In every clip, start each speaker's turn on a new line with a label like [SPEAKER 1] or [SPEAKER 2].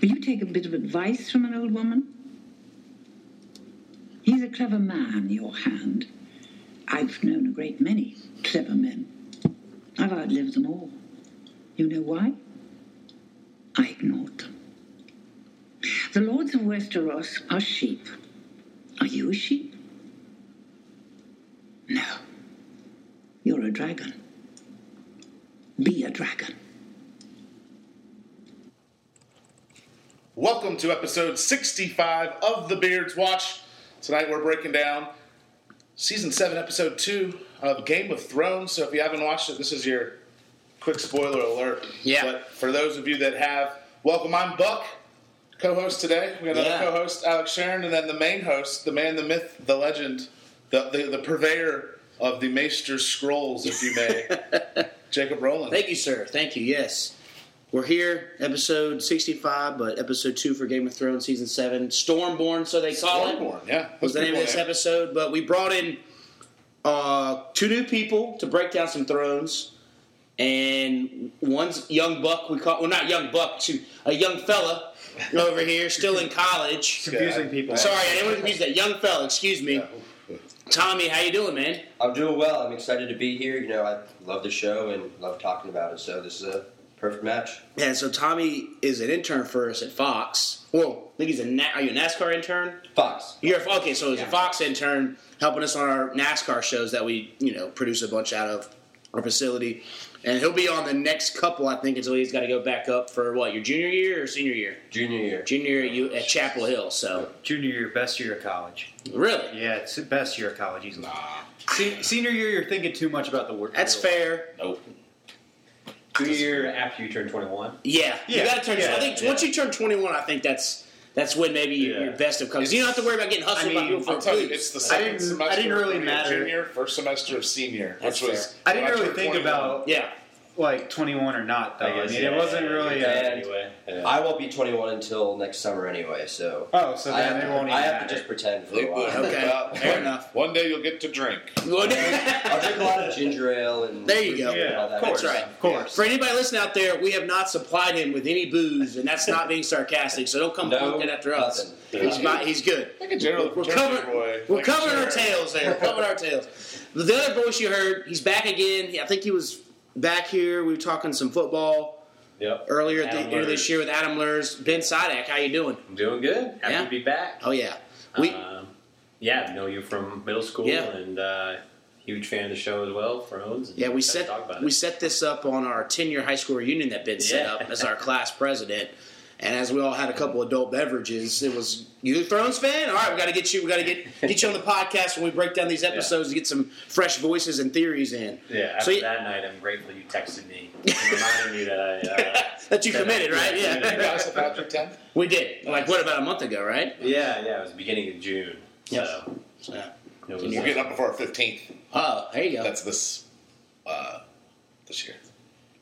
[SPEAKER 1] Will you take a bit of advice from an old woman? He's a clever man, your hand. I've known a great many clever men. I've outlived them all. You know why? I ignored them. The lords of Westeros are sheep. Are you a sheep? No. You're a dragon. Be a dragon.
[SPEAKER 2] Welcome to episode 65 of The Beards Watch. Tonight we're breaking down season 7, episode 2 of Game of Thrones. So if you haven't watched it, this is your quick spoiler alert.
[SPEAKER 3] Yeah.
[SPEAKER 2] But for those of you that have, welcome. I'm Buck, co host today. We got another
[SPEAKER 3] Yeah.
[SPEAKER 2] co host, Alex Sharon, and then the main host, the man, the myth, the legend, the, the, the purveyor of the Maester Scrolls, if you may, Jacob Rowland.
[SPEAKER 3] Thank you, sir. Thank you. Yes. We're here, episode 65, but episode 2 for Game of Thrones, season 7. Stormborn, so they call it.
[SPEAKER 2] Stormborn, yeah.
[SPEAKER 3] Was the name of this episode. But we brought in uh, two new people to break down some thrones. And one's young buck, we call, well, not young buck, shoot, a young fella over here, still in college.
[SPEAKER 4] Confusing people.
[SPEAKER 3] Sorry, I didn't want to confuse that. Young fella, excuse me. Tommy, how you doing, man?
[SPEAKER 5] I'm doing well. I'm excited to be here. You know, I love the show and love talking about it. So this is a perfect match.
[SPEAKER 3] Yeah, so Tommy is an intern for us at Fox. Well, I think he's a Na- are you a NASCAR intern?
[SPEAKER 5] Fox.
[SPEAKER 3] You're a, okay, so he's a
[SPEAKER 5] Yeah.
[SPEAKER 3] Fox intern helping us on our NASCAR shows that we you know produce a bunch out of our facility, and he'll be on the next couple I think until he's got to go back up for what your junior year or senior year.
[SPEAKER 5] Junior year.
[SPEAKER 3] Junior year you at Chapel Hill, so
[SPEAKER 4] Junior year, best year of college.
[SPEAKER 3] really
[SPEAKER 4] Yeah, it's the best year of college easily. Se- senior year, you're thinking too much about the work.
[SPEAKER 3] that's fair.
[SPEAKER 5] Nope.
[SPEAKER 6] Junior year after you turn 21.
[SPEAKER 3] Yeah, you
[SPEAKER 4] Yeah,
[SPEAKER 3] got to turn.
[SPEAKER 4] yeah,
[SPEAKER 3] I think once you turn 21 I think that's that's when maybe your,
[SPEAKER 6] Yeah.
[SPEAKER 3] your best of comes. You don't have to worry about getting hustled
[SPEAKER 4] I
[SPEAKER 3] by
[SPEAKER 4] mean,
[SPEAKER 3] people for
[SPEAKER 2] I'll tell you,
[SPEAKER 3] food.
[SPEAKER 2] it's the
[SPEAKER 4] I
[SPEAKER 2] second
[SPEAKER 4] didn't-
[SPEAKER 2] semester
[SPEAKER 4] I didn't
[SPEAKER 2] of
[SPEAKER 4] really
[SPEAKER 2] junior,
[SPEAKER 4] matter.
[SPEAKER 2] junior, first semester of senior,
[SPEAKER 3] That's
[SPEAKER 2] which was
[SPEAKER 3] fair.
[SPEAKER 4] I didn't
[SPEAKER 2] when
[SPEAKER 4] really
[SPEAKER 2] turned
[SPEAKER 4] think
[SPEAKER 2] 21.
[SPEAKER 4] about
[SPEAKER 3] yeah.
[SPEAKER 4] like 21 or not though. I, mean,
[SPEAKER 6] yeah,
[SPEAKER 4] it wasn't really.
[SPEAKER 6] yeah,
[SPEAKER 4] uh
[SPEAKER 6] anyway. Yeah.
[SPEAKER 5] I won't be 21 until next summer anyway. So
[SPEAKER 4] oh, so
[SPEAKER 5] I,
[SPEAKER 4] then
[SPEAKER 5] have
[SPEAKER 4] it
[SPEAKER 5] to,
[SPEAKER 4] won't even
[SPEAKER 5] I have
[SPEAKER 4] matter.
[SPEAKER 5] to just pretend for
[SPEAKER 2] It
[SPEAKER 5] a
[SPEAKER 2] would.
[SPEAKER 5] while.
[SPEAKER 3] Okay, fair enough.
[SPEAKER 2] One day you'll get to drink.
[SPEAKER 5] I'll drink a lot of ginger ale and
[SPEAKER 3] There you go.
[SPEAKER 5] and all
[SPEAKER 4] yeah,
[SPEAKER 5] that
[SPEAKER 4] of course,
[SPEAKER 5] stuff.
[SPEAKER 3] right.
[SPEAKER 4] of course.
[SPEAKER 3] For anybody listening out there, we have not supplied him with any booze, and that's not being sarcastic. So don't come
[SPEAKER 5] No,
[SPEAKER 3] poking after us.
[SPEAKER 5] nothing.
[SPEAKER 3] He's, bi- he's good.
[SPEAKER 2] Like a general
[SPEAKER 3] We're
[SPEAKER 2] fraternity
[SPEAKER 3] covering,
[SPEAKER 2] Oh, boy.
[SPEAKER 3] we're
[SPEAKER 2] Like a
[SPEAKER 3] covering our
[SPEAKER 2] general-
[SPEAKER 3] tails there. We're covering our tails. The other voice you heard, he's back again. I think he was back here. We were talking some football
[SPEAKER 6] Yep.
[SPEAKER 3] earlier at the,
[SPEAKER 6] Adam
[SPEAKER 3] earlier this
[SPEAKER 6] Lurz.
[SPEAKER 3] year with Adam Lurs. Ben Sidak, how you doing?
[SPEAKER 6] I'm doing good. Happy
[SPEAKER 3] Yeah.
[SPEAKER 6] to be back.
[SPEAKER 3] Oh yeah, we
[SPEAKER 6] um, yeah, know you from middle school
[SPEAKER 3] Yeah.
[SPEAKER 6] and uh, huge fan of the show as well, Thrones. and
[SPEAKER 3] yeah we
[SPEAKER 6] gotta
[SPEAKER 3] set
[SPEAKER 6] talk about
[SPEAKER 3] we
[SPEAKER 6] it.
[SPEAKER 3] set this up on our ten year high school reunion that Ben set
[SPEAKER 6] Yeah.
[SPEAKER 3] up as our class president. And as we all had a couple adult beverages, it was you a Thrones fan? All right, we got to get you. We got to get get you on the podcast when we break down these episodes to get some fresh voices and theories in.
[SPEAKER 6] Yeah, after
[SPEAKER 3] So you-
[SPEAKER 6] that night, I'm grateful you texted me and reminded me that I. Uh,
[SPEAKER 3] that you
[SPEAKER 6] said
[SPEAKER 3] committed,
[SPEAKER 6] I-
[SPEAKER 3] right?
[SPEAKER 2] You
[SPEAKER 3] Yeah,
[SPEAKER 2] guys about your tenth?
[SPEAKER 3] we did. Like what about a month ago, right?
[SPEAKER 6] yeah, yeah, it was the beginning of June. So
[SPEAKER 3] Yeah.
[SPEAKER 6] it was
[SPEAKER 2] We're getting up before our fifteenth.
[SPEAKER 3] Oh, there you go.
[SPEAKER 2] That's this uh, this year.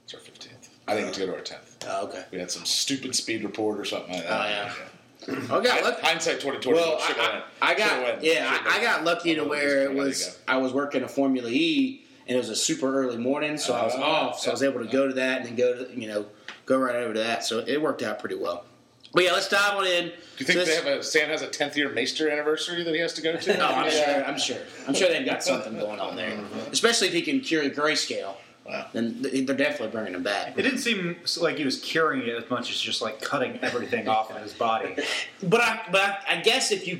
[SPEAKER 2] It's our fifteenth. I think it's good to our tenth.
[SPEAKER 3] oh, okay.
[SPEAKER 2] We had some stupid speed report or something like that.
[SPEAKER 3] Oh, yeah. Oh God, look,
[SPEAKER 2] Hindsight twenty twenty.
[SPEAKER 3] Well, I, I, I got yeah, I, I got lucky to
[SPEAKER 2] Should've went.
[SPEAKER 3] where it
[SPEAKER 2] Should've
[SPEAKER 3] was.
[SPEAKER 2] went.
[SPEAKER 3] I was working a Formula E, and it was a super early morning, so I was
[SPEAKER 2] Oh,
[SPEAKER 3] off. So I was
[SPEAKER 2] yeah.
[SPEAKER 3] able to go to that and then go to you know go right over to that. So it worked out pretty well. But yeah, let's dive on in.
[SPEAKER 2] Do you think they have a Sam has a tenth year Maester anniversary that he has to go to?
[SPEAKER 3] No, Oh, I'm sure. I'm sure. I'm sure they've got something going on there,
[SPEAKER 2] Mm-hmm.
[SPEAKER 3] especially if he can cure the grayscale.
[SPEAKER 2] Wow.
[SPEAKER 3] Then th- they're definitely bringing him back.
[SPEAKER 4] uh, It didn't seem s- like he was curing it as much as just like cutting everything off of his body.
[SPEAKER 3] But I, but I, I guess if you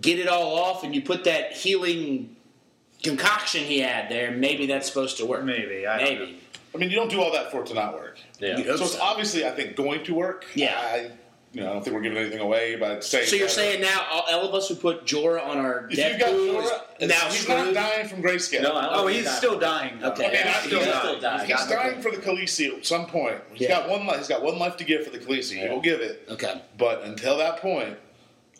[SPEAKER 3] get it all off and you put that healing concoction he had there, maybe that's supposed to work.
[SPEAKER 4] Maybe I don't
[SPEAKER 3] Maybe.
[SPEAKER 2] I mean, you don't do all that for it to not work.
[SPEAKER 6] Yeah.
[SPEAKER 3] You know,
[SPEAKER 2] So it's obviously, I think, going to work.
[SPEAKER 3] Yeah.
[SPEAKER 2] I, you know, I don't think we're giving anything away by saying.
[SPEAKER 3] So you're
[SPEAKER 2] that.
[SPEAKER 3] saying now all, all of us who put Jorah on our
[SPEAKER 2] if you got
[SPEAKER 3] Deadpool
[SPEAKER 2] Jorah,
[SPEAKER 3] is now
[SPEAKER 2] he's
[SPEAKER 3] screwed?
[SPEAKER 2] not dying from grayscale.
[SPEAKER 6] No, I don't
[SPEAKER 4] know. Oh,
[SPEAKER 6] think
[SPEAKER 4] he's
[SPEAKER 6] that-
[SPEAKER 4] still dying. though.
[SPEAKER 3] Okay.
[SPEAKER 2] I mean, I
[SPEAKER 4] he's still
[SPEAKER 2] think
[SPEAKER 6] he's
[SPEAKER 2] he's
[SPEAKER 4] dying.
[SPEAKER 6] still dying.
[SPEAKER 2] He's dying for the Khaleesi at some point. He's
[SPEAKER 3] Yeah.
[SPEAKER 2] got one. li- He's got one life to give for the Khaleesi. He
[SPEAKER 6] Yeah.
[SPEAKER 2] will give it.
[SPEAKER 3] Okay.
[SPEAKER 2] But until that point,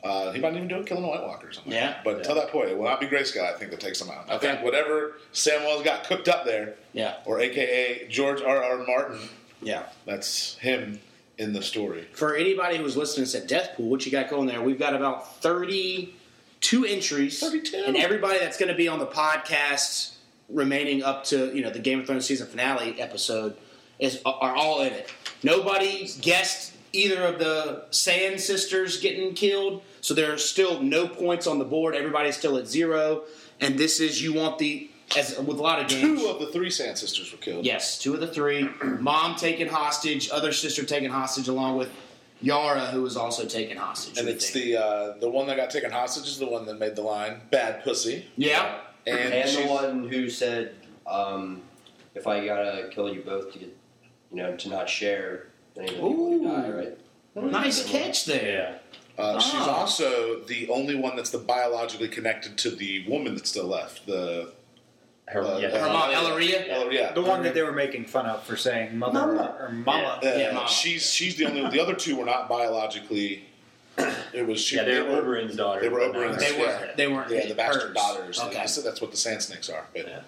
[SPEAKER 2] uh, he might even do it killing the White Walker or something. like
[SPEAKER 3] Yeah.
[SPEAKER 2] that. But until that point, it will not be Grayscale. I think that takes him out. I
[SPEAKER 3] Okay.
[SPEAKER 2] think whatever Samwell's got cooked up there,
[SPEAKER 3] Yeah.
[SPEAKER 2] or AKA George R. R. Martin,
[SPEAKER 3] Yeah.
[SPEAKER 2] that's him in the story.
[SPEAKER 3] For anybody who's listening and said Deathpool, what you got going there? We've got about 32 entries.
[SPEAKER 2] 32.
[SPEAKER 3] And everybody that's going to be on the podcast remaining up to, you know, the Game of Thrones season finale episode is are all in it. Nobody guessed either of the Sand sisters getting killed, so there are still no points on the board. Everybody's still at zero, and this is you want the as with a lot of games.
[SPEAKER 2] Two of the three Sand sisters were killed.
[SPEAKER 3] Yes, two of the three. Mom taken hostage, other sister taken hostage, along with Yara, who was also taken hostage.
[SPEAKER 2] And
[SPEAKER 3] we
[SPEAKER 2] it's
[SPEAKER 3] think.
[SPEAKER 2] the uh, the one that got taken hostage is the one that made the line "bad pussy."
[SPEAKER 3] yeah.
[SPEAKER 2] And,
[SPEAKER 5] And the
[SPEAKER 2] she's- uh,
[SPEAKER 5] one who said, um, "If I gotta kill you both to get, you know, to not share any of the people who
[SPEAKER 3] Ooh.
[SPEAKER 5] die, right?"
[SPEAKER 3] Nice catch there.
[SPEAKER 6] Yeah.
[SPEAKER 2] uh, she's
[SPEAKER 3] Ah.
[SPEAKER 2] also the only one that's the biologically connected to the woman that's still left. The
[SPEAKER 6] Her,
[SPEAKER 2] Uh,
[SPEAKER 6] yeah.
[SPEAKER 2] uh,
[SPEAKER 3] Her mom, Elleria.
[SPEAKER 2] oh yeah,
[SPEAKER 4] The one that they were making fun of for saying mother
[SPEAKER 5] Mama.
[SPEAKER 4] or mama.
[SPEAKER 2] Uh,
[SPEAKER 3] Yeah, Mom.
[SPEAKER 2] she's she's the only. the other two were not biologically. It was she.
[SPEAKER 6] yeah, they were Oberon's daughter.
[SPEAKER 2] they were
[SPEAKER 6] but not
[SPEAKER 2] Oberyn's,
[SPEAKER 6] her.
[SPEAKER 3] They were.
[SPEAKER 2] Yeah.
[SPEAKER 3] They weren't.
[SPEAKER 2] Yeah, the bastard
[SPEAKER 3] hers.
[SPEAKER 2] daughters.
[SPEAKER 3] Okay.
[SPEAKER 2] So that's what the sand snakes are. But
[SPEAKER 6] Yeah.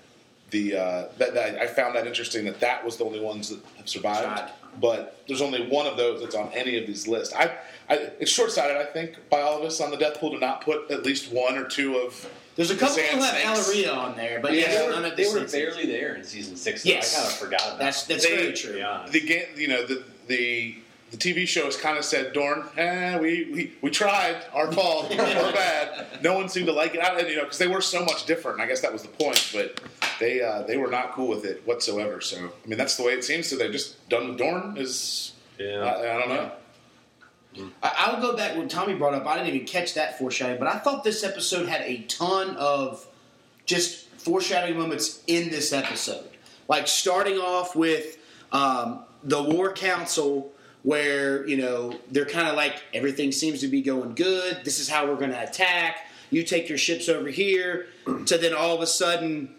[SPEAKER 2] the uh, that, that I found that interesting that that was the only ones that have survived.
[SPEAKER 3] Survived.
[SPEAKER 2] But there's only one of those that's on any of these lists. I, I it's short sighted, I think, by all of us on the death pool to not put at least one or two of.
[SPEAKER 3] There's a couple
[SPEAKER 2] Sand
[SPEAKER 3] who have
[SPEAKER 2] snakes.
[SPEAKER 3] Elleria on there, but
[SPEAKER 2] Yeah.
[SPEAKER 3] yeah,
[SPEAKER 6] They
[SPEAKER 3] none
[SPEAKER 6] were,
[SPEAKER 3] of
[SPEAKER 6] they
[SPEAKER 3] the
[SPEAKER 6] were
[SPEAKER 3] Sand Sisters.
[SPEAKER 6] barely there in season six. though.
[SPEAKER 3] Yes.
[SPEAKER 6] I kind of forgot about
[SPEAKER 3] That's that's
[SPEAKER 2] They-
[SPEAKER 3] very true.
[SPEAKER 6] Yeah.
[SPEAKER 2] The game, you know, the the. The TV show has kind of said, "Dorn, eh, we, we we tried, our fault, we're bad." No one seemed to like it, I, you know, because they were so much different. and I guess that was the point, but they uh, they were not cool with it whatsoever. So, I mean, that's the way it seems. So they've just done with Dorn. Is
[SPEAKER 6] Yeah.
[SPEAKER 2] I, I don't know.
[SPEAKER 3] I, I'll go back what Tommy brought up. I didn't even catch that foreshadowing, but I thought this episode had a ton of just foreshadowing moments in this episode. Like starting off with um, the War Council, where you know they're kind of like everything seems to be going good. This is how we're going to attack. You take your ships over here. To then all of a sudden,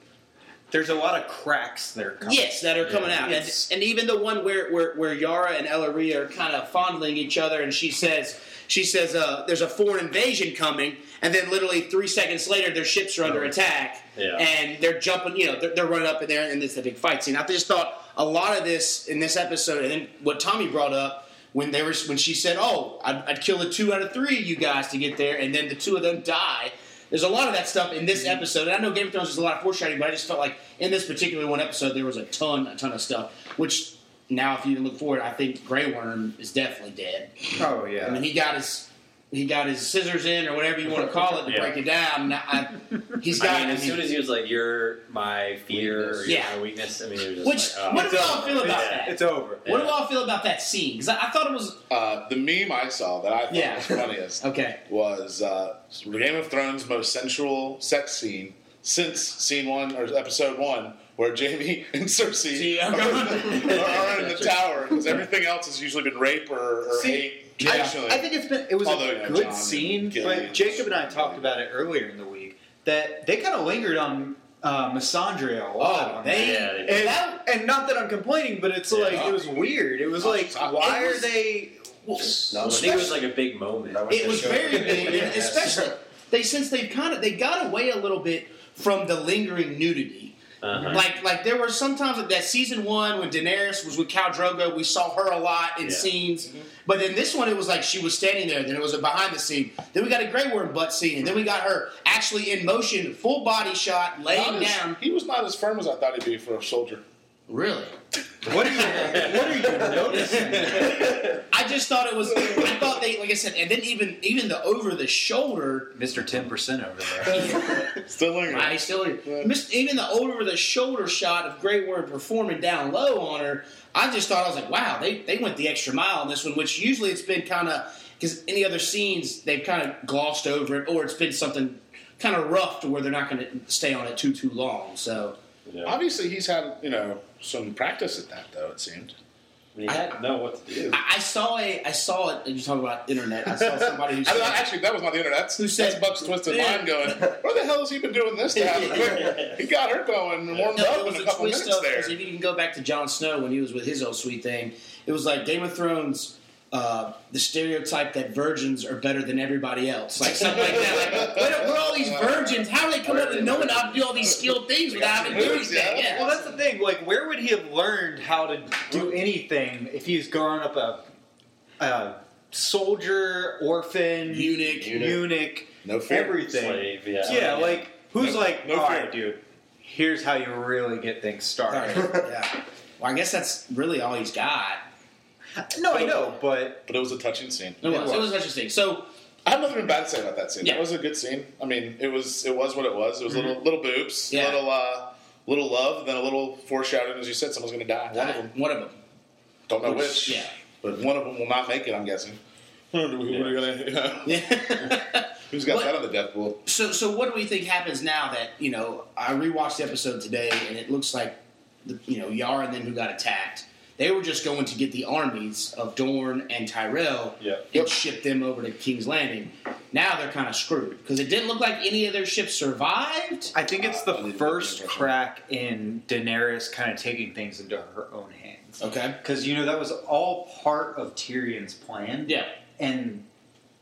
[SPEAKER 4] There's a lot of cracks there. Coming.
[SPEAKER 3] Yes, that are coming out,
[SPEAKER 4] Yes.
[SPEAKER 3] and, and even the one where, where where Yara and Elleria are kind of fondling each other, and she says she says uh, there's a foreign invasion coming, and then literally three seconds later their ships are
[SPEAKER 4] Oh.
[SPEAKER 3] under attack,
[SPEAKER 6] Yeah.
[SPEAKER 3] and they're jumping, you know, they're, they're running up in there, and it's a big fight scene. I just thought a lot of this in this episode, and then what Tommy brought up when there was when she said, "Oh, I'd, I'd kill the two out of three of you guys to get there," and then the two of them die. There's a lot of that stuff in this episode, and I know Game of Thrones is a lot of foreshadowing, but I just felt like in this particular one episode there was a ton, a ton of stuff. Which now, if you look forward, I think Grey Worm is definitely dead.
[SPEAKER 4] Oh yeah.
[SPEAKER 3] I mean, he got his he got his scissors in or whatever you want to call it to
[SPEAKER 6] Yeah.
[SPEAKER 3] break it down. Now, I, he's got.
[SPEAKER 6] I mean, as soon as he was like, "You're my fear, or you're
[SPEAKER 3] Yeah.
[SPEAKER 6] my weakness," I mean, it was just
[SPEAKER 3] which
[SPEAKER 6] like, oh,
[SPEAKER 3] what do y'all feel about
[SPEAKER 6] Yeah.
[SPEAKER 3] that?
[SPEAKER 4] it's over.
[SPEAKER 3] What do y'all feel about that scene? Because I, I thought it was
[SPEAKER 2] Uh, the meme I saw that I thought
[SPEAKER 3] Yeah.
[SPEAKER 2] was funniest
[SPEAKER 3] okay.
[SPEAKER 2] was uh, Game of Thrones' most sensual sex scene since scene one or episode one, where Jamie and Cersei
[SPEAKER 3] See,
[SPEAKER 2] are,
[SPEAKER 3] I'm going-
[SPEAKER 2] are in the tower because everything else has usually been rape or, or
[SPEAKER 4] See,
[SPEAKER 2] hate.
[SPEAKER 4] I,
[SPEAKER 2] Actually,
[SPEAKER 4] I think it's been it was
[SPEAKER 2] Although,
[SPEAKER 4] a
[SPEAKER 2] you know,
[SPEAKER 4] good
[SPEAKER 2] John and
[SPEAKER 4] scene,
[SPEAKER 2] Gillian
[SPEAKER 4] but Jacob and I
[SPEAKER 2] is-
[SPEAKER 4] talked about it earlier in the week that they kind of lingered on uh, Missandria a
[SPEAKER 2] Oh,
[SPEAKER 4] lot.
[SPEAKER 6] Oh,
[SPEAKER 4] on
[SPEAKER 3] they-
[SPEAKER 6] Yeah, they
[SPEAKER 4] that.
[SPEAKER 6] did.
[SPEAKER 4] and,
[SPEAKER 3] that-
[SPEAKER 4] and not that I'm complaining, but it's
[SPEAKER 6] Yeah.
[SPEAKER 4] like it was weird. It was like
[SPEAKER 2] I-
[SPEAKER 4] why
[SPEAKER 3] it was-
[SPEAKER 4] are they?
[SPEAKER 5] Not
[SPEAKER 6] I
[SPEAKER 5] when
[SPEAKER 6] think it was like a big moment.
[SPEAKER 5] That was-
[SPEAKER 3] it was very big, and
[SPEAKER 5] Yes.
[SPEAKER 3] especially they since they've kind of they got away a little bit from the lingering nudity.
[SPEAKER 6] Uh-huh.
[SPEAKER 3] Like like there were sometimes that, that season one when Daenerys was with Khal Drogo, we saw her a lot in
[SPEAKER 6] Yeah.
[SPEAKER 3] scenes. But then this one, it was like she was standing there. Then it was a behind the scene. Then we got a Grey Worm butt scene, and then we got her actually in motion, full body shot,
[SPEAKER 2] Not
[SPEAKER 3] laying
[SPEAKER 2] as-
[SPEAKER 3] down.
[SPEAKER 2] he was not as firm as I thought he'd be for a soldier.
[SPEAKER 3] Really.
[SPEAKER 4] What are you? what are you noticing?
[SPEAKER 3] I just thought it was. I thought they, like I said, and then even even the over the shoulder.
[SPEAKER 4] Mister Ten Percent over there.
[SPEAKER 2] Still lingering.
[SPEAKER 3] I still
[SPEAKER 2] Yeah.
[SPEAKER 3] missed even the over the shoulder shot of Grey Worm performing down low on her. I just thought I was like, wow, they they went the extra mile on this one, which usually it's been kind of because any other scenes they've kind of glossed over it, or it's been something kind of rough to where they're not going to stay on it too too long. So
[SPEAKER 6] Yeah.
[SPEAKER 2] Obviously, he's had you know some practice at that, though it seemed.
[SPEAKER 6] He had no what to do.
[SPEAKER 3] I, I saw a I saw it. You talk about internet. I saw somebody who
[SPEAKER 2] I don't-
[SPEAKER 3] said,
[SPEAKER 2] actually, that was not the internet. That's,
[SPEAKER 3] Who said-
[SPEAKER 2] that's Buck's twisted
[SPEAKER 3] Yeah.
[SPEAKER 2] mind going, where the hell has he been doing this to happen quick? He got her going and warmed
[SPEAKER 3] No,
[SPEAKER 2] up
[SPEAKER 3] it
[SPEAKER 2] in
[SPEAKER 3] was
[SPEAKER 2] a
[SPEAKER 3] a,
[SPEAKER 2] couple
[SPEAKER 3] twist
[SPEAKER 2] minutes
[SPEAKER 3] up
[SPEAKER 2] there.
[SPEAKER 3] because if you can go back to Jon Snow when he was with his old sweet thing, it was like Game of Thrones. Uh, the stereotype that virgins are better than everybody else, like something like that. Like, what are, what are all these virgins? How do they come up with knowing how to do all these skilled things without even doing
[SPEAKER 2] moves, yeah.
[SPEAKER 3] that? Yeah.
[SPEAKER 4] Well, that's the thing. Like, where would he have learned how to do anything if he's grown up a, a soldier, orphan,
[SPEAKER 3] Eunuch.
[SPEAKER 4] eunuch,
[SPEAKER 2] No fear.
[SPEAKER 4] everything?
[SPEAKER 6] Slave, yeah.
[SPEAKER 4] Yeah, like who's
[SPEAKER 2] No-
[SPEAKER 4] like,
[SPEAKER 2] no
[SPEAKER 4] all right,
[SPEAKER 2] fear."
[SPEAKER 4] dude, here's how you really get things
[SPEAKER 3] All right,
[SPEAKER 4] started.
[SPEAKER 3] yeah. Well, I guess that's really all he's got.
[SPEAKER 4] No, I know, but
[SPEAKER 2] But it was a touching scene.
[SPEAKER 3] It was. It was interesting. So
[SPEAKER 2] I have nothing bad to say about that scene.
[SPEAKER 3] Yeah. Mm-hmm.
[SPEAKER 2] That was a good scene. I mean, it was it was what it was. It was little little boobs,
[SPEAKER 3] Yeah.
[SPEAKER 2] little uh, little love, then a little foreshadowing. As you said, someone's going to die. One of them.
[SPEAKER 3] One of them.
[SPEAKER 2] Don't know
[SPEAKER 3] Which-
[SPEAKER 2] which.
[SPEAKER 3] yeah.
[SPEAKER 2] But one of them will not make it. I'm guessing. Who- who- who are you gonna-
[SPEAKER 3] Yeah.
[SPEAKER 2] Who's got
[SPEAKER 3] What-
[SPEAKER 2] that on the death pool?
[SPEAKER 3] so so what do we think happens now that you know I rewatched the episode today and it looks like the, you know Yara and them who got attacked they were just going to get the armies of Dorne and Tyrell
[SPEAKER 6] Yeah.
[SPEAKER 3] and
[SPEAKER 2] Yep.
[SPEAKER 3] ship them over to King's Landing. Now they're kind of screwed because it didn't look like any of their ships survived.
[SPEAKER 4] I think it's
[SPEAKER 2] Uh, I
[SPEAKER 4] the
[SPEAKER 2] didn't
[SPEAKER 4] first
[SPEAKER 2] get the impression.
[SPEAKER 4] crack in Daenerys kind of taking things into her own hands.
[SPEAKER 3] Okay.
[SPEAKER 4] Because, you know, that was all part of Tyrion's plan.
[SPEAKER 3] Yeah.
[SPEAKER 4] And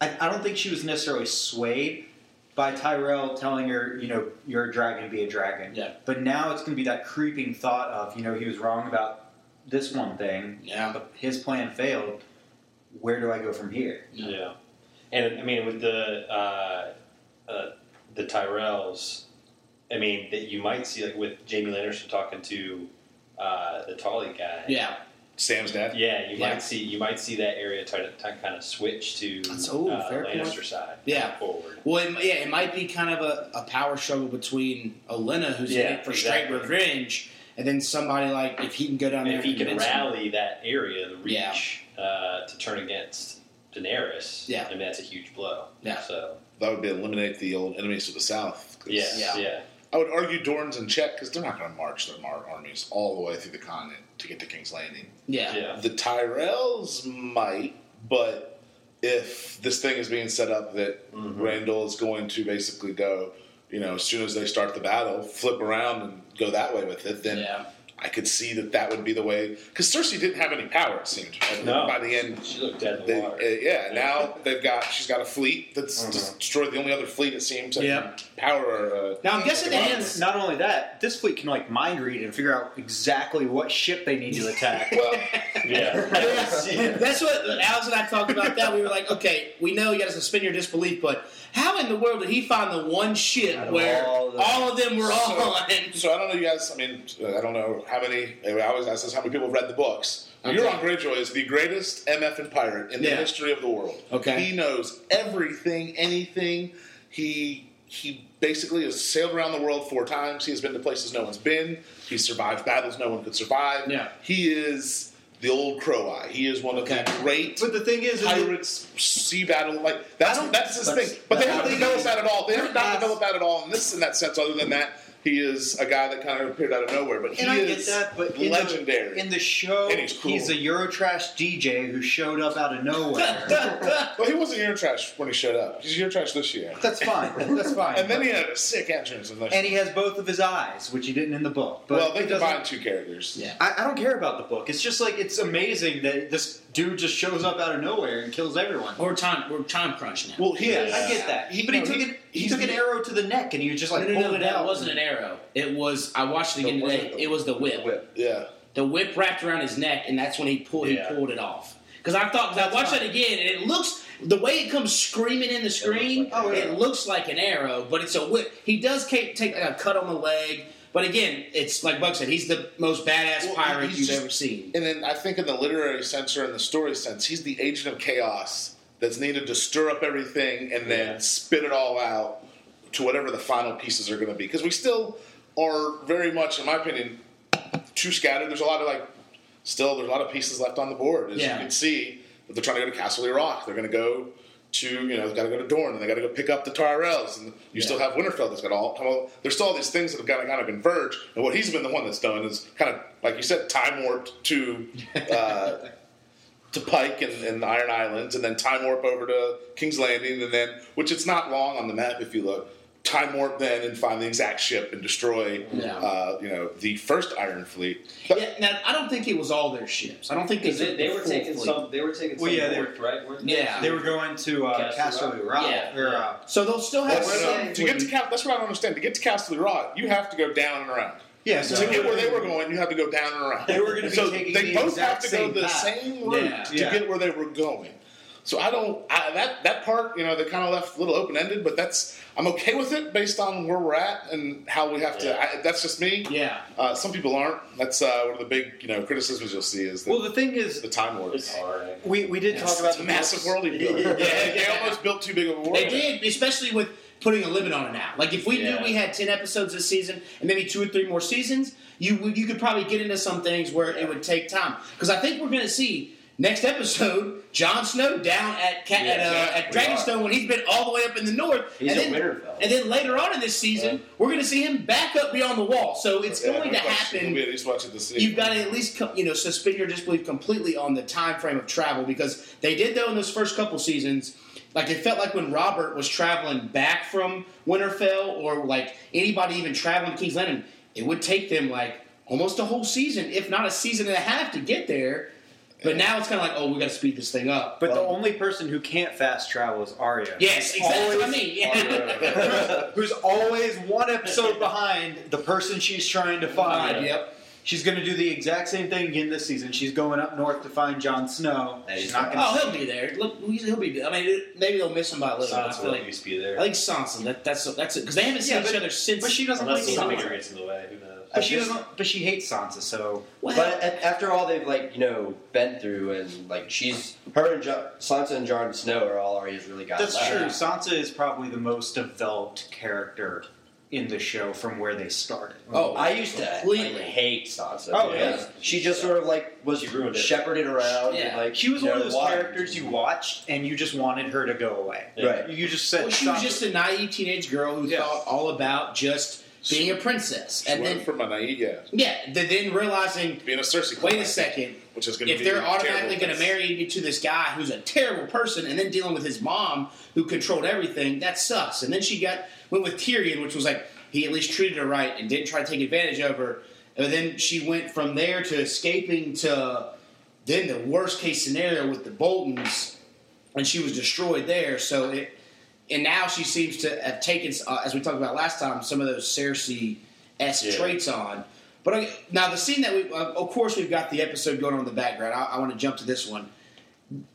[SPEAKER 4] I, I don't think she was necessarily swayed by Tyrell telling her, you know, you're a dragon, be a dragon.
[SPEAKER 3] Yeah.
[SPEAKER 4] But now it's going to be that creeping thought of, you know, he was wrong about this one thing,
[SPEAKER 3] Yeah.
[SPEAKER 4] but his plan failed. Where do I go from here?
[SPEAKER 6] Yeah, and I mean with the uh, uh, the Tyrells, I mean that you might see like with Jamie Lannister talking to uh, the Tolly guy.
[SPEAKER 3] Yeah.
[SPEAKER 2] Sam's dad.
[SPEAKER 6] Yeah, you
[SPEAKER 3] Yeah.
[SPEAKER 6] might see you might see that area try to t- kind of switch to
[SPEAKER 3] That's- ooh,
[SPEAKER 6] uh,
[SPEAKER 3] fair point.
[SPEAKER 6] Lannister side.
[SPEAKER 3] Yeah.
[SPEAKER 6] forward.
[SPEAKER 3] Well, it, yeah, it might be kind of a, a power struggle between Olenna, who's
[SPEAKER 6] Yeah,
[SPEAKER 3] in it for
[SPEAKER 6] exactly.
[SPEAKER 3] straight revenge, and then somebody like if he can go down
[SPEAKER 6] And
[SPEAKER 3] there
[SPEAKER 6] if he
[SPEAKER 3] and
[SPEAKER 6] can
[SPEAKER 3] convince him-
[SPEAKER 6] rally that area, the
[SPEAKER 3] Yeah.
[SPEAKER 6] reach uh, to turn against Daenerys,
[SPEAKER 3] Yeah.
[SPEAKER 6] I mean that's a huge blow.
[SPEAKER 3] Yeah.
[SPEAKER 6] So
[SPEAKER 2] That would be eliminate the old enemies of the south. 'cause
[SPEAKER 6] yeah,
[SPEAKER 3] Yeah.
[SPEAKER 6] yeah,
[SPEAKER 2] I would argue Dorne's in check because they're not going to march their mar- armies all the way through the continent to get to King's Landing.
[SPEAKER 3] yeah,
[SPEAKER 6] yeah.
[SPEAKER 2] The Tyrells might, but if this thing is being set up that
[SPEAKER 6] Mm-hmm.
[SPEAKER 2] Randall is going to basically go, you know, as soon as they start the battle, flip around and go that way with it, then
[SPEAKER 3] Yeah.
[SPEAKER 2] I could see that that would be the way. Because Cersei didn't have any power, it seemed.
[SPEAKER 6] No.
[SPEAKER 2] By the end,
[SPEAKER 6] She looked dead in the
[SPEAKER 2] they,
[SPEAKER 6] water. Mm-hmm.
[SPEAKER 2] uh, yeah, now they've got she's got a fleet that's destroyed the only other fleet it seems. that
[SPEAKER 3] Yeah.
[SPEAKER 2] can Power. Uh,
[SPEAKER 3] Now I'm guessing the
[SPEAKER 2] Well,
[SPEAKER 3] hands.
[SPEAKER 4] Not only that, this fleet can like mind read and figure out exactly what ship they need to attack.
[SPEAKER 2] well,
[SPEAKER 6] yeah. yeah.
[SPEAKER 3] That's what Alex and I talked about. That we were like, okay, we know you got to suspend your disbelief, but how in the world did he find the one
[SPEAKER 4] Out
[SPEAKER 3] ship
[SPEAKER 4] of
[SPEAKER 3] where
[SPEAKER 4] all
[SPEAKER 3] all,
[SPEAKER 4] the-
[SPEAKER 3] of them were on?
[SPEAKER 2] so I don't know, you guys. I mean, uh, I don't know how many. I always ask this: how many people have read the books?
[SPEAKER 3] Okay.
[SPEAKER 2] Euron Greyjoy is the greatest MF and pirate in the
[SPEAKER 3] Yeah.
[SPEAKER 2] history of the world.
[SPEAKER 3] Okay.
[SPEAKER 2] he knows everything, anything. He he basically has sailed around the world four times. He has been to places no one's been. He survived battles no one could survive.
[SPEAKER 3] Yeah.
[SPEAKER 2] he is the old Crow Eye. He is one of
[SPEAKER 3] Okay.
[SPEAKER 2] the great.
[SPEAKER 4] But the thing is, is that-
[SPEAKER 2] Pirates sea battle like that's that's his
[SPEAKER 4] that's-
[SPEAKER 2] thing, but they
[SPEAKER 4] that's
[SPEAKER 2] haven't
[SPEAKER 4] how he
[SPEAKER 2] developed
[SPEAKER 4] is.
[SPEAKER 2] that at all. They haven't not
[SPEAKER 4] That's-
[SPEAKER 2] developed that at all in this in that sense. Other than that, he is a guy that kind of appeared out of nowhere, but he
[SPEAKER 4] and I
[SPEAKER 2] is
[SPEAKER 4] get that, but in
[SPEAKER 2] legendary.
[SPEAKER 4] the, in the show,
[SPEAKER 2] And he's cool.
[SPEAKER 4] a Eurotrash DJ who showed up out of nowhere.
[SPEAKER 2] well, he wasn't Euro Trash when he showed up. He's Euro Trash this year,
[SPEAKER 4] That's fine. That's fine.
[SPEAKER 2] and then he had a sick entrance in this.
[SPEAKER 4] and he has both of his eyes, which he didn't in the book. But
[SPEAKER 2] well, they
[SPEAKER 4] it doesn't-
[SPEAKER 2] combined two characters.
[SPEAKER 3] Yeah.
[SPEAKER 4] I, I don't care about the book. It's just like it's amazing that this dude just shows up out of nowhere and kills everyone.
[SPEAKER 3] We're time. We're time crunching now.
[SPEAKER 2] Well, he
[SPEAKER 6] Yeah.
[SPEAKER 2] is.
[SPEAKER 4] I get that,
[SPEAKER 2] He-
[SPEAKER 4] but he
[SPEAKER 2] no,
[SPEAKER 4] took
[SPEAKER 2] he-
[SPEAKER 4] an, he,
[SPEAKER 2] he
[SPEAKER 4] took an
[SPEAKER 2] didn't-
[SPEAKER 4] arrow to the neck, and he was just like
[SPEAKER 3] no, no, no,
[SPEAKER 4] pulled it
[SPEAKER 3] that
[SPEAKER 4] out.
[SPEAKER 3] wasn't an arrow. It was. I watched it again
[SPEAKER 2] It wasn't
[SPEAKER 3] today.
[SPEAKER 2] the-
[SPEAKER 3] It was the whip.
[SPEAKER 2] Yeah,
[SPEAKER 3] The whip wrapped around his neck, and that's when he pulled.
[SPEAKER 6] Yeah.
[SPEAKER 3] He pulled it off. Because I thought, because I
[SPEAKER 4] That's
[SPEAKER 3] watched
[SPEAKER 4] fine.
[SPEAKER 3] it again, and it looks the way it comes screaming in the screen.
[SPEAKER 6] like an
[SPEAKER 4] arrow.
[SPEAKER 3] it looks like an arrow, but it's a whip. He does ca- take like a cut on the leg, but again, it's like Buck said, he's the most badass
[SPEAKER 2] Well,
[SPEAKER 3] pirate
[SPEAKER 2] he's
[SPEAKER 3] you've
[SPEAKER 2] just-
[SPEAKER 3] ever seen.
[SPEAKER 2] and then I think in the literary sense or in the story sense, he's the agent of chaos that's needed to stir up everything and then
[SPEAKER 6] Yeah.
[SPEAKER 2] spit it all out to whatever the final pieces are going to be. Because we still are very much, in my opinion, too scattered. There's a lot of like, still there's a lot of pieces left on the board. As
[SPEAKER 3] Yeah.
[SPEAKER 2] you can see, if they're trying to go to Castle Rock. They're going to go to you know they've got to go to Dorne and they got to go pick up the Tyrells. And you still have Winterfell that's got all. Well, there's still all these things that have got to kind of converge. And what he's been the one that's done is kind of like you said, time warped to. Uh, to Pike and, and the Iron Islands, and then time warp over to King's Landing, and then which it's not long on the map if you look. Time warp then and find the exact ship and destroy,
[SPEAKER 3] Yeah.
[SPEAKER 2] uh, you know, the first Iron Fleet. But-
[SPEAKER 3] yeah, now I don't think it was all their ships. I don't think they,
[SPEAKER 6] Because they,
[SPEAKER 3] took
[SPEAKER 6] they
[SPEAKER 3] the
[SPEAKER 6] were
[SPEAKER 3] full
[SPEAKER 6] taking
[SPEAKER 3] fleet.
[SPEAKER 6] some. They were taking
[SPEAKER 4] Well,
[SPEAKER 6] some
[SPEAKER 4] yeah, they-
[SPEAKER 6] north, right? weren't
[SPEAKER 3] Yeah.
[SPEAKER 4] They were going to uh,
[SPEAKER 6] Castle
[SPEAKER 4] Castle
[SPEAKER 6] Rock.
[SPEAKER 4] Rock.
[SPEAKER 3] Yeah.
[SPEAKER 4] Or, uh,
[SPEAKER 3] So they'll still have.
[SPEAKER 2] Well,
[SPEAKER 3] some
[SPEAKER 2] no, to get to
[SPEAKER 3] fleet.
[SPEAKER 2] Cal- that's what I don't understand. To get to Castle Rock, you have to go down and around.
[SPEAKER 4] yeah.
[SPEAKER 2] To
[SPEAKER 4] So
[SPEAKER 2] get where they were going, you have to go down and around.
[SPEAKER 4] They were going to be
[SPEAKER 2] so
[SPEAKER 4] taking
[SPEAKER 2] they
[SPEAKER 4] the
[SPEAKER 2] both have
[SPEAKER 4] exact
[SPEAKER 2] to go
[SPEAKER 4] same
[SPEAKER 2] the
[SPEAKER 4] path.
[SPEAKER 2] same route
[SPEAKER 3] Yeah.
[SPEAKER 2] to
[SPEAKER 4] Yeah.
[SPEAKER 2] get where they were going. So I don't I, that that part, you know, they kind of left a little open ended, but that's I'm okay with it based on where we're at and how we have
[SPEAKER 6] Yeah.
[SPEAKER 2] to. I, that's just me.
[SPEAKER 4] Yeah.
[SPEAKER 2] Uh, some people aren't. That's uh, one of the big, you know, criticisms you'll see is that
[SPEAKER 4] Well, the thing is,
[SPEAKER 2] the time warp.
[SPEAKER 6] It's hard.
[SPEAKER 4] we, we did
[SPEAKER 2] It's-
[SPEAKER 4] talk about
[SPEAKER 2] it's a
[SPEAKER 4] the
[SPEAKER 2] massive
[SPEAKER 4] books.
[SPEAKER 2] world he built.
[SPEAKER 4] Yeah.
[SPEAKER 2] They almost built too big of a world.
[SPEAKER 3] They did, especially with putting a limit on it now. Like if we
[SPEAKER 6] Yeah.
[SPEAKER 3] knew we had ten episodes this season and maybe two or three more seasons, you would you could probably get into some things where it would take time. Because I think we're going to see next episode Jon Snow down at Ca-
[SPEAKER 6] Yeah,
[SPEAKER 3] at, uh,
[SPEAKER 6] yeah,
[SPEAKER 3] at
[SPEAKER 6] we
[SPEAKER 3] Dragonstone when he's been all the way up in the north,
[SPEAKER 5] He's
[SPEAKER 3] and
[SPEAKER 5] a
[SPEAKER 3] then
[SPEAKER 5] Winterfell.
[SPEAKER 3] and then later on in this season we're going to see him back up beyond the wall. So it's
[SPEAKER 2] Yeah,
[SPEAKER 3] going
[SPEAKER 2] no
[SPEAKER 3] to
[SPEAKER 2] question.
[SPEAKER 3] happen.
[SPEAKER 2] You'll be at least watching the season.
[SPEAKER 3] You've got to at least co- you know suspend your disbelief completely on the time frame of travel because they did though in those first couple seasons. Like it felt like when Robert was traveling back from Winterfell, or like anybody even traveling to King's Landing, it would take them like almost a whole season, if not a season and a half, to get there. But now it's kind of like, oh, we got to speed this thing up.
[SPEAKER 4] But the
[SPEAKER 3] Well,
[SPEAKER 4] only person who can't fast travel is Arya.
[SPEAKER 3] yes, exactly what I mean. Yeah.
[SPEAKER 4] Who's always one episode behind the person she's trying to find.
[SPEAKER 3] Yep.
[SPEAKER 4] She's going to do the exact same thing again this season. She's going up north to find Jon Snow.
[SPEAKER 5] That
[SPEAKER 4] She's
[SPEAKER 5] is
[SPEAKER 4] not going
[SPEAKER 3] Oh, he'll be there. Look, he'll be. I mean, it- maybe they'll miss him by a little. bit. I
[SPEAKER 6] Sansa
[SPEAKER 3] feel like
[SPEAKER 6] used to be there.
[SPEAKER 3] I think Sansa. That, that's that's it because they haven't seen
[SPEAKER 4] Yeah,
[SPEAKER 3] each
[SPEAKER 4] but-
[SPEAKER 3] other since.
[SPEAKER 4] But she doesn't like
[SPEAKER 6] Unless the
[SPEAKER 4] Sansa.
[SPEAKER 6] Littlefinger gets in the way, who knows?
[SPEAKER 4] But she
[SPEAKER 5] I just-
[SPEAKER 4] doesn't. But she hates Sansa. So
[SPEAKER 3] Well,
[SPEAKER 5] But a- after all they've like you know been through and like she's her and jo- Sansa and Jon Snow are all Arya's really got.
[SPEAKER 4] that's
[SPEAKER 5] left.
[SPEAKER 4] true. Sansa is probably the most developed character in the show from where they started.
[SPEAKER 3] oh,
[SPEAKER 5] I used to like,
[SPEAKER 3] Completely.
[SPEAKER 5] hate Sansa.
[SPEAKER 4] Oh,
[SPEAKER 5] because
[SPEAKER 6] yeah.
[SPEAKER 5] She just sort of like was
[SPEAKER 6] She ruined it.
[SPEAKER 5] shepherded around.
[SPEAKER 3] Yeah.
[SPEAKER 5] And, like
[SPEAKER 4] She was
[SPEAKER 5] you
[SPEAKER 4] one
[SPEAKER 5] know,
[SPEAKER 4] of those
[SPEAKER 5] watched.
[SPEAKER 4] characters you watched and you just wanted her to go away.
[SPEAKER 5] Right.
[SPEAKER 4] You just said
[SPEAKER 3] Well, she was
[SPEAKER 4] Sansa-
[SPEAKER 3] just a naive teenage girl who
[SPEAKER 4] Yes.
[SPEAKER 3] thought all about just being a princess,
[SPEAKER 2] and
[SPEAKER 3] and then
[SPEAKER 2] from a naive, yeah,
[SPEAKER 3] yeah, the, then realizing,
[SPEAKER 2] being a Cersei.
[SPEAKER 3] wait a
[SPEAKER 2] client,
[SPEAKER 3] second,
[SPEAKER 2] which is going to
[SPEAKER 3] if
[SPEAKER 2] be
[SPEAKER 3] they're
[SPEAKER 2] terrible.
[SPEAKER 3] automatically going to marry you to this guy who's a terrible person, and then dealing with his mom who controlled everything, that sucks. And then she got went with Tyrion, which was like he at least treated her right and didn't try to take advantage of her. And then she went from there to escaping to then the worst case scenario with the Boltons, and she was destroyed there. So it, and now she seems to have taken, uh, as we talked about last time, some of those Cersei esque
[SPEAKER 6] Yeah.
[SPEAKER 3] traits on. But I, now the scene that we, uh, of course, we've got the episode going on in the background. I, I want to jump to this one.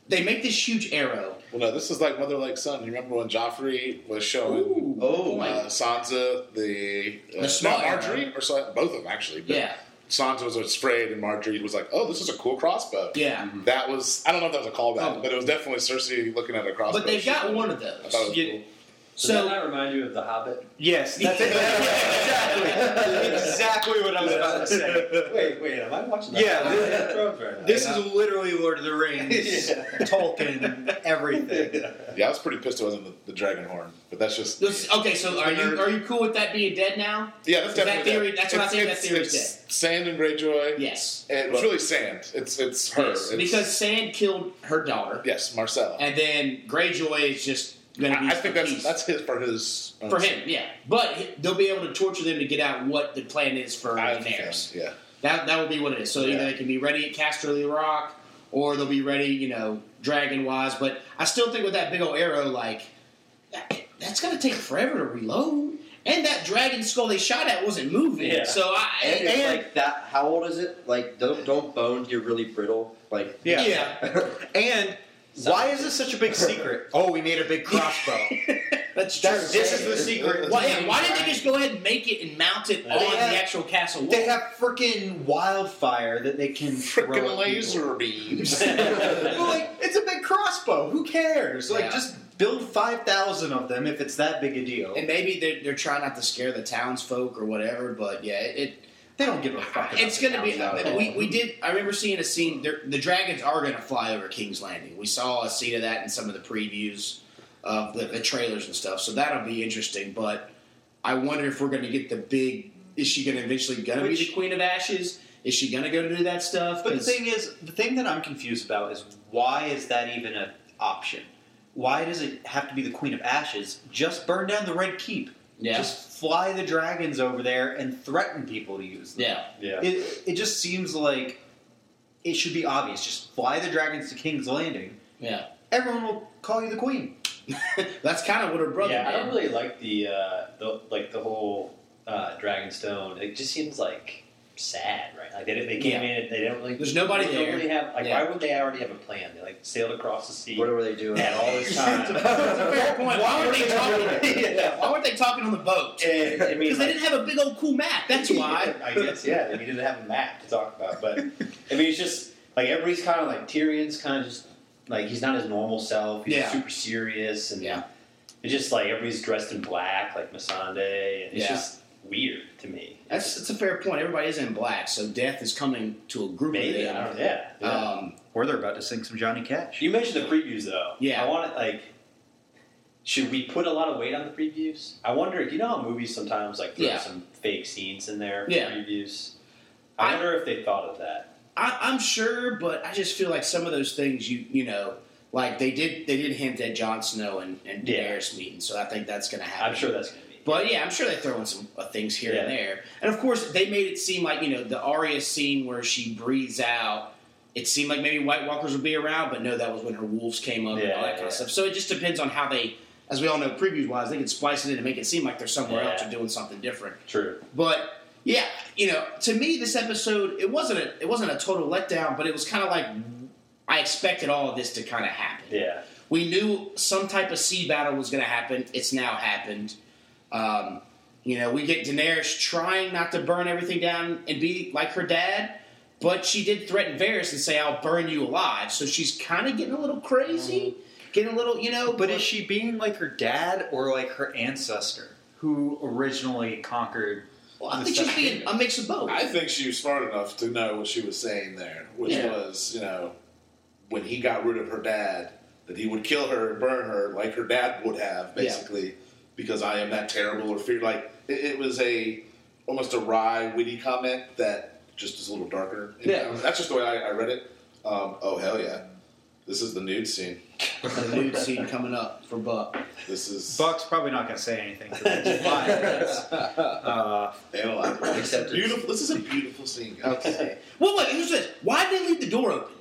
[SPEAKER 3] They make this huge arrow.
[SPEAKER 2] Well, no, this is like mother like son. You remember when Joffrey was showing
[SPEAKER 5] Oh,
[SPEAKER 2] uh, Sansa the uh,
[SPEAKER 3] The small
[SPEAKER 2] no, Marjorie
[SPEAKER 3] arrow.
[SPEAKER 2] or so, both of them actually. But
[SPEAKER 3] Yeah.
[SPEAKER 2] Sansa was afraid, and Marjorie was like, "Oh, this is a cool crossbow."
[SPEAKER 3] Yeah.
[SPEAKER 2] That was I don't know if that was a callback,
[SPEAKER 3] Oh.
[SPEAKER 2] but it was definitely Cersei looking at a crossbow.
[SPEAKER 3] But they've
[SPEAKER 2] She-
[SPEAKER 3] got one of
[SPEAKER 2] I
[SPEAKER 3] those.
[SPEAKER 2] thought it was
[SPEAKER 4] Yeah.
[SPEAKER 2] cool.
[SPEAKER 6] Does that
[SPEAKER 3] So
[SPEAKER 6] not remind you of The Hobbit?
[SPEAKER 4] Yes, that's exactly exactly what I was about to say.
[SPEAKER 6] Wait, wait, am I watching
[SPEAKER 4] that? Yeah, This
[SPEAKER 6] is.
[SPEAKER 4] is literally Lord of the Rings, Tolkien, everything.
[SPEAKER 2] Yeah, I was pretty pissed it wasn't the, the dragon horn, but that's just
[SPEAKER 3] this- okay, so are you are you cool with that being dead now?
[SPEAKER 2] yeah, that's
[SPEAKER 3] Is that
[SPEAKER 2] definitely
[SPEAKER 3] theory-
[SPEAKER 2] dead.
[SPEAKER 3] that's what I
[SPEAKER 2] It's-
[SPEAKER 3] think
[SPEAKER 2] it's-
[SPEAKER 3] that theory's
[SPEAKER 2] it's Sand and Greyjoy.
[SPEAKER 3] Yes.
[SPEAKER 2] And it's really sand. It's it's her.
[SPEAKER 3] Yes,
[SPEAKER 2] It's-
[SPEAKER 3] because Sand killed her daughter,
[SPEAKER 2] yes, Marcella.
[SPEAKER 3] and then Greyjoy is just going to be.
[SPEAKER 2] I, I think that's
[SPEAKER 3] peace.
[SPEAKER 2] that's his for his own
[SPEAKER 3] for him, yeah. But he- they'll be able to torture them to get out what the plan is for
[SPEAKER 2] I
[SPEAKER 3] Daenerys.
[SPEAKER 2] Yeah.
[SPEAKER 3] That that will be what it is. So
[SPEAKER 2] Yeah.
[SPEAKER 3] either they can be ready at Casterly Rock, or they'll be ready, you know, dragon wise. But I still think with that big old arrow, like that, that's gonna take forever to reload. And that dragon skull they shot at wasn't moving.
[SPEAKER 6] Yeah.
[SPEAKER 3] So I
[SPEAKER 5] And
[SPEAKER 3] and,
[SPEAKER 5] it's like that. How old is it? Like don't don't bones get really brittle. Like
[SPEAKER 4] Yeah.
[SPEAKER 3] yeah.
[SPEAKER 4] And why is this such a big secret? Oh, we made a big crossbow.
[SPEAKER 3] that's true.
[SPEAKER 4] That's, this is the secret.
[SPEAKER 3] Why, yeah, why didn't they just go ahead and make it and mount it on
[SPEAKER 4] have-
[SPEAKER 3] the actual castle wall?
[SPEAKER 4] They have freaking wildfire that they can throw
[SPEAKER 2] Freaking
[SPEAKER 4] at
[SPEAKER 2] laser beams.
[SPEAKER 4] people. Well, like it's a big crossbow. Who cares? Like
[SPEAKER 3] Yeah.
[SPEAKER 4] just build five thousand of them if it's that big a deal.
[SPEAKER 3] And maybe they're, they're trying not to scare the townsfolk or whatever, but yeah, it. it
[SPEAKER 4] they don't give a fuck. About
[SPEAKER 3] it's
[SPEAKER 4] the
[SPEAKER 3] going to be.
[SPEAKER 4] townsfolk.
[SPEAKER 3] we, we did. I remember seeing a scene. there- The dragons are going to fly over King's Landing. We saw a scene of that in some of the previews of the, the trailers and stuff. So that'll be interesting. But I wonder if we're going to get the big. Is she going to eventually going to be
[SPEAKER 4] Which-
[SPEAKER 3] the Queen of Ashes? Is she going to go do that stuff?
[SPEAKER 4] But the
[SPEAKER 3] 'Cause-
[SPEAKER 4] thing is, the thing that I'm confused about is why is that even an option? Why does it have to be the Queen of Ashes? Just burn down the Red Keep.
[SPEAKER 3] yeah,
[SPEAKER 4] Just fly the dragons over there and threaten people to use them.
[SPEAKER 3] yeah.
[SPEAKER 6] Yeah.
[SPEAKER 4] It, it just seems like it should be obvious. Just fly the dragons to King's Landing.
[SPEAKER 3] Yeah,
[SPEAKER 4] Everyone will call you the Queen.
[SPEAKER 3] that's kind of what her brother.
[SPEAKER 6] yeah, I
[SPEAKER 3] did.
[SPEAKER 6] don't really like the uh, the like the whole uh, Dragonstone. It just seems like sad, right? Like they, they came
[SPEAKER 3] Yeah.
[SPEAKER 6] in, they don't really.
[SPEAKER 3] There's nobody
[SPEAKER 6] they don't
[SPEAKER 3] there.
[SPEAKER 6] Really have, like,
[SPEAKER 3] Yeah.
[SPEAKER 6] Why would they already have a plan? They like sailed across the sea,
[SPEAKER 5] What were they doing?
[SPEAKER 6] had all this time.
[SPEAKER 3] Fair point. Why weren't they talking?
[SPEAKER 6] Yeah.
[SPEAKER 3] Why weren't they talking on the boat?
[SPEAKER 6] And, I mean,
[SPEAKER 3] Because they
[SPEAKER 6] like-
[SPEAKER 3] didn't have a big old cool map. That's why.
[SPEAKER 6] I guess yeah. We didn't have a map to talk about, but I mean, it's just like everybody's kind of like Tyrion's kind of just like he's not his normal self. He's
[SPEAKER 3] Yeah.
[SPEAKER 6] super serious and
[SPEAKER 3] Yeah.
[SPEAKER 6] It's just like everybody's dressed in black, like Masande, and it's
[SPEAKER 3] Yeah.
[SPEAKER 6] just weird to me.
[SPEAKER 3] That's, that's a fair point. Everybody is in black, so death is coming to a group
[SPEAKER 6] Maybe
[SPEAKER 3] of
[SPEAKER 6] I
[SPEAKER 3] them.
[SPEAKER 6] don't. Yeah. yeah.
[SPEAKER 3] Um,
[SPEAKER 4] Or they're about to sing some Johnny Cash.
[SPEAKER 6] you mentioned the previews though.
[SPEAKER 3] Yeah.
[SPEAKER 6] I want to like. Should we put a lot of weight on the previews? I wonder. You know how movies sometimes like throw
[SPEAKER 3] Yeah.
[SPEAKER 6] some fake scenes in their
[SPEAKER 3] Yeah.
[SPEAKER 6] previews. I,
[SPEAKER 3] I-
[SPEAKER 6] wonder if they thought of that.
[SPEAKER 3] I, I'm sure, but I just feel like some of those things you you know, like they did they did hint at Jon Snow and, and
[SPEAKER 6] Yeah.
[SPEAKER 3] Daenerys meeting, so I think that's going to happen.
[SPEAKER 6] I'm sure that's going to be.
[SPEAKER 3] But yeah, I'm sure they throw in some uh, things here and
[SPEAKER 6] Yeah.
[SPEAKER 3] there. And of course, they made it seem like, you know, the Arya scene where she breathes out, it seemed like maybe White Walkers would be around, but no, that was when her wolves came up and
[SPEAKER 6] Yeah,
[SPEAKER 3] all that kind
[SPEAKER 6] yeah.
[SPEAKER 3] of stuff. So it just depends on how they, as we all know, previews wise, they can splice it in and make it seem like they're somewhere
[SPEAKER 6] Yeah.
[SPEAKER 3] else or doing something different.
[SPEAKER 6] True.
[SPEAKER 3] But yeah, you know, to me, this episode it wasn't a, it wasn't a total letdown, but it was kind of like I expected all of this to kind of happen.
[SPEAKER 6] Yeah.
[SPEAKER 3] We knew some type of sea battle was going to happen. It's now happened. Um, you know, we get Daenerys trying not to burn everything down and be like her dad, but she did threaten Varys and say, "I'll burn you alive." So she's kind of getting a little crazy, getting a little, you know.
[SPEAKER 4] But is she being like her dad or like her ancestor who originally conquered?
[SPEAKER 3] Well, I think she's being a mix of both.
[SPEAKER 2] I think she was smart enough to know what she was saying there, which
[SPEAKER 3] Yeah.
[SPEAKER 2] was, you know, when he got rid of her dad, that he would kill her and burn her like her dad would have,
[SPEAKER 3] Yeah.
[SPEAKER 2] basically, because I am that terrible or fear. Like it, it was a almost a wry, witty comment that just is a little darker. you
[SPEAKER 3] Yeah.
[SPEAKER 2] know? that's just the way I, I read it. Um, oh hell yeah, this is the nude scene.
[SPEAKER 3] the nude scene coming up for Buck.
[SPEAKER 2] This is
[SPEAKER 4] Buck's probably not going to say anything for the next five minutes. Uh,
[SPEAKER 2] analyzed.
[SPEAKER 5] Except it's-
[SPEAKER 2] beautiful. This is a beautiful scene. guys.
[SPEAKER 3] Okay. well, wait. Here's this. Why did they leave the door open?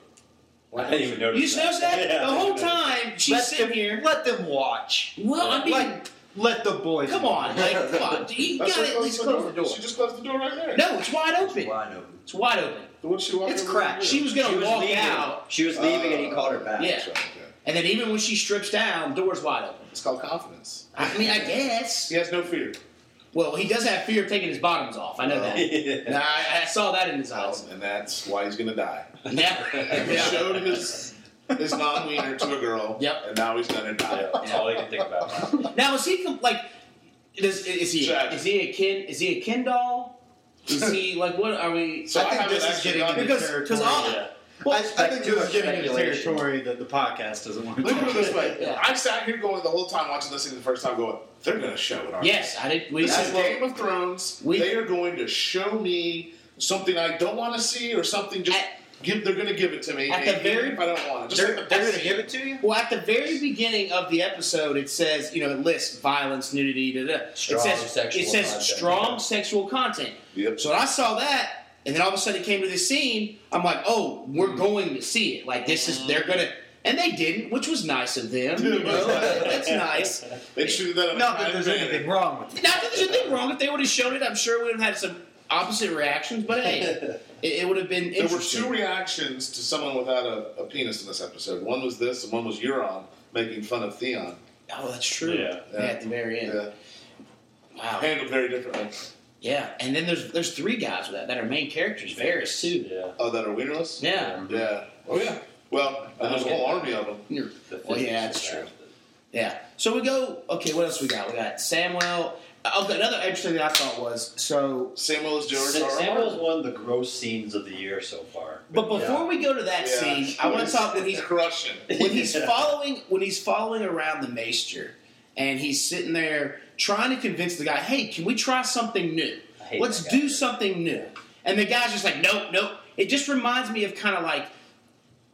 [SPEAKER 6] I didn't even notice.
[SPEAKER 3] You just noticed that
[SPEAKER 6] Yeah.
[SPEAKER 3] the whole time she's sitting here.
[SPEAKER 4] Let them watch.
[SPEAKER 3] Well, I mean,
[SPEAKER 4] Like, let the boys.
[SPEAKER 3] come on, like, come on. You
[SPEAKER 2] That's
[SPEAKER 3] got
[SPEAKER 2] why
[SPEAKER 3] to at least
[SPEAKER 2] she
[SPEAKER 3] close the door.
[SPEAKER 2] She just closed the door right there.
[SPEAKER 3] No, it's wide
[SPEAKER 5] It's
[SPEAKER 3] open.
[SPEAKER 5] wide open.
[SPEAKER 3] It's wide open.
[SPEAKER 2] The one she walked
[SPEAKER 4] It's
[SPEAKER 2] over
[SPEAKER 4] crack.
[SPEAKER 2] the
[SPEAKER 3] She was gonna
[SPEAKER 5] She was
[SPEAKER 3] walk
[SPEAKER 5] leaving.
[SPEAKER 3] out,
[SPEAKER 5] She was leaving, and he
[SPEAKER 2] Uh,
[SPEAKER 5] called her back.
[SPEAKER 2] Yeah.
[SPEAKER 3] Yeah. and then even when she strips down, door's wide open.
[SPEAKER 2] It's called confidence.
[SPEAKER 3] I mean, I guess.
[SPEAKER 2] He has no fear.
[SPEAKER 3] Well, he does have fear of taking his bottoms off. I know that. Nah, I, I saw that in his eyes.
[SPEAKER 2] And that's why he's gonna die.
[SPEAKER 3] Yeah.
[SPEAKER 2] He
[SPEAKER 3] yeah.
[SPEAKER 2] showed his his non wiener to a girl.
[SPEAKER 3] Yep.
[SPEAKER 2] And now he's gonna die.
[SPEAKER 6] Yeah, that's all I can think about.
[SPEAKER 3] Now is he com- like? Does, is he?
[SPEAKER 2] Tragic.
[SPEAKER 3] Is he a kin? Is he a kin doll? Is he like what are we?
[SPEAKER 2] So I,
[SPEAKER 4] think
[SPEAKER 2] haven't
[SPEAKER 4] this is
[SPEAKER 2] actually
[SPEAKER 4] getting
[SPEAKER 2] gone-
[SPEAKER 4] into-
[SPEAKER 3] Because because all
[SPEAKER 6] Yeah.
[SPEAKER 3] well,
[SPEAKER 4] I think this is
[SPEAKER 5] Too much
[SPEAKER 4] getting into
[SPEAKER 5] speculation.
[SPEAKER 4] territory that the podcast doesn't want to
[SPEAKER 2] Look at it
[SPEAKER 4] talk
[SPEAKER 2] this way.
[SPEAKER 3] Yeah.
[SPEAKER 2] I sat here going the whole time watching this thing the first time going, they're gonna show it, aren't
[SPEAKER 3] yes, I did.
[SPEAKER 2] they?
[SPEAKER 3] We
[SPEAKER 2] This
[SPEAKER 3] said
[SPEAKER 2] is Game of Thrones.
[SPEAKER 3] We-
[SPEAKER 2] they are going to show me something I don't want to see or something just
[SPEAKER 3] At-
[SPEAKER 2] give they're gonna give it to me.
[SPEAKER 3] At the
[SPEAKER 2] even
[SPEAKER 3] very-
[SPEAKER 2] if I don't want it. Just
[SPEAKER 4] They're,
[SPEAKER 2] like the
[SPEAKER 4] they're going
[SPEAKER 2] best
[SPEAKER 4] to give it to you?
[SPEAKER 3] Well, at the very beginning of the episode, it says, you know, it lists violence, nudity, da da.
[SPEAKER 5] Strong
[SPEAKER 3] it says,
[SPEAKER 5] sexual
[SPEAKER 3] It says
[SPEAKER 5] content.
[SPEAKER 3] strong sexual content.
[SPEAKER 2] scene. Yep.
[SPEAKER 3] So when I saw that, and then all of a sudden it came to this scene, I'm like, oh, we're going to see it. Like, this is, they're going to. And they didn't, which was nice of them. You know, that's nice.
[SPEAKER 2] They shoot that up.
[SPEAKER 4] Not that there's anything wrong with it.
[SPEAKER 3] Not that there's anything wrong. If they would have shown it, I'm sure we would have had some opposite reactions. But hey, it, it would have been
[SPEAKER 2] There were
[SPEAKER 3] interesting.
[SPEAKER 2] two reactions to someone without a, a penis in this episode. One was this, and one was Euron making fun of Theon.
[SPEAKER 3] oh, that's true.
[SPEAKER 6] Yeah.
[SPEAKER 3] Yeah, at the very end.
[SPEAKER 2] Yeah.
[SPEAKER 3] Wow.
[SPEAKER 2] Handled very differently.
[SPEAKER 3] Yeah, and then there's there's three guys with that that are main characters. Varys too.
[SPEAKER 6] Yeah.
[SPEAKER 2] Oh, that are wienerless?
[SPEAKER 3] Yeah,
[SPEAKER 2] Yeah. Oh, yeah. Well, and there's a whole army of them.
[SPEAKER 3] You're-
[SPEAKER 6] The
[SPEAKER 3] Well, yeah,
[SPEAKER 6] physics
[SPEAKER 3] that's
[SPEAKER 6] of
[SPEAKER 3] yeah. So we go. Okay, what else we got? We got Samuel. Oh, another interesting thing I thought was so.
[SPEAKER 2] Samuel is
[SPEAKER 6] that.
[SPEAKER 2] George
[SPEAKER 6] Sa-
[SPEAKER 2] R. R.
[SPEAKER 6] Samuel's one of the gross scenes of the year so far.
[SPEAKER 3] But before we go to that
[SPEAKER 2] Yeah.
[SPEAKER 3] scene, I want to talk when he's
[SPEAKER 2] crushing.
[SPEAKER 3] when he's
[SPEAKER 6] Yeah.
[SPEAKER 3] following when he's following around the maester, and he's sitting there trying to convince the guy, "Hey, can we try something new?
[SPEAKER 6] I hate
[SPEAKER 3] Let's
[SPEAKER 6] that guy.
[SPEAKER 3] do something new." And the guy's just like, "Nope, nope." It just reminds me of kind of like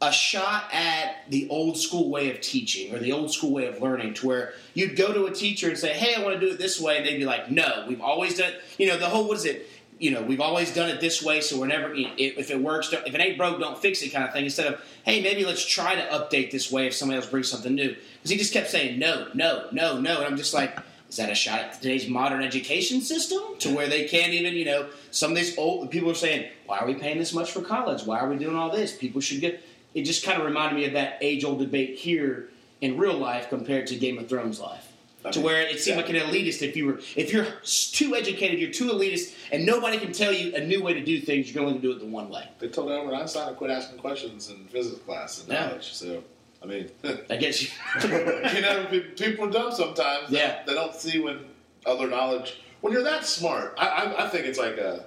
[SPEAKER 3] a shot at the old school way of teaching or the old school way of learning to where you'd go to a teacher and say, Hey, I want to do it this way. And they'd be like, No, we've always done, you know, the whole, what is it? You know, we've always done it this way. So we're never, i- if it works, don't- if it ain't broke, don't fix it kind of thing. Instead of, Hey, maybe let's try to update this way if somebody else brings something new. Because he just kept saying, No, no, no, no. And I'm just like, Is that a shot at today's modern education system to where they can't even, you know, some of these old people are saying, why are we paying this much for college? Why are we doing all this? People should get. It just kind of reminded me of that age old debate here in real life compared to Game of Thrones life. to
[SPEAKER 2] mean,
[SPEAKER 3] where it seemed like an elitist if you were if you're s- too educated you're too elitist and nobody can tell you a new way to do things you're going to do it the one way
[SPEAKER 2] They told Albert Einstein to quit asking questions in physics class in
[SPEAKER 3] Yeah.
[SPEAKER 2] college. So, I mean,
[SPEAKER 3] i guess you
[SPEAKER 2] you know, pe- people are dumb sometimes. They-
[SPEAKER 3] Yeah.
[SPEAKER 2] They don't see when other knowledge, when you're that smart, I, I, I think it's like a,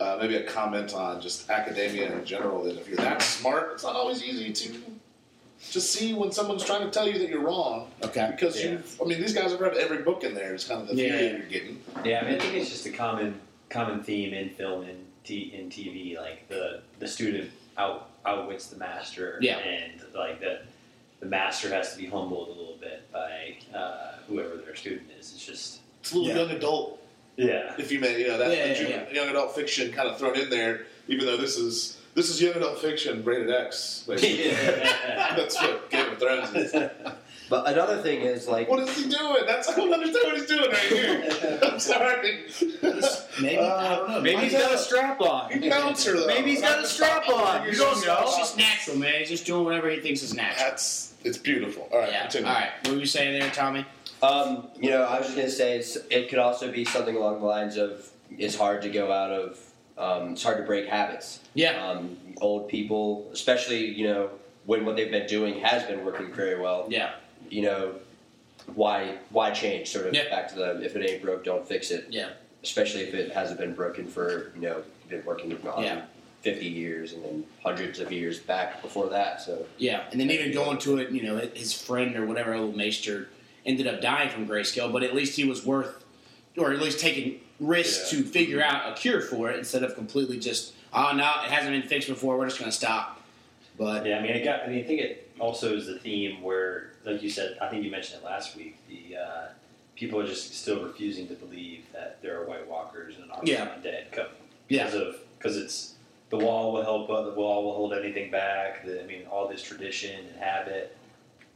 [SPEAKER 2] uh, maybe a comment on just academia in general that if you're that smart, it's not always easy to just see when someone's trying to tell you that you're wrong.
[SPEAKER 3] Okay.
[SPEAKER 2] Because
[SPEAKER 6] Yeah.
[SPEAKER 2] you, I mean, these guys have read every book in there. It's kind of the
[SPEAKER 3] Yeah.
[SPEAKER 2] theory you're getting.
[SPEAKER 6] Yeah, I, mean, I think it's just a common common theme in film and t- in TV, like the the student out outwits the master,
[SPEAKER 3] Yeah.
[SPEAKER 6] and like the the master has to be humbled a little bit by uh, whoever their student is. It's just
[SPEAKER 2] It's a little
[SPEAKER 3] Yeah.
[SPEAKER 2] young adult
[SPEAKER 6] yeah,
[SPEAKER 2] if you may, you know, that the
[SPEAKER 3] Yeah, yeah,
[SPEAKER 2] ju-
[SPEAKER 3] yeah.
[SPEAKER 2] young adult fiction kind of thrown in there, even though this is this is young adult fiction rated X. basically. That's what Game of Thrones is.
[SPEAKER 5] But another thing is like
[SPEAKER 2] What is he doing? That's I don't understand what he's doing right here. I'm sorry.
[SPEAKER 3] maybe i don't know
[SPEAKER 4] Maybe he's got a strap on.
[SPEAKER 2] You bounce her though.
[SPEAKER 4] Maybe he's got a strap on. You don't
[SPEAKER 3] it's
[SPEAKER 4] know.
[SPEAKER 3] just natural man he's just doing whatever he thinks is natural
[SPEAKER 2] That's it's beautiful. All right,
[SPEAKER 3] yeah all
[SPEAKER 2] continue.
[SPEAKER 3] right what were you saying there tommy
[SPEAKER 5] Um, you know, I was just gonna say it's, it could also be something along the lines of it's hard to go out of, um, it's hard to break habits.
[SPEAKER 3] Yeah.
[SPEAKER 5] Um, old people, especially you know when what they've been doing has been working very well.
[SPEAKER 3] yeah
[SPEAKER 5] You know, why why change? Sort of
[SPEAKER 3] Yeah.
[SPEAKER 5] back to the if it ain't broke, don't fix it.
[SPEAKER 3] Yeah.
[SPEAKER 5] Especially if it hasn't been broken for you know been working on
[SPEAKER 3] Yeah.
[SPEAKER 5] fifty years and then hundreds of years back before that. So
[SPEAKER 3] Yeah, and then even going to it, you know, his friend or whatever old Maester ended up dying from grayscale, but at least he was worth, or at least taking risks
[SPEAKER 6] Yeah.
[SPEAKER 3] to figure out a cure for it instead of completely just, oh no, it hasn't been fixed before, we're just going to stop. But
[SPEAKER 6] yeah. I mean, it got. I mean, I think it also is the theme where, like you said, I think you mentioned it last week. The uh, people are just still refusing to believe that there are White Walkers and an army
[SPEAKER 3] Yeah.
[SPEAKER 6] of undead coming.
[SPEAKER 3] yeah,
[SPEAKER 6] because of because it's the wall will help uh, the wall will hold anything back the, i mean all this tradition and habit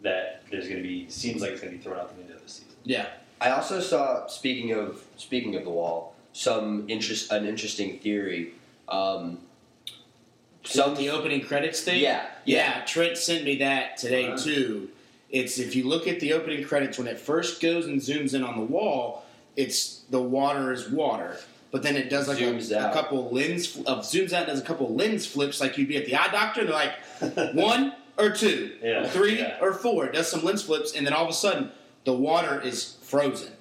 [SPEAKER 6] that there's going to be seems like it's going to be thrown out the window this season
[SPEAKER 3] yeah,
[SPEAKER 5] I also saw speaking of speaking of the wall, some interest an interesting theory. Um,
[SPEAKER 3] so
[SPEAKER 5] some
[SPEAKER 3] the opening credits thing.
[SPEAKER 5] yeah
[SPEAKER 3] Yeah, Trent sent me that today
[SPEAKER 5] Wow.
[SPEAKER 3] too. It's if you look at the opening credits when it first goes and zooms in on the wall, it's the water is water. But then it does like a,
[SPEAKER 5] Zooms
[SPEAKER 3] a
[SPEAKER 5] out.
[SPEAKER 3] couple lens fl- uh, zooms out and does a couple lens flips like you'd be at the eye doctor and they're like one or two,
[SPEAKER 6] Yeah,
[SPEAKER 3] three
[SPEAKER 6] yeah.
[SPEAKER 3] or four. It does some lens flips and then all of a sudden the water is frozen.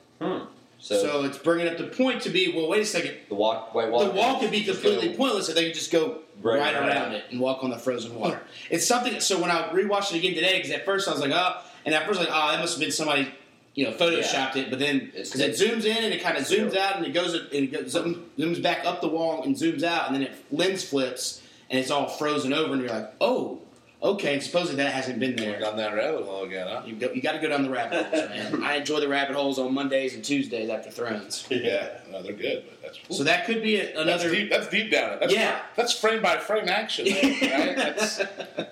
[SPEAKER 3] So,
[SPEAKER 5] So,
[SPEAKER 3] it's bringing up the point to be well. Wait a second.
[SPEAKER 5] the walk white
[SPEAKER 3] The wall could be completely pointless if they could just go right,
[SPEAKER 5] Right,
[SPEAKER 3] around
[SPEAKER 5] right.
[SPEAKER 3] it and walk on the frozen water. It's something. So when I rewatched it again today, because at first I was like, oh, and at first I was like, oh, that must have been somebody, you know, photoshopped it. But then
[SPEAKER 5] It's-
[SPEAKER 3] because it zooms in and it kind of zooms out and it goes and it goes, zooms back up the wall and zooms out and then it lens flips and it's all frozen over and you're like, oh, okay. And supposedly that hasn't
[SPEAKER 5] Oh
[SPEAKER 3] been there.
[SPEAKER 2] Going down that rabbit hole again, huh?
[SPEAKER 3] You, go, you got to go down the rabbit holes, man. I enjoy the rabbit holes on Mondays and Tuesdays after Thrones.
[SPEAKER 2] Yeah, no, they're good. But that's
[SPEAKER 3] So that could be a,
[SPEAKER 2] that's
[SPEAKER 3] another.
[SPEAKER 2] deep. That's deep down. it. That's,
[SPEAKER 3] Yeah.
[SPEAKER 2] that's frame by frame action. though, Right? that's,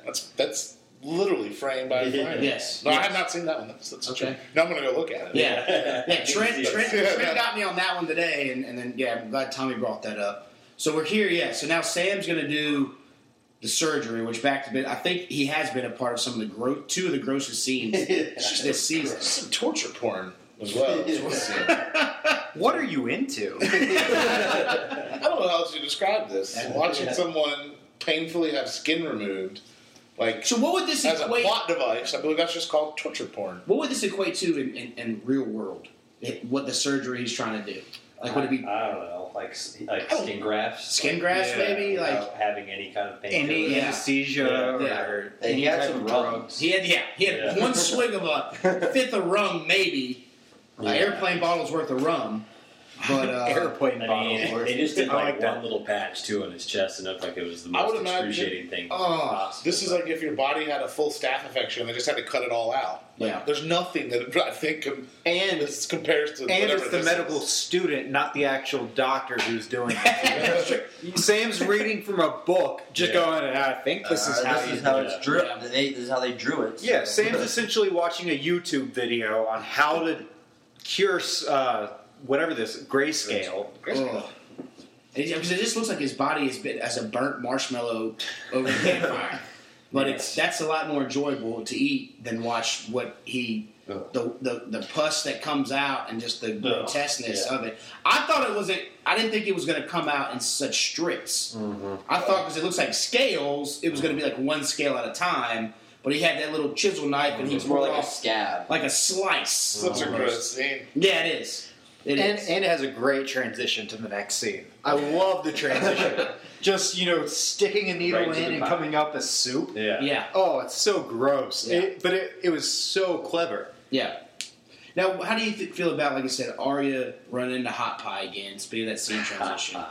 [SPEAKER 2] that's that's literally frame by frame.
[SPEAKER 3] Yes,
[SPEAKER 2] No, I
[SPEAKER 3] yes.
[SPEAKER 2] have not seen that one. That's, that's
[SPEAKER 3] Okay.
[SPEAKER 2] true. Now I'm gonna go look at it.
[SPEAKER 3] Yeah. Yeah, Trent,
[SPEAKER 6] Yeah.
[SPEAKER 3] Trent, Trent got me on that one today, and, and then yeah, I'm glad Tommy brought that up. So we're here, yeah. So now Sam's going to do the surgery, which back to bit. I think he has been a part of some of the gro- two of the grossest scenes this season.
[SPEAKER 2] Some torture porn as well. is what it seems. I
[SPEAKER 4] What are you into?
[SPEAKER 2] don't know how else you describe this. Watching
[SPEAKER 6] Yeah.
[SPEAKER 2] someone painfully have skin removed, like
[SPEAKER 3] So what would this
[SPEAKER 2] as a
[SPEAKER 3] equate?
[SPEAKER 2] plot device, I believe that's just called torture porn.
[SPEAKER 3] What would this equate to in, in, in real world? It- what the surgery he's trying to do? Like would it be
[SPEAKER 6] i don't know like s- like
[SPEAKER 3] Oh.
[SPEAKER 6] skin grafts
[SPEAKER 3] skin grafts,
[SPEAKER 2] Yeah.
[SPEAKER 3] maybe? Like
[SPEAKER 6] without having any kind of pain
[SPEAKER 4] Any
[SPEAKER 3] Yeah.
[SPEAKER 4] anesthesia
[SPEAKER 3] Yeah.
[SPEAKER 4] or
[SPEAKER 5] And
[SPEAKER 4] any
[SPEAKER 5] he had
[SPEAKER 4] type
[SPEAKER 5] some
[SPEAKER 4] of
[SPEAKER 5] rum.
[SPEAKER 4] drugs?
[SPEAKER 3] he had, yeah, he had
[SPEAKER 6] Yeah.
[SPEAKER 3] one swig of a fifth of rum, maybe
[SPEAKER 6] Yeah.
[SPEAKER 3] an airplane bottle's worth of rum, but uh,
[SPEAKER 4] Airplane
[SPEAKER 6] I
[SPEAKER 4] bottle.
[SPEAKER 6] mean,
[SPEAKER 4] worth.
[SPEAKER 6] they just did
[SPEAKER 4] I
[SPEAKER 6] like,
[SPEAKER 4] like that.
[SPEAKER 6] one little patch too on his chest, and looked like it was the
[SPEAKER 2] I
[SPEAKER 6] most
[SPEAKER 2] would imagine-
[SPEAKER 6] excruciating thing.
[SPEAKER 3] Oh,
[SPEAKER 6] possible.
[SPEAKER 2] This is like if your body had a full staph infection and they just had to cut it all out. Like,
[SPEAKER 3] Yeah.
[SPEAKER 2] There's nothing that I think com-
[SPEAKER 4] And-
[SPEAKER 2] this compares to
[SPEAKER 4] And
[SPEAKER 2] whatever
[SPEAKER 4] it's the
[SPEAKER 2] this
[SPEAKER 4] medical
[SPEAKER 2] is.
[SPEAKER 4] student, not the actual doctor who's doing it. Sam's reading from a book, just
[SPEAKER 6] Yeah.
[SPEAKER 4] going, I think this is how
[SPEAKER 5] Uh, this
[SPEAKER 4] you
[SPEAKER 5] is how
[SPEAKER 6] do
[SPEAKER 5] it's
[SPEAKER 6] it.
[SPEAKER 5] drew.
[SPEAKER 3] Yeah.
[SPEAKER 5] They, this is how they drew it.
[SPEAKER 4] Yeah,
[SPEAKER 5] so.
[SPEAKER 4] Sam's essentially watching a YouTube video on how to cure uh, whatever this grayscale.
[SPEAKER 3] Ugh. It, because it just looks like his body is bit as a burnt marshmallow over the campfire. But it's that's a lot more enjoyable to eat than watch what he
[SPEAKER 6] Ugh.
[SPEAKER 3] the, the the pus that comes out and just the grotesqueness
[SPEAKER 6] yeah.
[SPEAKER 3] of it. I thought it wasn't. I didn't think it was going to come out in such strips. I thought because it looks like scales, it was going to be like one scale at a time. But he had that little chisel knife and he
[SPEAKER 5] It's more
[SPEAKER 3] broke
[SPEAKER 5] like a
[SPEAKER 3] off
[SPEAKER 5] scab.
[SPEAKER 3] like a slice.
[SPEAKER 2] Such a gross scene.
[SPEAKER 3] Yeah, it is. It
[SPEAKER 4] And,
[SPEAKER 3] is.
[SPEAKER 4] and it has a great transition to the next scene. I love the transition. Just, you know, sticking a needle
[SPEAKER 6] Right to
[SPEAKER 4] in
[SPEAKER 6] the
[SPEAKER 4] and
[SPEAKER 6] pie.
[SPEAKER 4] coming up as soup.
[SPEAKER 6] Yeah.
[SPEAKER 3] yeah,
[SPEAKER 4] Oh, it's so gross.
[SPEAKER 3] Yeah.
[SPEAKER 4] It, but it, it was so clever.
[SPEAKER 3] yeah. Now, how do you th- feel about, like I said, Arya running into Hot Pie again? Speaking of that scene transition,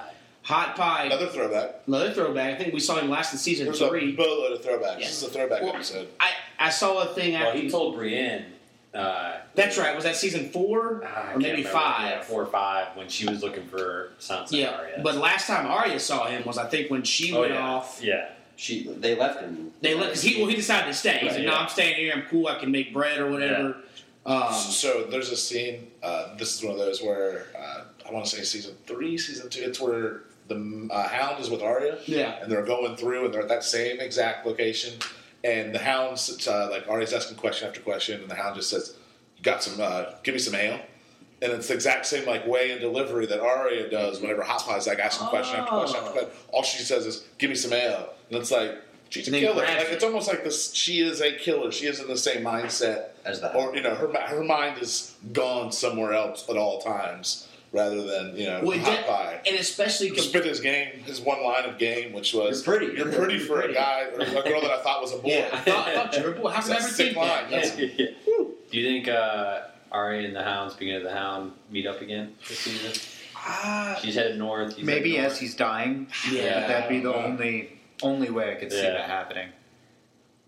[SPEAKER 3] Hot Pie, another,
[SPEAKER 2] Another throwback.
[SPEAKER 3] throwback. I think we saw him last in season
[SPEAKER 2] There's a
[SPEAKER 3] three.
[SPEAKER 2] boatload of throwbacks. This is a throwback
[SPEAKER 3] Well,
[SPEAKER 2] episode.
[SPEAKER 3] I, I saw a thing
[SPEAKER 6] Well,
[SPEAKER 3] after.
[SPEAKER 6] he told Brienne. Uh,
[SPEAKER 3] That's right. Was that season four
[SPEAKER 6] Ah, I
[SPEAKER 3] or
[SPEAKER 6] can't
[SPEAKER 3] maybe
[SPEAKER 6] remember. Yeah,
[SPEAKER 3] five?
[SPEAKER 6] four or five, when she was looking for Sansa and
[SPEAKER 3] Yeah,
[SPEAKER 6] Arya.
[SPEAKER 3] but last time Arya saw him was I think when she
[SPEAKER 6] oh,
[SPEAKER 3] went
[SPEAKER 6] yeah.
[SPEAKER 3] off.
[SPEAKER 6] Yeah.
[SPEAKER 5] She, they left him.
[SPEAKER 3] They let because he well he decided to stay. He said,
[SPEAKER 6] Right,
[SPEAKER 3] "No,
[SPEAKER 6] yeah.
[SPEAKER 3] I'm staying here. I'm cool. I can make bread or whatever." Um,
[SPEAKER 2] so there's a scene. Uh, this is one of those where uh, I want to say season three, season two. It's where the uh, Hound is with Arya.
[SPEAKER 3] Yeah.
[SPEAKER 2] and they're going through, and they're at that same exact location. And the Hound's uh, like Arya's asking question after question, and the Hound just says, "You got some? Uh, give me some ale." And it's the exact same like way and delivery that Arya does whenever Hot Pie's like asking question after question after question. All she says is, "Give me some ale," and it's like she's a
[SPEAKER 3] And then
[SPEAKER 2] killer.
[SPEAKER 3] grabs
[SPEAKER 2] Like,
[SPEAKER 3] it.
[SPEAKER 2] it's almost like this. She is a killer. She is in the same mindset
[SPEAKER 5] As the
[SPEAKER 2] or you know, her her mind is gone somewhere else at all times, rather than you know,
[SPEAKER 3] well,
[SPEAKER 2] hot
[SPEAKER 3] that-
[SPEAKER 2] pie.
[SPEAKER 3] and especially
[SPEAKER 2] He spit his game, his one line of game, which was
[SPEAKER 5] You're pretty.
[SPEAKER 2] You're pretty for a guy or a girl that I thought was a boy."
[SPEAKER 3] Yeah, I thought, I thought you were boy. How
[SPEAKER 2] That's
[SPEAKER 3] come I never
[SPEAKER 2] a sick
[SPEAKER 3] think
[SPEAKER 2] line.
[SPEAKER 3] that?
[SPEAKER 2] That's-
[SPEAKER 6] Do you think uh, Arya and the Hound, speaking of the Hound, meet up again this season?
[SPEAKER 3] Ah,
[SPEAKER 6] She's headed north. He's
[SPEAKER 4] Maybe
[SPEAKER 6] headed
[SPEAKER 4] as he's dying.
[SPEAKER 3] Yeah.
[SPEAKER 4] That'd be the
[SPEAKER 2] Yeah.
[SPEAKER 4] only only way I could see
[SPEAKER 6] Yeah.
[SPEAKER 4] that happening.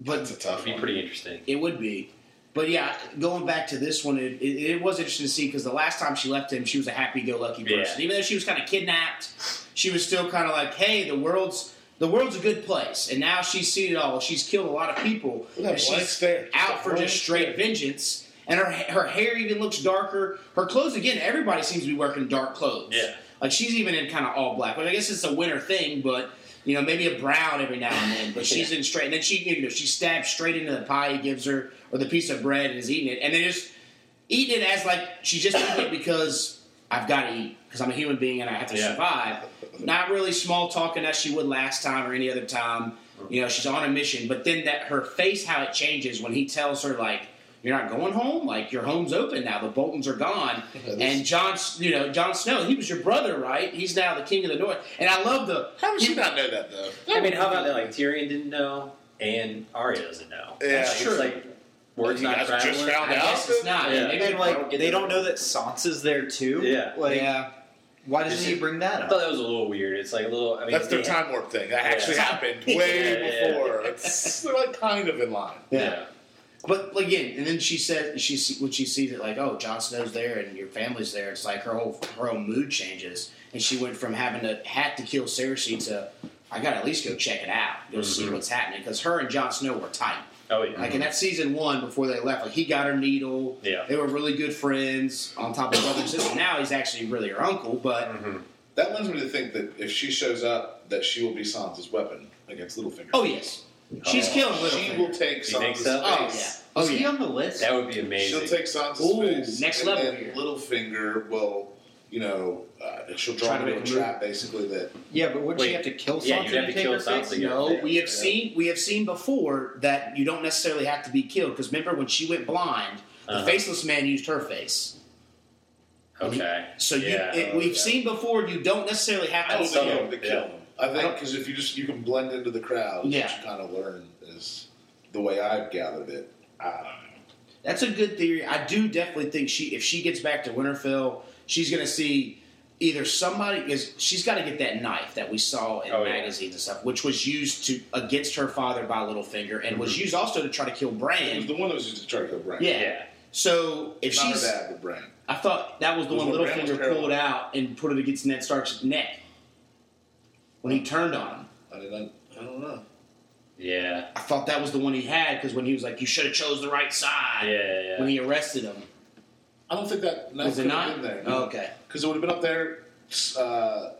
[SPEAKER 2] That's
[SPEAKER 3] but
[SPEAKER 2] a tough
[SPEAKER 6] It'd be
[SPEAKER 2] one.
[SPEAKER 6] pretty interesting.
[SPEAKER 3] it would be. But yeah, going back to this one, it, it, it was interesting to see because the last time she left him, she was a happy-go-lucky
[SPEAKER 6] Yeah.
[SPEAKER 3] person. Even though she was kind of kidnapped, she was still kind of like, "Hey, the world's the world's a good place." And now she's seen it all. She's killed a lot of people.
[SPEAKER 2] Look at
[SPEAKER 3] And
[SPEAKER 2] that
[SPEAKER 3] she's
[SPEAKER 2] blank stare.
[SPEAKER 3] out for
[SPEAKER 2] Blank
[SPEAKER 3] just straight vengeance. And her her hair even looks darker. Her clothes again. Everybody seems to be wearing dark clothes.
[SPEAKER 6] Yeah.
[SPEAKER 3] like she's even in kind of all black. Which I guess it's a winter thing, but you know maybe a brown every now and then. But she's in straight. And then she you know she stabs straight into the pie he gives her or the piece of bread and is eating it. And then just eating it as like she just ate it because I've got to eat because I'm a human being and I have to
[SPEAKER 6] Yeah.
[SPEAKER 3] survive. Not really small talking as she would last time or any other time. You know, she's on a mission, but then that her face, how it changes when he tells her like. You're not going home. Like your home's open now. The Boltons are gone, and John, you know, John Snow. He was your brother, right? He's now the king of the North. And I love the
[SPEAKER 2] How does she not know that though?
[SPEAKER 6] I mean, how about that? Like Tyrion didn't know, and Arya doesn't know.
[SPEAKER 2] Yeah,
[SPEAKER 6] It's
[SPEAKER 2] true.
[SPEAKER 6] like words
[SPEAKER 2] you
[SPEAKER 6] not
[SPEAKER 2] guys just
[SPEAKER 6] traveling.
[SPEAKER 2] found
[SPEAKER 3] I
[SPEAKER 2] out.
[SPEAKER 3] guess it's not.
[SPEAKER 6] Yeah.
[SPEAKER 3] Maybe-
[SPEAKER 4] And
[SPEAKER 5] don't
[SPEAKER 4] like
[SPEAKER 5] get
[SPEAKER 4] they
[SPEAKER 5] that.
[SPEAKER 4] don't know that Sansa's there too.
[SPEAKER 6] Yeah.
[SPEAKER 4] Like
[SPEAKER 3] yeah,
[SPEAKER 4] why doesn't
[SPEAKER 6] Just-
[SPEAKER 4] he bring that
[SPEAKER 6] I
[SPEAKER 4] up?
[SPEAKER 6] thought that was a little weird. It's like a little. I mean,
[SPEAKER 2] That's their
[SPEAKER 6] yeah.
[SPEAKER 2] time warp thing. That actually
[SPEAKER 6] Yeah.
[SPEAKER 2] happened way
[SPEAKER 6] Yeah, yeah.
[SPEAKER 2] before. It's they're like kind of in line.
[SPEAKER 6] Yeah.
[SPEAKER 3] but again, and then she said she see- when she sees it like, oh, Jon Snow's there and your family's there. It's like her whole her whole mood changes, and she went from having to had to kill Cersei to I gotta at least go check it out, go
[SPEAKER 6] Mm-hmm.
[SPEAKER 3] see what's happening because her and Jon Snow were tight.
[SPEAKER 6] Oh yeah.
[SPEAKER 3] Like in that season one, before they left, like he got her needle.
[SPEAKER 6] Yeah.
[SPEAKER 3] they were really good friends. On top of brother and sister, now he's actually really her uncle. But
[SPEAKER 6] Mm.
[SPEAKER 2] Mm-hmm. That lends me to think that if she shows up, that she will be Sansa's weapon against Littlefinger.
[SPEAKER 3] oh yes, she's
[SPEAKER 6] Oh,
[SPEAKER 3] killing little.
[SPEAKER 2] she will take
[SPEAKER 6] You think
[SPEAKER 2] Sansa's
[SPEAKER 6] so?
[SPEAKER 3] Oh yeah,
[SPEAKER 2] place.
[SPEAKER 3] oh
[SPEAKER 4] was he
[SPEAKER 3] yeah.
[SPEAKER 4] on the list?
[SPEAKER 6] that would be amazing.
[SPEAKER 2] She'll take Sansa's
[SPEAKER 3] Ooh,
[SPEAKER 2] face.
[SPEAKER 3] next
[SPEAKER 2] and
[SPEAKER 3] level
[SPEAKER 2] then
[SPEAKER 3] here.
[SPEAKER 2] Littlefinger will, you know, uh, she'll draw
[SPEAKER 3] Try to
[SPEAKER 2] him into a
[SPEAKER 3] make a move.
[SPEAKER 2] trap, basically, that
[SPEAKER 4] Yeah, but wouldn't
[SPEAKER 6] Wait.
[SPEAKER 4] she have to kill Sansa
[SPEAKER 6] Yeah, you'd have to
[SPEAKER 4] take
[SPEAKER 6] kill
[SPEAKER 4] her face?
[SPEAKER 6] Sansa, yeah.
[SPEAKER 3] No, Oh, we have
[SPEAKER 2] Yeah.
[SPEAKER 3] seen we have seen before that you don't necessarily have to be killed because remember when she went blind, the
[SPEAKER 6] Uh-huh.
[SPEAKER 3] faceless man used her face.
[SPEAKER 6] Okay.
[SPEAKER 3] So you,
[SPEAKER 6] yeah.
[SPEAKER 3] it,
[SPEAKER 6] Oh,
[SPEAKER 3] we've
[SPEAKER 6] yeah.
[SPEAKER 3] seen before you don't necessarily have
[SPEAKER 2] I
[SPEAKER 3] to.
[SPEAKER 2] don't
[SPEAKER 3] be
[SPEAKER 2] think
[SPEAKER 6] so,
[SPEAKER 2] you
[SPEAKER 3] killed.
[SPEAKER 2] have to
[SPEAKER 6] yeah.
[SPEAKER 2] kill him. I
[SPEAKER 3] I
[SPEAKER 2] think
[SPEAKER 3] don't-
[SPEAKER 2] because if you just you can blend into the crowd, yeah.
[SPEAKER 3] Yeah.
[SPEAKER 2] which you kind of learn is the way I've gathered it. Uh, I don't know.
[SPEAKER 3] That's a good theory. I do definitely think she, if she gets back to Winterfell, she's going to see either somebody is she's got to get that knife that we saw in
[SPEAKER 6] Oh, yeah.
[SPEAKER 3] magazines and stuff, which was used to against her father by Littlefinger, and
[SPEAKER 6] Mm-hmm.
[SPEAKER 3] was used also to try to kill
[SPEAKER 2] It was
[SPEAKER 3] Bran.
[SPEAKER 2] the one that was used to try to kill Bran.
[SPEAKER 3] Yeah.
[SPEAKER 6] Yeah.
[SPEAKER 3] So if
[SPEAKER 2] Not
[SPEAKER 3] she's,
[SPEAKER 2] her dad, but Bran.
[SPEAKER 3] I thought that was the
[SPEAKER 2] It was
[SPEAKER 3] one
[SPEAKER 2] when Bran was
[SPEAKER 3] Littlefinger
[SPEAKER 2] paralyzed.
[SPEAKER 3] pulled out and put it against Ned Stark's neck when he turned on him.
[SPEAKER 2] I, didn't, I don't know.
[SPEAKER 6] Yeah.
[SPEAKER 3] I thought that was the one he had because when he was like, "You should have chose the right
[SPEAKER 6] Yeah.
[SPEAKER 3] side,"
[SPEAKER 6] Yeah. yeah.
[SPEAKER 3] when he arrested him.
[SPEAKER 2] I don't think that knife
[SPEAKER 3] Was it
[SPEAKER 2] could have
[SPEAKER 3] not?
[SPEAKER 2] been there.
[SPEAKER 3] Oh, okay.
[SPEAKER 2] Because it would have been up there. Uh,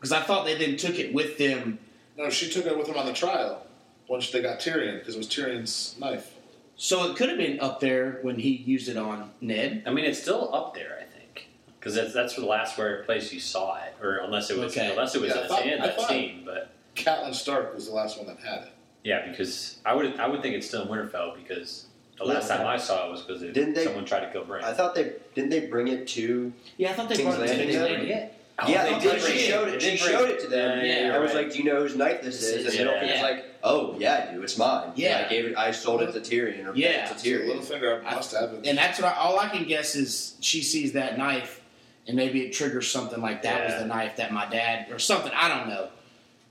[SPEAKER 3] Because I thought they then took it with them.
[SPEAKER 2] no, she took it with him on the trial once they got Tyrion, because it was Tyrion's knife.
[SPEAKER 3] So it could have been up there when he used it on Ned.
[SPEAKER 6] I mean, it's still up there, I think, because that's that's the last where place you saw it, or unless it was
[SPEAKER 3] Okay.
[SPEAKER 6] unless it was
[SPEAKER 2] Yeah, I
[SPEAKER 6] in
[SPEAKER 2] thought-
[SPEAKER 6] the end
[SPEAKER 2] I
[SPEAKER 6] that
[SPEAKER 2] thought-
[SPEAKER 6] scene. But
[SPEAKER 2] Catelyn Stark was the last one that had it.
[SPEAKER 6] yeah, because I would I would think it's still in Winterfell because the last time I saw it was because it-
[SPEAKER 5] Didn't they-
[SPEAKER 6] someone tried to kill Bran.
[SPEAKER 5] I thought they didn't they bring it to.
[SPEAKER 3] Yeah, I thought they
[SPEAKER 5] King's
[SPEAKER 3] brought it to
[SPEAKER 5] Landing,
[SPEAKER 3] King's
[SPEAKER 5] yeah.
[SPEAKER 3] Landing.
[SPEAKER 5] yeah,
[SPEAKER 3] I
[SPEAKER 5] they
[SPEAKER 3] thought
[SPEAKER 5] did.
[SPEAKER 3] they
[SPEAKER 5] They showed it. They
[SPEAKER 6] Oh, did
[SPEAKER 5] showed it to them.
[SPEAKER 6] Yeah, yeah,
[SPEAKER 5] I was
[SPEAKER 6] right.
[SPEAKER 5] like, "Do you know whose knife this is?" And
[SPEAKER 6] Yeah.
[SPEAKER 5] Littlefinger's
[SPEAKER 3] Yeah.
[SPEAKER 5] like, "Oh yeah, I do. It's mine.
[SPEAKER 3] Yeah.
[SPEAKER 5] I gave it. I sold it to Tyrion. Or
[SPEAKER 3] Yeah.
[SPEAKER 5] to
[SPEAKER 2] So
[SPEAKER 5] Tyrion.
[SPEAKER 2] Littlefinger must have it.
[SPEAKER 3] And that's what I, all I can guess is she sees that knife, and maybe it triggers something like that was
[SPEAKER 6] Yeah.
[SPEAKER 3] the knife that my dad or something. I don't know,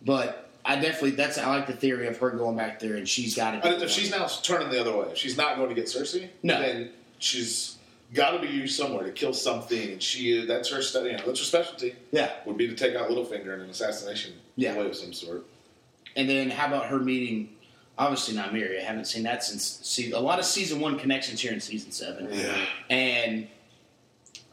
[SPEAKER 3] but I definitely that's I like the theory of her going back there and she's got it.
[SPEAKER 2] But if she's now turning the other way, if she's not going to get Cersei,
[SPEAKER 3] No.
[SPEAKER 2] then she's got to be used somewhere to kill something. And she that's her study. You know, that's her specialty.
[SPEAKER 3] yeah.
[SPEAKER 2] Would be to take out Littlefinger in an assassination
[SPEAKER 3] Yeah.
[SPEAKER 2] way of some sort.
[SPEAKER 3] And then how about her meeting? Obviously not Mary. I haven't seen that since see a lot of season one connections here in season seven.
[SPEAKER 2] Yeah.
[SPEAKER 3] And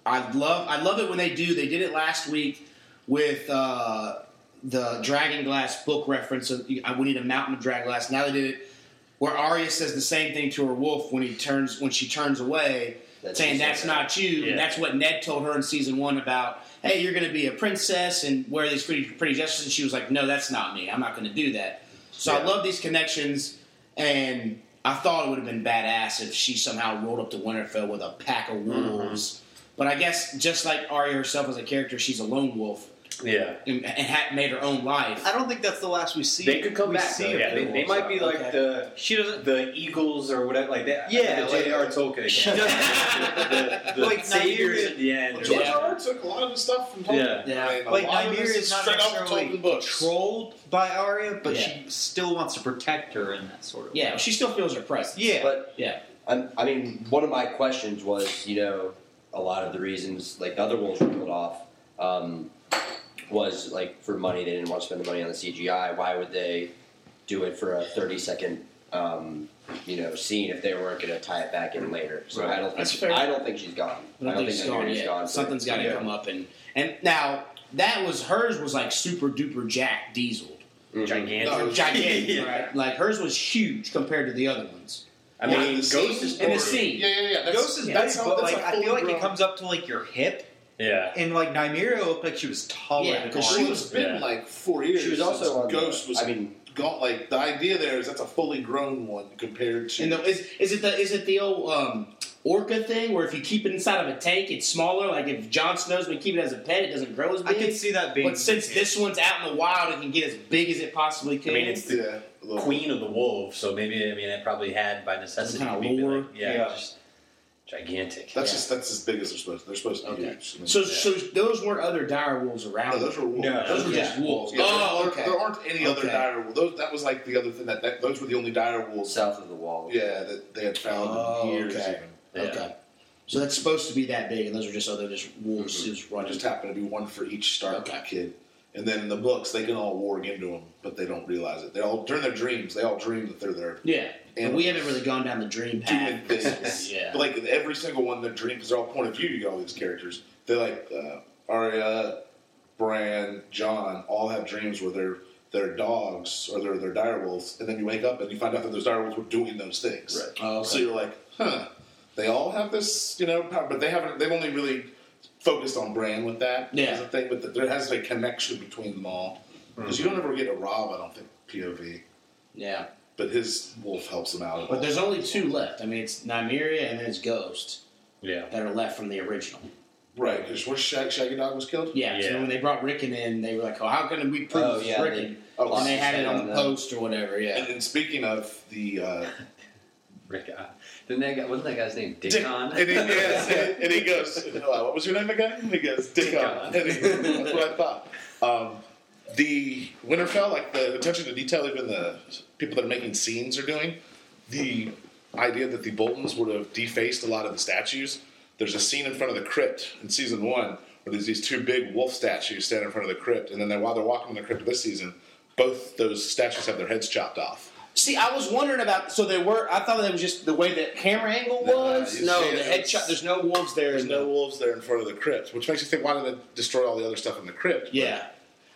[SPEAKER 3] I love I love it when they do. They did it last week with uh, the Dragon Glass book reference. Of, I- we need a mountain of Dragon Glass. Now they did it where Arya says the same thing to her wolf when he turns when she turns away,
[SPEAKER 5] That's
[SPEAKER 3] saying
[SPEAKER 5] just
[SPEAKER 3] that's
[SPEAKER 5] like that."
[SPEAKER 3] not you.
[SPEAKER 6] Yeah.
[SPEAKER 3] And that's what Ned told her in season one about. Hey, you're going to be a princess and wear these pretty pretty dresses. And she was like, No, that's not me. I'm not going to do that. So I
[SPEAKER 5] Yeah.
[SPEAKER 3] love these connections, and I thought it would have been badass if she somehow rolled up to Winterfell with a pack of wolves. But I guess just like Arya herself as a character, she's a lone wolf
[SPEAKER 6] yeah,
[SPEAKER 3] and, and had made her own life.
[SPEAKER 4] I don't think that's the last we see.
[SPEAKER 6] they could come
[SPEAKER 4] we
[SPEAKER 6] back.
[SPEAKER 4] see
[SPEAKER 6] though.
[SPEAKER 4] of
[SPEAKER 6] Yeah,
[SPEAKER 4] the
[SPEAKER 6] they, they
[SPEAKER 4] wolves,
[SPEAKER 6] might be
[SPEAKER 4] though.
[SPEAKER 6] like
[SPEAKER 4] Okay.
[SPEAKER 6] the she doesn't the Eagles or whatever like that.
[SPEAKER 5] Yeah,
[SPEAKER 6] the
[SPEAKER 5] like-
[SPEAKER 6] J.R. Tolkien. Again.
[SPEAKER 5] She
[SPEAKER 6] the, the
[SPEAKER 4] Like
[SPEAKER 6] saviors
[SPEAKER 4] Nymeria-
[SPEAKER 6] at the end.
[SPEAKER 2] Well,
[SPEAKER 6] or
[SPEAKER 2] George
[SPEAKER 6] whatever.
[SPEAKER 2] R. R. took a lot of his stuff from
[SPEAKER 6] Yeah.
[SPEAKER 2] Tolkien.
[SPEAKER 3] Yeah.
[SPEAKER 2] I mean, a
[SPEAKER 4] like
[SPEAKER 2] lot of this
[SPEAKER 4] Nymeria
[SPEAKER 2] is
[SPEAKER 4] is not
[SPEAKER 2] straight off the
[SPEAKER 4] necessarily
[SPEAKER 2] Tolkien books.
[SPEAKER 4] controlled by Arya, but
[SPEAKER 3] Yeah.
[SPEAKER 4] she still wants to protect her in that sort of way.
[SPEAKER 3] yeah, she still feels her presence.
[SPEAKER 4] Yeah.
[SPEAKER 5] But
[SPEAKER 3] Yeah.
[SPEAKER 5] I'm, I mean, one of my questions was, you know, a lot of the reasons like the other ones were pulled off um, was like for money. They didn't want to spend the money on the CGI. Why would they do it for a thirty second? Um, you know, scene if they weren't going to tie it back in later. So I don't
[SPEAKER 3] That's fair.
[SPEAKER 5] think I don't think she's gone.
[SPEAKER 3] I don't, think, she's gone
[SPEAKER 5] Nymeria is
[SPEAKER 3] yet.
[SPEAKER 5] gone.
[SPEAKER 3] Something's got to
[SPEAKER 5] Yeah.
[SPEAKER 3] come up, and and now that was hers was like super duper Jack Diesel,
[SPEAKER 5] Mhm.
[SPEAKER 6] Gigantic.
[SPEAKER 2] No,
[SPEAKER 3] gigantic,
[SPEAKER 6] Yeah.
[SPEAKER 3] right? Like hers was huge compared to the other ones
[SPEAKER 6] I
[SPEAKER 2] Yeah,
[SPEAKER 6] mean,
[SPEAKER 2] the
[SPEAKER 6] Ghost
[SPEAKER 2] scene-
[SPEAKER 6] is
[SPEAKER 3] in the
[SPEAKER 6] boring.
[SPEAKER 3] scene.
[SPEAKER 2] Yeah, yeah, yeah. That's,
[SPEAKER 4] Ghost is
[SPEAKER 2] that's
[SPEAKER 4] big,
[SPEAKER 2] how,
[SPEAKER 4] but
[SPEAKER 2] that's
[SPEAKER 4] like
[SPEAKER 2] how
[SPEAKER 4] I feel
[SPEAKER 2] fully
[SPEAKER 4] like it
[SPEAKER 2] grown-
[SPEAKER 4] comes up to like your hip,
[SPEAKER 6] Yeah.
[SPEAKER 4] and like Nymeria looked like she was taller
[SPEAKER 3] Yeah,
[SPEAKER 4] than
[SPEAKER 3] 'cause
[SPEAKER 2] She
[SPEAKER 4] Arya.
[SPEAKER 2] was been
[SPEAKER 6] Yeah.
[SPEAKER 2] like four years.
[SPEAKER 5] She was
[SPEAKER 2] since
[SPEAKER 5] also on.
[SPEAKER 2] Ghost
[SPEAKER 5] the,
[SPEAKER 2] was
[SPEAKER 5] I mean,
[SPEAKER 2] gone. Like the idea there is that's a fully grown one compared to
[SPEAKER 3] And the, is is it the is it the old um, orca thing where if you keep it inside of a tank, it's smaller? Like if Jon Snow's been keeping it as a pet, it doesn't grow as
[SPEAKER 4] I
[SPEAKER 3] big.
[SPEAKER 4] could see that being.
[SPEAKER 3] but since this one's out in the wild, it can get as big as it possibly
[SPEAKER 6] I
[SPEAKER 3] could.
[SPEAKER 6] mean, it's the
[SPEAKER 2] yeah, a little-
[SPEAKER 6] queen of the wolves, so maybe I mean it probably had by necessity.
[SPEAKER 3] Some kind of
[SPEAKER 6] maybe,
[SPEAKER 3] lore.
[SPEAKER 6] like, yeah,
[SPEAKER 4] Yeah.
[SPEAKER 6] just gigantic.
[SPEAKER 2] That's just that's as big as they're supposed. They're supposed to be
[SPEAKER 3] Okay.
[SPEAKER 2] huge. I mean,
[SPEAKER 3] so so those weren't other dire wolves
[SPEAKER 2] no,
[SPEAKER 3] around.
[SPEAKER 2] Oh, those were wolves.
[SPEAKER 6] No,
[SPEAKER 3] Those were
[SPEAKER 2] Yeah.
[SPEAKER 3] just wolves.
[SPEAKER 2] Yeah, there
[SPEAKER 3] oh,
[SPEAKER 2] aren't-
[SPEAKER 3] okay.
[SPEAKER 2] There aren't any other
[SPEAKER 3] Okay.
[SPEAKER 2] dire wolves. Those that was like the other thing that, that those were the only dire wolves.
[SPEAKER 5] south of the wall.
[SPEAKER 2] Yeah, that they had found
[SPEAKER 3] Oh,
[SPEAKER 2] in years.
[SPEAKER 3] okay.
[SPEAKER 2] Even.
[SPEAKER 6] yeah.
[SPEAKER 3] Okay. So that's supposed to be that big, and those are just other just wolves just
[SPEAKER 2] One
[SPEAKER 3] running.
[SPEAKER 2] just happened to be one for each Stark
[SPEAKER 3] Okay.
[SPEAKER 2] kid. And then in the books, they can all warg into them, but they don't realize it. They all during their dreams, they all dream that they're there.
[SPEAKER 3] yeah, and we
[SPEAKER 2] animals.
[SPEAKER 3] haven't really gone down the dream
[SPEAKER 2] doing
[SPEAKER 3] path.
[SPEAKER 2] things.
[SPEAKER 3] Yeah.
[SPEAKER 2] But, Like every single one that dream because they're all point of view. You got all these characters. They're like uh, Arya, Bran, John. All have dreams where they're they're dogs or they're they're direwolves, and then you wake up and you find out that those direwolves were doing those things.
[SPEAKER 6] Right.
[SPEAKER 3] Oh, okay.
[SPEAKER 2] So you're like, huh? They all have this, you know, power, but they haven't. They've only really focused on Bran with that
[SPEAKER 3] Yeah.
[SPEAKER 2] as a thing. But there has to be a connection between them all because
[SPEAKER 3] Mm-hmm.
[SPEAKER 2] you don't ever get a Rob. I don't think POV.
[SPEAKER 3] yeah,
[SPEAKER 2] But his wolf helps him out. at all.
[SPEAKER 3] but there's only two left. I mean, it's Nymeria and then it's Ghost
[SPEAKER 6] Yeah.
[SPEAKER 3] that are left from the original.
[SPEAKER 2] right because where Shag, Shaggy Dog was killed.
[SPEAKER 3] Yeah, so
[SPEAKER 6] Yeah.
[SPEAKER 3] when they brought Rickon in, they were like, "Oh, how can we prove
[SPEAKER 5] Oh,
[SPEAKER 3] it's
[SPEAKER 5] yeah,
[SPEAKER 3] Rickon?"
[SPEAKER 2] Oh,
[SPEAKER 3] and they had it on the
[SPEAKER 5] Yeah.
[SPEAKER 3] post or whatever.
[SPEAKER 2] And,
[SPEAKER 3] Yeah,
[SPEAKER 2] and speaking of the uh,
[SPEAKER 6] Rick, uh, didn't that guy, wasn't that guy's name Dickon?
[SPEAKER 2] and, he, yes, and, and he goes, "Uh, "What was your name again?" And he goes, "Dickon."
[SPEAKER 6] Dickon.
[SPEAKER 2] And he- That's what I thought. Um, the Winterfell, like the attention to detail, even the people that are making scenes are doing. The idea that the Boltons would have defaced a lot of the statues. There's a scene in front of the crypt in season one where there's these two big wolf statues standing in front of the crypt, and then they, while they're walking in the crypt this season, both those statues have their heads chopped off.
[SPEAKER 3] See, I was wondering about. So they were. I thought that was just the way the camera angle
[SPEAKER 2] Nah,
[SPEAKER 3] was.
[SPEAKER 2] you
[SPEAKER 3] No,
[SPEAKER 2] see,
[SPEAKER 3] the
[SPEAKER 2] it was-
[SPEAKER 3] headshot. There's no wolves there.
[SPEAKER 2] There's no wolves there in front of the crypt, which makes you think, why did they destroy all the other stuff in the crypt? But
[SPEAKER 3] Yeah.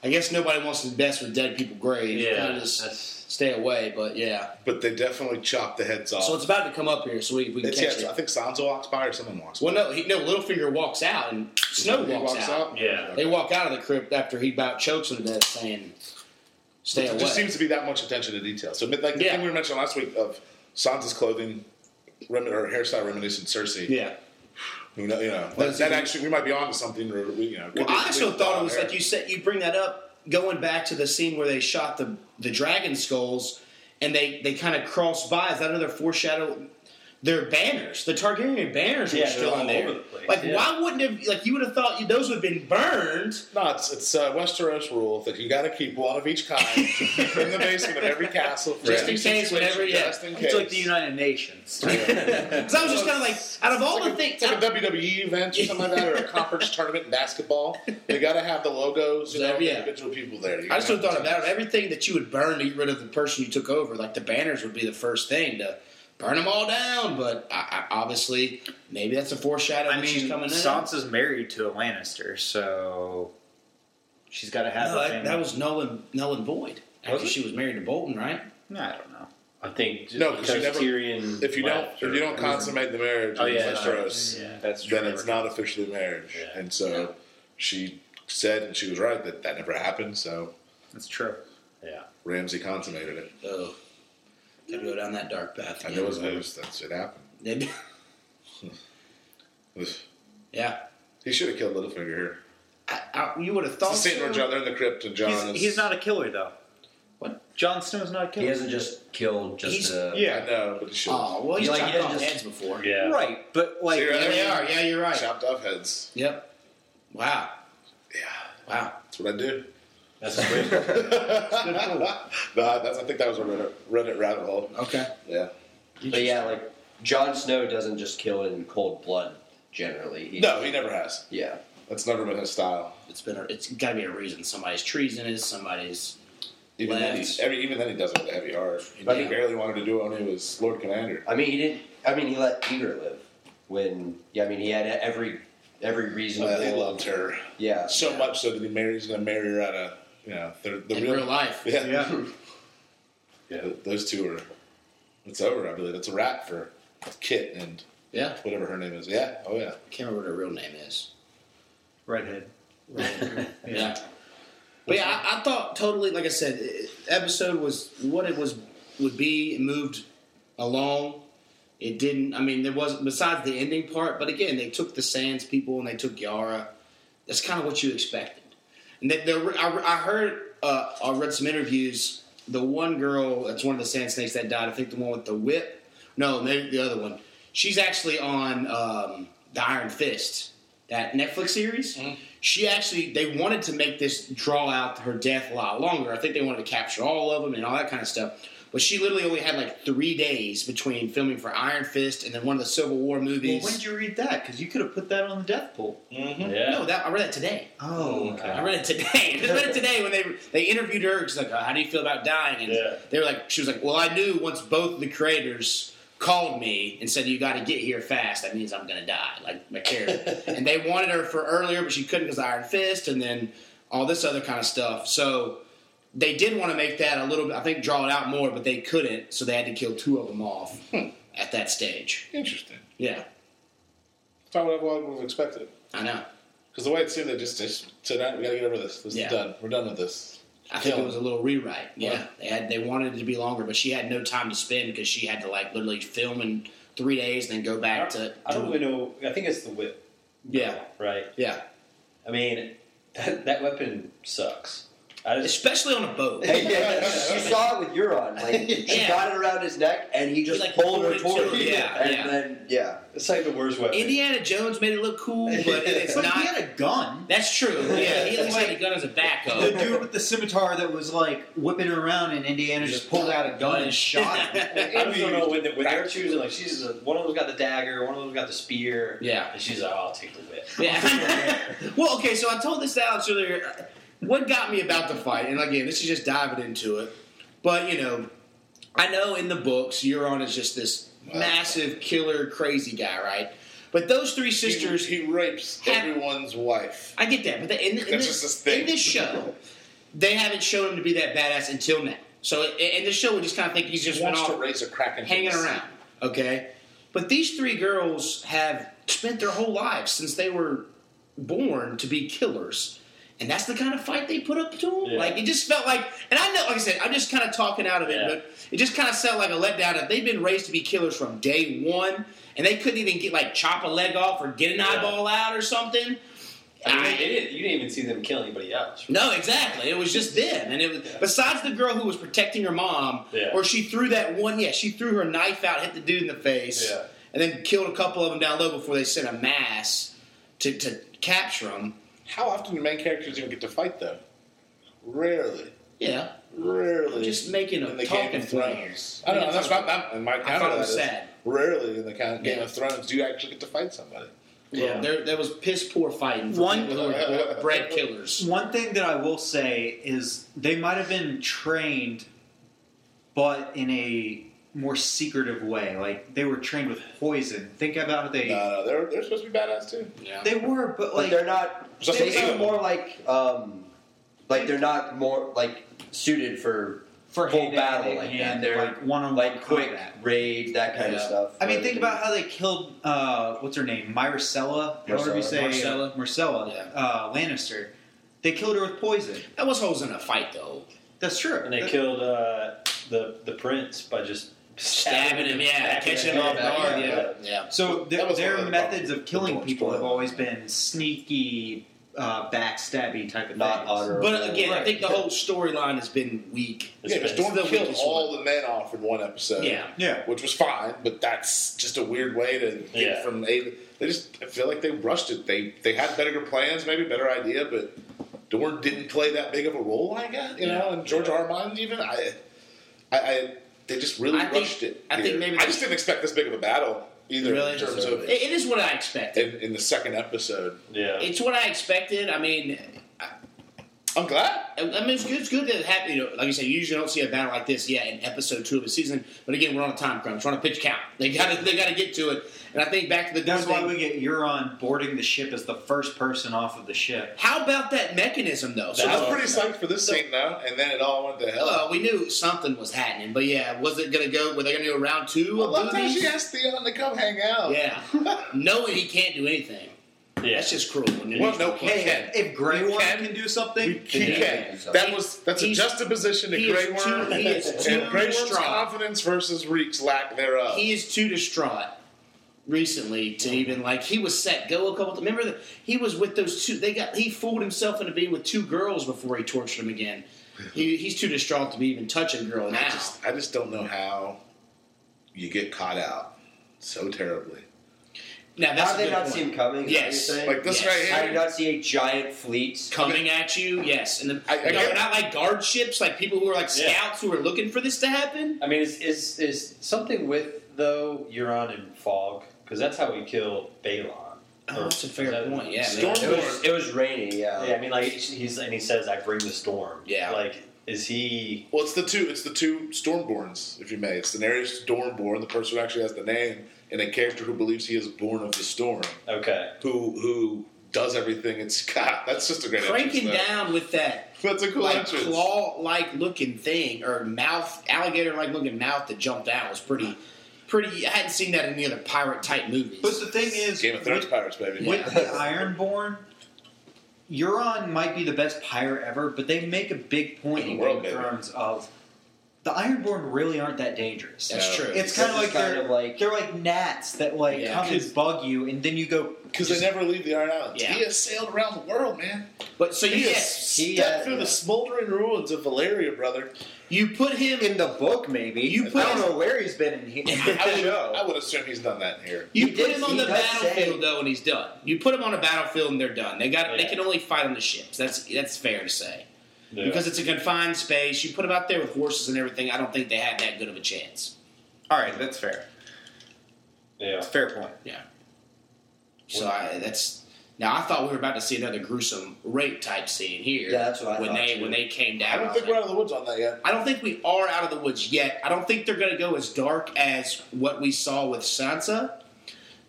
[SPEAKER 3] I guess nobody wants to invest with dead people graves.
[SPEAKER 6] Yeah,
[SPEAKER 3] Kinda just
[SPEAKER 6] that's-
[SPEAKER 3] stay away. But yeah.
[SPEAKER 2] But they definitely chopped the heads off.
[SPEAKER 3] So it's about to come up here, so we, we can
[SPEAKER 2] It's-
[SPEAKER 3] catch
[SPEAKER 2] yeah, I
[SPEAKER 3] it.
[SPEAKER 2] think Sansa walks by or someone walks by.
[SPEAKER 3] Well, no, he, no. Littlefinger walks out, and Snow
[SPEAKER 2] He
[SPEAKER 3] walks, out.
[SPEAKER 6] Yeah.
[SPEAKER 3] They walk out of the crypt after he about chokes them to death, saying, "Stay
[SPEAKER 2] There
[SPEAKER 3] away."
[SPEAKER 2] just seems to be that much attention to detail. So, like the
[SPEAKER 3] Yeah.
[SPEAKER 2] thing we mentioned last week of Sansa's clothing rem- or hairstyle reminiscent Cersei.
[SPEAKER 3] yeah.
[SPEAKER 2] You know, you know
[SPEAKER 3] Well,
[SPEAKER 2] that, that actually we might be onto something. Or we, you know,
[SPEAKER 3] Well,
[SPEAKER 2] could be-
[SPEAKER 3] I also
[SPEAKER 2] we-
[SPEAKER 3] thought it was
[SPEAKER 2] there.
[SPEAKER 3] like you said. You bring that up, going back to the scene where they shot the the dragon skulls, and they they kind of cross by. Is that another foreshadow? Their banners, the Targaryen banners,
[SPEAKER 6] Yeah,
[SPEAKER 3] were
[SPEAKER 6] they're
[SPEAKER 3] still
[SPEAKER 6] all
[SPEAKER 3] in there.
[SPEAKER 6] over the place,
[SPEAKER 3] like,
[SPEAKER 6] yeah.
[SPEAKER 3] why wouldn't have? Like, you would have thought those would have been burned.
[SPEAKER 2] No, it's, it's uh, Westeros rule that you got to keep one of each kind in the basement of every castle for
[SPEAKER 3] Just
[SPEAKER 2] every
[SPEAKER 3] in case, whenever, yeah.
[SPEAKER 2] Just in case.
[SPEAKER 4] It's like the United Nations.
[SPEAKER 3] Because I was just kind of like, out of all the things,
[SPEAKER 2] It's like a WWE event or something like that, or a conference tournament in basketball. They got to have the logos, you know, of
[SPEAKER 3] Yeah.
[SPEAKER 2] individual people there. You
[SPEAKER 3] I just
[SPEAKER 2] know?
[SPEAKER 3] would have thought about it. Everything that you would burn to get rid of the person you took over, like the banners would be the first thing to burn them all down. But I, I, obviously, maybe that's a foreshadowing.
[SPEAKER 4] I
[SPEAKER 3] that she's
[SPEAKER 4] mean,
[SPEAKER 3] coming in.
[SPEAKER 4] Sansa's married to a Lannister, so she's got to have
[SPEAKER 3] No,
[SPEAKER 4] a
[SPEAKER 3] that,
[SPEAKER 4] family.
[SPEAKER 3] that was Nolan Nolan Boyd. After
[SPEAKER 4] it?
[SPEAKER 3] she was married to Bolton, right?
[SPEAKER 4] No, I don't know.
[SPEAKER 6] I think just
[SPEAKER 2] No, 'cause
[SPEAKER 6] because
[SPEAKER 2] you never-
[SPEAKER 6] Tyrion.
[SPEAKER 2] If you don't, if
[SPEAKER 6] left or-
[SPEAKER 2] you don't consummate the marriage
[SPEAKER 6] Oh,
[SPEAKER 2] in
[SPEAKER 6] yeah.
[SPEAKER 2] Westeros,
[SPEAKER 6] Yeah.
[SPEAKER 4] That's
[SPEAKER 2] then it's not officially marriage.
[SPEAKER 6] Yeah.
[SPEAKER 2] And so
[SPEAKER 5] No.
[SPEAKER 2] she said, and she was right that that never happened. So
[SPEAKER 4] That's true.
[SPEAKER 6] Yeah.
[SPEAKER 2] Ramsey consummated it.
[SPEAKER 3] Oh, gotta go down that dark path.
[SPEAKER 2] And
[SPEAKER 3] again.
[SPEAKER 2] it was, it was that's it happened.
[SPEAKER 3] Maybe- yeah,
[SPEAKER 2] He should have killed Littlefinger here.
[SPEAKER 3] I, I, you would have
[SPEAKER 2] It's
[SPEAKER 3] thought.
[SPEAKER 2] the scene where
[SPEAKER 3] so.
[SPEAKER 2] John, they're in the crypt and John
[SPEAKER 4] He's,
[SPEAKER 2] is.
[SPEAKER 4] he's not a killer, though. What? Jon Snow's not a killer.
[SPEAKER 5] He hasn't just killed just
[SPEAKER 3] He's-
[SPEAKER 5] a.
[SPEAKER 2] I
[SPEAKER 4] yeah.
[SPEAKER 2] know, but he should. have
[SPEAKER 3] Oh well, he's
[SPEAKER 5] You're like,
[SPEAKER 3] chopped
[SPEAKER 5] yeah,
[SPEAKER 3] off
[SPEAKER 5] just-
[SPEAKER 3] heads before.
[SPEAKER 6] Yeah.
[SPEAKER 4] Right, but like,
[SPEAKER 2] See,
[SPEAKER 3] Yeah, they are. Yeah, you're right.
[SPEAKER 2] Chopped off heads.
[SPEAKER 3] Yep. Wow.
[SPEAKER 2] Yeah,
[SPEAKER 3] Wow.
[SPEAKER 2] that's what I do.
[SPEAKER 6] That's great.
[SPEAKER 2] Nah, that's, I think that was a Reddit, Reddit rabbit hole.
[SPEAKER 3] Okay.
[SPEAKER 2] Yeah.
[SPEAKER 5] But yeah, like Jon Snow doesn't just kill in cold blood. Generally, he,
[SPEAKER 2] No, he never has.
[SPEAKER 5] Yeah,
[SPEAKER 2] That's never been his style.
[SPEAKER 3] It's been. A, it's got to be a reason. Somebody's treasonous. Somebody's.
[SPEAKER 2] Even then,
[SPEAKER 3] Lance.
[SPEAKER 2] he, every, even then, he does it with a heavy heart. But he
[SPEAKER 3] Yeah.
[SPEAKER 2] barely wanted to do it when he was Lord Commander.
[SPEAKER 5] I mean he didn't. I mean he let Eager live when. Yeah, I mean he had every every reasonable.
[SPEAKER 2] Uh, he loved her
[SPEAKER 5] Yeah,
[SPEAKER 2] so much so that he marries going to marry her out of you know the, the
[SPEAKER 3] In
[SPEAKER 2] real,
[SPEAKER 3] real life.
[SPEAKER 2] Yeah,
[SPEAKER 4] yeah.
[SPEAKER 6] Yeah.
[SPEAKER 2] Th- those two are. It's over. I believe it's a wrap for Kit and
[SPEAKER 3] Yeah.
[SPEAKER 2] whatever her name is. Yeah. Oh yeah.
[SPEAKER 3] I can't remember what her real name is.
[SPEAKER 4] Redhead.
[SPEAKER 3] Yeah. But yeah, I, I thought totally. Like I said, it- episode was what it was would be. It moved along. It didn't. I mean, there wasn't besides the ending part. But again, they took the Sands people and they took Yara. That's kind of what you expected. And that there, were- I, I heard, uh, I read some interviews. The one girl that's one of the sand snakes that died, I think the one with the whip. No, maybe the other one. She's actually on um, the Iron Fist, that Netflix series.
[SPEAKER 4] Mm-hmm.
[SPEAKER 3] She actually, they wanted to make this draw out her death a lot longer. I think they wanted to capture all of them and all that kind of stuff. But she literally only had like three days between filming for Iron Fist and then one of the Civil War
[SPEAKER 4] Well,
[SPEAKER 3] movies.
[SPEAKER 4] when did you read that? Because you could have put that on the death pool.
[SPEAKER 6] Yeah.
[SPEAKER 3] no, that I read that today.
[SPEAKER 4] Oh,
[SPEAKER 3] I read it today. I just read it today when they they interviewed her. She's like, "Uh, "How do you feel about dying?" And
[SPEAKER 6] Yeah.
[SPEAKER 3] they were like, "She was like, well, I knew once both the creators called me and said you got to get here fast. That means I'm gonna die, like my character." and they wanted her for earlier, but she couldn't because Iron Fist, and then all this other kind of stuff. So they did want to make that a little bit. I think draw it out more, but they couldn't, so they had to kill two of them off at that stage.
[SPEAKER 2] Interesting.
[SPEAKER 3] Yeah,
[SPEAKER 2] It's not what everyone would have expected.
[SPEAKER 3] I know.
[SPEAKER 2] Because the way it seemed, they just, just said, "All right, "We got to get over this. This
[SPEAKER 3] Yeah.
[SPEAKER 2] is done. We're done with this."
[SPEAKER 3] I think
[SPEAKER 2] Kill.
[SPEAKER 3] it was a little rewrite. Yeah,
[SPEAKER 2] Yeah.
[SPEAKER 3] they had they wanted it to be longer, but she had no time to spend because she had to like literally film in three days, then go
[SPEAKER 6] I
[SPEAKER 3] back
[SPEAKER 6] don't,
[SPEAKER 3] to.
[SPEAKER 6] I don't really know. I think it's the whip,
[SPEAKER 3] Yeah,
[SPEAKER 6] right?
[SPEAKER 3] yeah,
[SPEAKER 6] I mean, that, that weapon sucks. I just
[SPEAKER 3] especially on a boat.
[SPEAKER 5] Hey, yeah, you saw it with Euron. Like she
[SPEAKER 3] Yeah.
[SPEAKER 5] got it around his neck, and he just
[SPEAKER 3] He, like,
[SPEAKER 5] pulled her
[SPEAKER 3] pulled it
[SPEAKER 5] toward.
[SPEAKER 3] too.
[SPEAKER 5] him.
[SPEAKER 3] Yeah,
[SPEAKER 5] and
[SPEAKER 3] yeah.
[SPEAKER 5] then yeah,
[SPEAKER 6] it's like the worst weapon.
[SPEAKER 3] Indiana Jones made it look cool, but it's
[SPEAKER 4] but he
[SPEAKER 3] not.
[SPEAKER 4] had a gun.
[SPEAKER 3] That's true. Yeah, he at least had a gun as a
[SPEAKER 4] The
[SPEAKER 3] backup.
[SPEAKER 4] dude with the scimitar that was like whipping her around in Indiana just pulled out a gun and shot him.
[SPEAKER 6] I just don't know when, they- when they're choosing. Like she's a, one of them's got the dagger, one of them's got the spear.
[SPEAKER 3] Yeah.
[SPEAKER 6] and she's like, oh, "I'll take the whip."
[SPEAKER 3] Yeah. well, okay, so I told this to Alex uh, earlier. What got me about the fight, and again, this is just diving into it, but you know, I know in the books, Euron is just this massive killer, crazy guy, right? But those three sisters,
[SPEAKER 2] he, he rapes
[SPEAKER 3] Have-
[SPEAKER 2] everyone's wife.
[SPEAKER 3] I get that, but they, in, in,
[SPEAKER 2] That's
[SPEAKER 3] this,
[SPEAKER 2] just his thing.
[SPEAKER 3] in this show, they haven't shown him to be that badass until now. So i- in this show, we just kind of think he's just
[SPEAKER 2] He
[SPEAKER 3] went
[SPEAKER 2] wants to
[SPEAKER 3] off
[SPEAKER 2] raise a Kraken.
[SPEAKER 3] hanging
[SPEAKER 2] penis.
[SPEAKER 3] around, okay? But these three girls have spent their whole lives since they were born to be killers. And that's the kind of fight they put up to him.
[SPEAKER 6] Yeah.
[SPEAKER 3] Like it just felt like, and I know, like I said, I'm just kind of talking out of it,
[SPEAKER 6] Yeah.
[SPEAKER 3] but it just kind of felt like a letdown. If they've been raised to be killers from day one, and they couldn't even get like chop a leg off or get an
[SPEAKER 6] Yeah.
[SPEAKER 3] eyeball out or something,
[SPEAKER 6] I mean,
[SPEAKER 3] I-
[SPEAKER 6] they didn't, you didn't even see them kill anybody else.
[SPEAKER 3] no, exactly. It was just them, and it was besides the girl who was protecting her mom,
[SPEAKER 6] Yeah.
[SPEAKER 3] or she threw that one. Yeah, she threw her knife out, hit the dude in the face,
[SPEAKER 6] Yeah.
[SPEAKER 3] and then killed a couple of them down low before they sent a mass to, to capture them.
[SPEAKER 2] How often do main characters even get to fight though? Rarely.
[SPEAKER 3] Yeah,
[SPEAKER 2] Rarely.
[SPEAKER 3] just making
[SPEAKER 2] in
[SPEAKER 3] a
[SPEAKER 2] the Game
[SPEAKER 3] talking
[SPEAKER 2] of
[SPEAKER 3] point.
[SPEAKER 2] Thrones. I know that's what I'm, in my
[SPEAKER 3] I
[SPEAKER 2] counter
[SPEAKER 3] thought
[SPEAKER 2] to
[SPEAKER 3] it
[SPEAKER 2] that
[SPEAKER 3] was
[SPEAKER 2] is,
[SPEAKER 3] sad.
[SPEAKER 2] Rarely in the kind of Game
[SPEAKER 3] Yeah.
[SPEAKER 2] of Thrones do you actually get to fight somebody.
[SPEAKER 3] Yeah, there, there was piss poor fighting. For
[SPEAKER 4] One-
[SPEAKER 3] people who were bread killers.
[SPEAKER 4] One thing that I will say is they might have been trained, but in a more secretive way. Like they were trained with poison. Think about how they.
[SPEAKER 2] No, no, they're, they're supposed to be badass too.
[SPEAKER 3] Yeah.
[SPEAKER 4] They were, but
[SPEAKER 5] But
[SPEAKER 4] like
[SPEAKER 5] they're not.
[SPEAKER 2] So-
[SPEAKER 5] they
[SPEAKER 2] so-
[SPEAKER 5] seem more like, um, like they're not more like suited for
[SPEAKER 4] for
[SPEAKER 5] full
[SPEAKER 4] hand-to-hand,
[SPEAKER 5] battle like that. They're
[SPEAKER 4] like one on
[SPEAKER 5] like quick
[SPEAKER 4] Combat.
[SPEAKER 5] raid that kind of
[SPEAKER 3] Yeah.
[SPEAKER 5] stuff.
[SPEAKER 4] I mean,
[SPEAKER 5] where
[SPEAKER 4] think
[SPEAKER 5] they-
[SPEAKER 4] about how they killed uh, what's her name, Myricella, however you
[SPEAKER 5] Marcella.
[SPEAKER 4] say
[SPEAKER 3] Marcella.
[SPEAKER 4] Marcella
[SPEAKER 3] Yeah.
[SPEAKER 4] uh, Lannister. They killed her with poison.
[SPEAKER 3] That was hoes in a fight though.
[SPEAKER 4] That's true.
[SPEAKER 6] And they
[SPEAKER 4] That-
[SPEAKER 6] killed uh, the the prince by just
[SPEAKER 3] Stabbing him, yeah,
[SPEAKER 6] Stabbing
[SPEAKER 3] catching him
[SPEAKER 6] in the
[SPEAKER 3] off
[SPEAKER 6] back.
[SPEAKER 3] guard,
[SPEAKER 6] Yeah.
[SPEAKER 3] yeah, yeah.
[SPEAKER 4] So
[SPEAKER 2] That
[SPEAKER 4] their,
[SPEAKER 2] was one
[SPEAKER 4] their
[SPEAKER 2] of the
[SPEAKER 4] methods of killing
[SPEAKER 5] Don't
[SPEAKER 4] people have
[SPEAKER 5] spoil it.
[SPEAKER 4] always been sneaky, uh, backstabby type of
[SPEAKER 5] not
[SPEAKER 4] things.
[SPEAKER 5] honor.
[SPEAKER 3] But uh, again, I
[SPEAKER 4] Right.
[SPEAKER 3] think the whole storyline has been weak.
[SPEAKER 6] It's
[SPEAKER 2] Yeah, because
[SPEAKER 6] been-
[SPEAKER 2] Dorne
[SPEAKER 3] the
[SPEAKER 2] killed
[SPEAKER 3] weakest
[SPEAKER 2] all the men off in one episode.
[SPEAKER 3] Yeah.
[SPEAKER 4] Yeah.
[SPEAKER 2] Which was fine, but that's just a weird way to get
[SPEAKER 6] Yeah.
[SPEAKER 2] from A. They just I feel like they rushed it. They they had better plans, maybe better idea, but Dorn didn't play that big of a role. I guess you know, and George R. R. Martin even I, I, I they just really
[SPEAKER 3] I think-
[SPEAKER 2] rushed it.
[SPEAKER 3] I think
[SPEAKER 2] here.
[SPEAKER 3] maybe
[SPEAKER 2] I
[SPEAKER 3] they-
[SPEAKER 2] just didn't expect this big of a battle either
[SPEAKER 3] Really?
[SPEAKER 2] in terms
[SPEAKER 3] It-
[SPEAKER 2] of
[SPEAKER 3] it is what I expected.
[SPEAKER 2] in, in the second episode.
[SPEAKER 6] Yeah.
[SPEAKER 3] It's what I expected. I mean,
[SPEAKER 2] I'm glad.
[SPEAKER 3] I I mean, it's good, it's good that it happened. You know, like you said, you usually don't see a battle like this yet in episode two of a season. But again, we're on a time crunch. We're on a pitch count. They got to, they got to get to it. And I think back to the
[SPEAKER 4] That's
[SPEAKER 3] Dorne
[SPEAKER 4] why
[SPEAKER 3] thing.
[SPEAKER 4] we get Euron boarding the ship as the first person off of the ship.
[SPEAKER 3] How about that mechanism though?
[SPEAKER 2] So
[SPEAKER 3] So
[SPEAKER 2] I was
[SPEAKER 6] That's-
[SPEAKER 2] pretty psyched for this
[SPEAKER 3] So-
[SPEAKER 2] scene though, and then it all went to hell.
[SPEAKER 3] well, we knew something was happening, but yeah, was it gonna go? Were they gonna go round two?
[SPEAKER 2] I
[SPEAKER 3] Of
[SPEAKER 2] love how
[SPEAKER 3] boobies?
[SPEAKER 2] she asked Theon to come hang out.
[SPEAKER 3] Yeah, knowing he can't do anything.
[SPEAKER 6] yeah.
[SPEAKER 3] That's just cruel.
[SPEAKER 2] Well, no, he can.
[SPEAKER 4] If Grey
[SPEAKER 2] You
[SPEAKER 4] Worm
[SPEAKER 2] can-
[SPEAKER 4] can, do something,
[SPEAKER 2] He
[SPEAKER 5] Yeah.
[SPEAKER 2] can.
[SPEAKER 5] So-
[SPEAKER 2] That was that's a
[SPEAKER 3] He's-
[SPEAKER 2] juxtaposition to
[SPEAKER 3] he is
[SPEAKER 2] Grey
[SPEAKER 3] too-
[SPEAKER 2] Worm
[SPEAKER 3] he is too
[SPEAKER 2] and Grey Worm's
[SPEAKER 3] strong.
[SPEAKER 2] confidence versus Reek's lack thereof.
[SPEAKER 3] he is too distraught recently to even like he was set go a couple remember that he was with those two they got he fooled himself into being with two girls before he tortured him again he, he's too distraught to be even touching a girl now
[SPEAKER 2] I just I just don't know how you get caught out so terribly.
[SPEAKER 3] now that's
[SPEAKER 5] How
[SPEAKER 3] a
[SPEAKER 5] did they
[SPEAKER 3] good
[SPEAKER 5] not
[SPEAKER 3] point.
[SPEAKER 5] see him coming? Is that what you're
[SPEAKER 3] Yes.
[SPEAKER 5] saying?
[SPEAKER 2] Like this
[SPEAKER 3] Yes.
[SPEAKER 5] I
[SPEAKER 2] right
[SPEAKER 5] did
[SPEAKER 2] here.
[SPEAKER 5] not see a giant fleet.
[SPEAKER 3] coming at you yes and the,
[SPEAKER 2] I- I
[SPEAKER 3] no,
[SPEAKER 2] get-
[SPEAKER 3] not like guard ships like people who are like
[SPEAKER 6] Yeah.
[SPEAKER 3] scouts who are looking for this to happen
[SPEAKER 6] I mean, is is is something with though Euron and Fog because that's how we kill Balon.
[SPEAKER 3] oh, that's a
[SPEAKER 6] Is
[SPEAKER 3] fair
[SPEAKER 6] that-
[SPEAKER 3] point yeah man.
[SPEAKER 5] It was, it was raining, yeah.
[SPEAKER 6] Yeah, I mean, like he's and he says, "I bring the storm."
[SPEAKER 3] Oh. Yeah.
[SPEAKER 6] like is he?
[SPEAKER 2] Well, it's the two. It's the two Stormborns, if you may. It's the Daenerys Stormborn, the person who actually has the name, and a character who believes he is born of the storm,
[SPEAKER 6] Okay,
[SPEAKER 2] who who does everything. It's God. That's just a great.
[SPEAKER 3] cranking
[SPEAKER 2] entrance, though.
[SPEAKER 3] down with that
[SPEAKER 2] That's a cool
[SPEAKER 3] like
[SPEAKER 2] entrance.
[SPEAKER 3] claw like looking thing or mouth alligator like looking mouth that jumped out was pretty pretty I hadn't seen that in any other pirate type movies.
[SPEAKER 4] but the thing is,
[SPEAKER 2] Game of Thrones
[SPEAKER 4] with,
[SPEAKER 2] pirates, baby.
[SPEAKER 4] with the Ironborn, Euron might be the best pirate ever, but they make a big point
[SPEAKER 2] In the
[SPEAKER 4] in
[SPEAKER 2] world,
[SPEAKER 4] Game of
[SPEAKER 2] baby.
[SPEAKER 4] Thrones of the Ironborn really aren't that dangerous.
[SPEAKER 3] That's
[SPEAKER 2] No.
[SPEAKER 3] true.
[SPEAKER 4] It's kind of
[SPEAKER 5] This
[SPEAKER 4] like
[SPEAKER 5] is kind
[SPEAKER 4] they're
[SPEAKER 5] of like-
[SPEAKER 4] they're like gnats that like
[SPEAKER 3] Yeah.
[SPEAKER 4] come and bug you, and then you go
[SPEAKER 2] Because they never leave the Iron Islands.
[SPEAKER 3] Yeah.
[SPEAKER 2] He has sailed around the world, man.
[SPEAKER 3] but so
[SPEAKER 2] He
[SPEAKER 3] yes,
[SPEAKER 2] has
[SPEAKER 5] he,
[SPEAKER 2] stepped
[SPEAKER 5] uh,
[SPEAKER 2] through
[SPEAKER 5] yeah.
[SPEAKER 2] the smoldering ruins of Valeria, brother.
[SPEAKER 3] you put him
[SPEAKER 4] in the book. Maybe
[SPEAKER 3] You put-
[SPEAKER 4] I don't know where he's been in here.
[SPEAKER 2] I would,
[SPEAKER 4] show.
[SPEAKER 2] I would assume he's done that here.
[SPEAKER 3] you
[SPEAKER 5] He
[SPEAKER 3] put
[SPEAKER 5] did-
[SPEAKER 3] him on
[SPEAKER 5] he
[SPEAKER 3] the
[SPEAKER 5] does
[SPEAKER 3] battlefield
[SPEAKER 5] say-
[SPEAKER 3] though and he's done. You put him on a battlefield and they're done. They got they
[SPEAKER 6] Yeah.
[SPEAKER 3] can only fight on the ships. That's that's fair to say.
[SPEAKER 6] Yeah.
[SPEAKER 3] Because it's a confined space. You put him out there with horses and everything, I don't think they had that good of a chance.
[SPEAKER 4] All right, that's fair.
[SPEAKER 6] yeah,
[SPEAKER 4] Fair point.
[SPEAKER 3] So I, that's Now I thought we were about to see another gruesome rape type scene here.
[SPEAKER 5] Yeah, that's what I
[SPEAKER 3] when
[SPEAKER 5] thought,
[SPEAKER 3] they
[SPEAKER 5] too.
[SPEAKER 3] when they came down.
[SPEAKER 2] I don't
[SPEAKER 3] was
[SPEAKER 2] think
[SPEAKER 3] like,
[SPEAKER 2] we're out of the woods on that yet.
[SPEAKER 3] I don't think we are out of the woods yet. I don't think they're going to go as dark as what we saw with Sansa.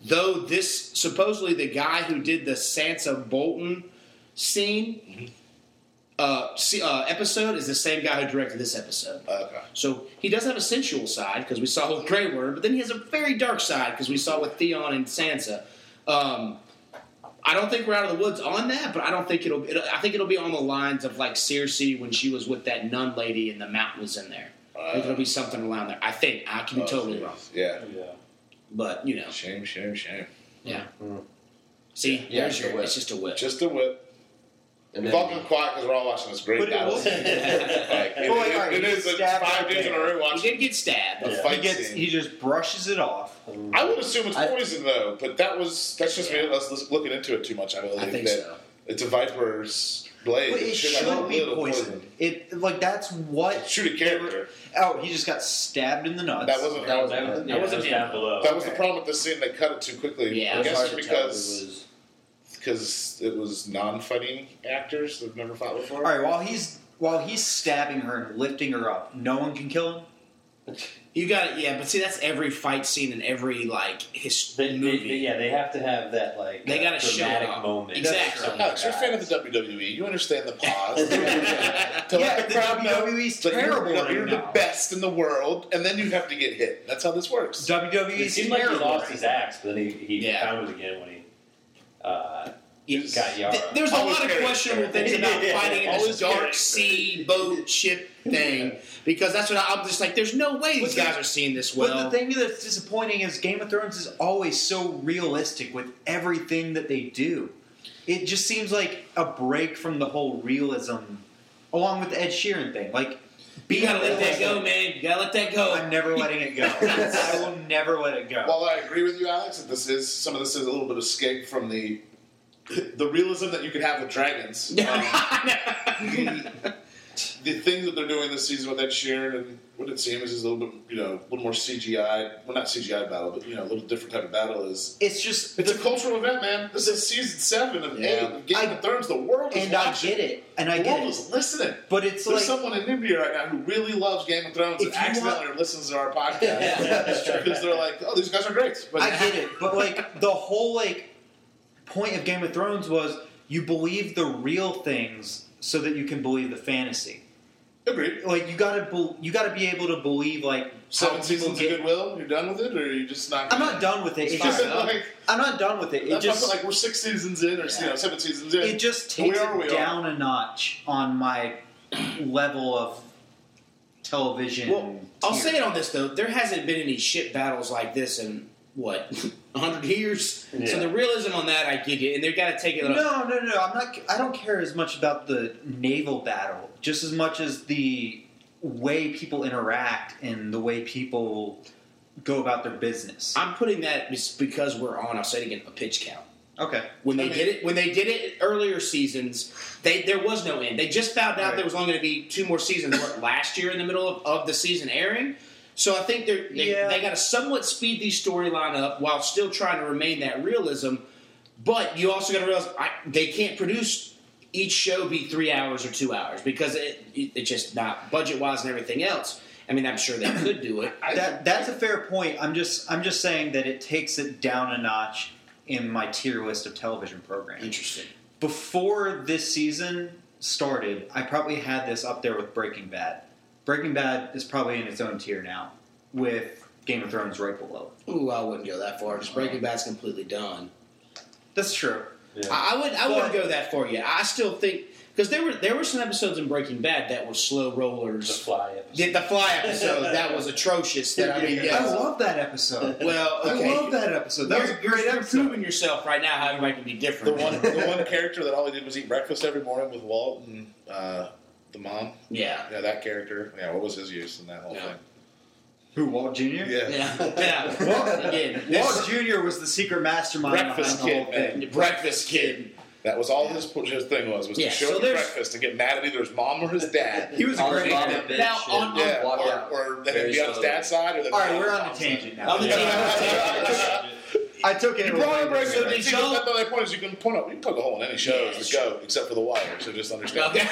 [SPEAKER 3] Though this supposedly the guy who did the Sansa Bolton scene uh, se- uh, episode is the same guy who directed this episode.
[SPEAKER 2] Okay.
[SPEAKER 3] So he does have a sensual side because we saw with Grey Worm, but then he has a very dark side because we saw with Theon and Sansa. Um, I don't think we're out of the woods on that, but I don't think it'll, it'll. I think it'll be on the lines of like Cersei when she was with that nun lady and the mount was in there. I think it'll be something around there. I think I could be
[SPEAKER 2] Oh,
[SPEAKER 3] totally
[SPEAKER 2] geez.
[SPEAKER 3] wrong,
[SPEAKER 2] Yeah.
[SPEAKER 6] Yeah.
[SPEAKER 3] but you know,
[SPEAKER 2] Shame, shame, shame.
[SPEAKER 3] yeah. See,
[SPEAKER 5] Yeah,
[SPEAKER 3] there's
[SPEAKER 5] it's a
[SPEAKER 3] your,
[SPEAKER 5] whip.
[SPEAKER 3] it's just a whip.
[SPEAKER 2] Just a whip.
[SPEAKER 5] And
[SPEAKER 2] We've
[SPEAKER 5] then,
[SPEAKER 2] all been quiet because we're all watching this great
[SPEAKER 4] But it
[SPEAKER 2] battle.
[SPEAKER 4] was-
[SPEAKER 2] scene. like, it,
[SPEAKER 4] Boy,
[SPEAKER 2] it-
[SPEAKER 4] alright,
[SPEAKER 2] it
[SPEAKER 4] he
[SPEAKER 2] is it's
[SPEAKER 4] stabbed
[SPEAKER 2] five
[SPEAKER 4] right
[SPEAKER 2] dudes in a
[SPEAKER 4] there.
[SPEAKER 2] row
[SPEAKER 3] he
[SPEAKER 2] watching
[SPEAKER 3] did get stabbed.
[SPEAKER 2] a
[SPEAKER 6] Yeah.
[SPEAKER 2] fight
[SPEAKER 4] He gets
[SPEAKER 2] scene.
[SPEAKER 4] he just brushes it off.
[SPEAKER 2] I would assume it's
[SPEAKER 5] I-
[SPEAKER 2] poison though, but that was that's just
[SPEAKER 3] Yeah.
[SPEAKER 2] me us us looking into it too much. I believe
[SPEAKER 3] I think
[SPEAKER 2] that
[SPEAKER 3] so.
[SPEAKER 2] it's a viper's blade.
[SPEAKER 4] But it
[SPEAKER 2] have a
[SPEAKER 4] should be
[SPEAKER 2] little
[SPEAKER 4] poisoned. It like that's what.
[SPEAKER 2] Shoot a character.
[SPEAKER 4] Oh, he just got stabbed in the nuts.
[SPEAKER 2] That wasn't.
[SPEAKER 5] that was,
[SPEAKER 6] That was, yeah,
[SPEAKER 5] that
[SPEAKER 6] that was
[SPEAKER 5] wasn't
[SPEAKER 6] down below.
[SPEAKER 2] That was the
[SPEAKER 4] okay.
[SPEAKER 2] problem with the scene. They cut it too quickly.
[SPEAKER 3] Yeah,
[SPEAKER 2] I
[SPEAKER 5] it was
[SPEAKER 2] guess
[SPEAKER 5] hard to
[SPEAKER 2] because
[SPEAKER 5] tell.
[SPEAKER 2] because it was non-fighting actors that've never fought
[SPEAKER 4] All
[SPEAKER 2] before.
[SPEAKER 4] right. While he's while he's stabbing her and lifting her up, no one can kill him.
[SPEAKER 3] You got it, yeah. But see, that's every fight scene in every like his
[SPEAKER 6] They, they,
[SPEAKER 3] movie.
[SPEAKER 6] they, yeah, they have to have that like
[SPEAKER 3] They
[SPEAKER 6] uh,
[SPEAKER 3] gotta show
[SPEAKER 6] dramatic
[SPEAKER 3] up.
[SPEAKER 6] moment.
[SPEAKER 3] Exactly.
[SPEAKER 6] Something like
[SPEAKER 2] Alex, you're a fan of the WWE. You understand the pause. To
[SPEAKER 4] yeah,
[SPEAKER 2] let the crowd know
[SPEAKER 4] WWE's
[SPEAKER 2] that you're-
[SPEAKER 4] E terrible
[SPEAKER 2] You're,
[SPEAKER 4] right
[SPEAKER 2] the
[SPEAKER 4] now.
[SPEAKER 2] best in the world, and then you have to get hit. That's how this works.
[SPEAKER 6] It
[SPEAKER 4] WWE's
[SPEAKER 6] seemed like he
[SPEAKER 4] E terrible.
[SPEAKER 6] lost
[SPEAKER 4] right
[SPEAKER 6] his
[SPEAKER 4] now.
[SPEAKER 6] axe, but then he, he
[SPEAKER 3] Yeah.
[SPEAKER 6] found it again when he. Uh,
[SPEAKER 3] Yes.
[SPEAKER 6] Got Yara.
[SPEAKER 3] Th- there's a
[SPEAKER 2] Always
[SPEAKER 3] lot of
[SPEAKER 2] Eric.
[SPEAKER 3] questionable things about
[SPEAKER 6] Yeah.
[SPEAKER 3] fighting in
[SPEAKER 2] Always
[SPEAKER 3] this dark
[SPEAKER 2] Eric.
[SPEAKER 3] sea boat ship thing because that's what I, I'm just like. There's no way these
[SPEAKER 4] But the-
[SPEAKER 3] guys are seeing this
[SPEAKER 4] but the
[SPEAKER 3] well.
[SPEAKER 4] thing that's disappointing is Game of Thrones is always so realistic with everything that they do. It just seems like a break from the whole realism, along with the Ed Sheeran thing. Like, be
[SPEAKER 3] you gotta let that
[SPEAKER 4] realistic.
[SPEAKER 3] go, man. You gotta let that go.
[SPEAKER 4] I'm never letting it go. I will never let it go.
[SPEAKER 2] While I agree with you, Alex, that this is some of this is a little bit escape from the the realism that you can have with dragons. Um, the things that they're doing this season with Ed Sheeran and what it seems is a little bit, you know, a little more CGI. Well, not CGI battle, but you know, a little different type of battle is.
[SPEAKER 4] it's just,
[SPEAKER 2] It's a cultural event, man. This is season seven of
[SPEAKER 4] Yeah.
[SPEAKER 2] eight of Game
[SPEAKER 4] I-
[SPEAKER 2] of Thrones. The world is
[SPEAKER 4] and I
[SPEAKER 2] watching.
[SPEAKER 4] get it, and I
[SPEAKER 2] The
[SPEAKER 4] get
[SPEAKER 2] world
[SPEAKER 4] it.
[SPEAKER 2] is listening.
[SPEAKER 4] But it's
[SPEAKER 2] There's
[SPEAKER 4] like
[SPEAKER 2] someone in India right now who really loves Game of Thrones
[SPEAKER 4] If
[SPEAKER 2] and
[SPEAKER 4] you want-
[SPEAKER 2] accidentally listens to our podcast because they're like, "Oh, these guys are great." But
[SPEAKER 4] I get it, but like the whole like point of Game of Thrones was you believe the real things so that you can believe the fantasy.
[SPEAKER 2] agreed.
[SPEAKER 4] Like you gotta be, you gotta be able to believe like
[SPEAKER 2] Seven
[SPEAKER 4] how people
[SPEAKER 2] seasons
[SPEAKER 4] get.
[SPEAKER 2] of Goodwill. You're done with it, or you just not?
[SPEAKER 4] I'm not done with it.
[SPEAKER 2] It's
[SPEAKER 4] It just,
[SPEAKER 2] fine. Like-
[SPEAKER 4] I'm not done with it. It
[SPEAKER 2] That's why I
[SPEAKER 4] just
[SPEAKER 2] feel like we're six seasons in, or you know, seven seasons in.
[SPEAKER 4] it just
[SPEAKER 2] But we
[SPEAKER 4] takes
[SPEAKER 2] are, we
[SPEAKER 4] it
[SPEAKER 2] are.
[SPEAKER 4] down a notch on my level of television.
[SPEAKER 3] Well, I'll
[SPEAKER 4] tier.
[SPEAKER 3] say it on this though: there hasn't been any ship battles like this in what 100 years.
[SPEAKER 6] Yeah.
[SPEAKER 3] So the realism on that, I get it, and they've got to take it. up.
[SPEAKER 4] No, no, no. I'm not. I don't care as much about the naval battle, just as much as the way people interact and the way people go about their business.
[SPEAKER 3] I'm putting that just because we're on. I'll say it again: a pitch count.
[SPEAKER 4] Okay.
[SPEAKER 3] When they
[SPEAKER 2] Okay.
[SPEAKER 3] did it, when they did it earlier seasons, they there was no end. They just found out
[SPEAKER 4] Right.
[SPEAKER 3] there was only going to be two more seasons what, last year in the middle of, of the season airing. So I think they're, they
[SPEAKER 4] Yeah.
[SPEAKER 3] they got to somewhat speed these storyline up while still trying to remain that realism. But you also got to realize I, they can't produce each show be three hours or two hours because it, it it's just not budget wise and everything else. I mean, I'm sure they could do it.
[SPEAKER 4] That that's a fair point. I'm just I'm just saying that it takes it down a notch in my tier list of television programs.
[SPEAKER 3] Interesting.
[SPEAKER 4] Before this season started, I probably had this up there with Breaking Bad. Breaking Bad is probably in its own tier now, with Game of Thrones right below. it.
[SPEAKER 3] Ooh, I wouldn't go that far because Breaking
[SPEAKER 4] Uh-huh.
[SPEAKER 3] Bad's completely done.
[SPEAKER 4] That's true.
[SPEAKER 3] I I would I wouldn't
[SPEAKER 4] But-
[SPEAKER 3] go that far yet. I still think because there were there were some episodes in Breaking Bad that were slow
[SPEAKER 6] the
[SPEAKER 3] rollers.
[SPEAKER 6] fly episode.
[SPEAKER 3] Did the fly episode that was atrocious. That I mean,
[SPEAKER 4] I
[SPEAKER 3] yes.
[SPEAKER 4] love that episode.
[SPEAKER 3] Well,
[SPEAKER 4] I
[SPEAKER 3] okay.
[SPEAKER 4] love that episode. That was a
[SPEAKER 3] You're-
[SPEAKER 4] great
[SPEAKER 3] you're
[SPEAKER 4] episode.
[SPEAKER 3] proving yourself right now how everybody can be
[SPEAKER 2] the
[SPEAKER 3] different.
[SPEAKER 2] one, the one character that all he did was eat breakfast every morning with Walt and uh, the mom.
[SPEAKER 3] yeah,
[SPEAKER 2] Yeah, that character. Yeah, what was his use in that whole
[SPEAKER 3] Yeah.
[SPEAKER 2] thing?
[SPEAKER 4] Who Walt Jr.
[SPEAKER 2] Yeah.
[SPEAKER 3] yeah, yeah.
[SPEAKER 4] Well,
[SPEAKER 3] Again, this
[SPEAKER 4] Walt Jr. was the secret mastermind
[SPEAKER 2] Breakfast
[SPEAKER 4] behind the
[SPEAKER 2] Kid,
[SPEAKER 4] whole
[SPEAKER 2] man.
[SPEAKER 4] thing.
[SPEAKER 3] breakfast kid.
[SPEAKER 2] That was all his, his thing was was
[SPEAKER 3] Yeah,
[SPEAKER 2] to show
[SPEAKER 3] so
[SPEAKER 2] up at
[SPEAKER 3] there's-
[SPEAKER 2] breakfast and get mad at either his mom or his dad.
[SPEAKER 4] He was a
[SPEAKER 5] Call
[SPEAKER 4] great
[SPEAKER 5] his mom a
[SPEAKER 4] man.
[SPEAKER 5] bitch
[SPEAKER 3] Now,
[SPEAKER 5] and
[SPEAKER 3] on-
[SPEAKER 2] yeah,
[SPEAKER 5] walk
[SPEAKER 2] or,
[SPEAKER 5] out.
[SPEAKER 2] or that
[SPEAKER 5] Very
[SPEAKER 2] he'd be on his
[SPEAKER 5] slowly.
[SPEAKER 2] dad's side or that
[SPEAKER 4] Oh, All right, we're on a tangent now.
[SPEAKER 3] I'm the team. I'm the team.
[SPEAKER 4] I took it.
[SPEAKER 7] You brought up
[SPEAKER 4] away.
[SPEAKER 7] racism.
[SPEAKER 2] See,
[SPEAKER 7] show-
[SPEAKER 2] that's my point is you can point out, you can poke a hole in any show
[SPEAKER 3] Yeah,
[SPEAKER 2] as the
[SPEAKER 3] sure.
[SPEAKER 2] go, except for The Wire. So just understand.
[SPEAKER 3] Okay.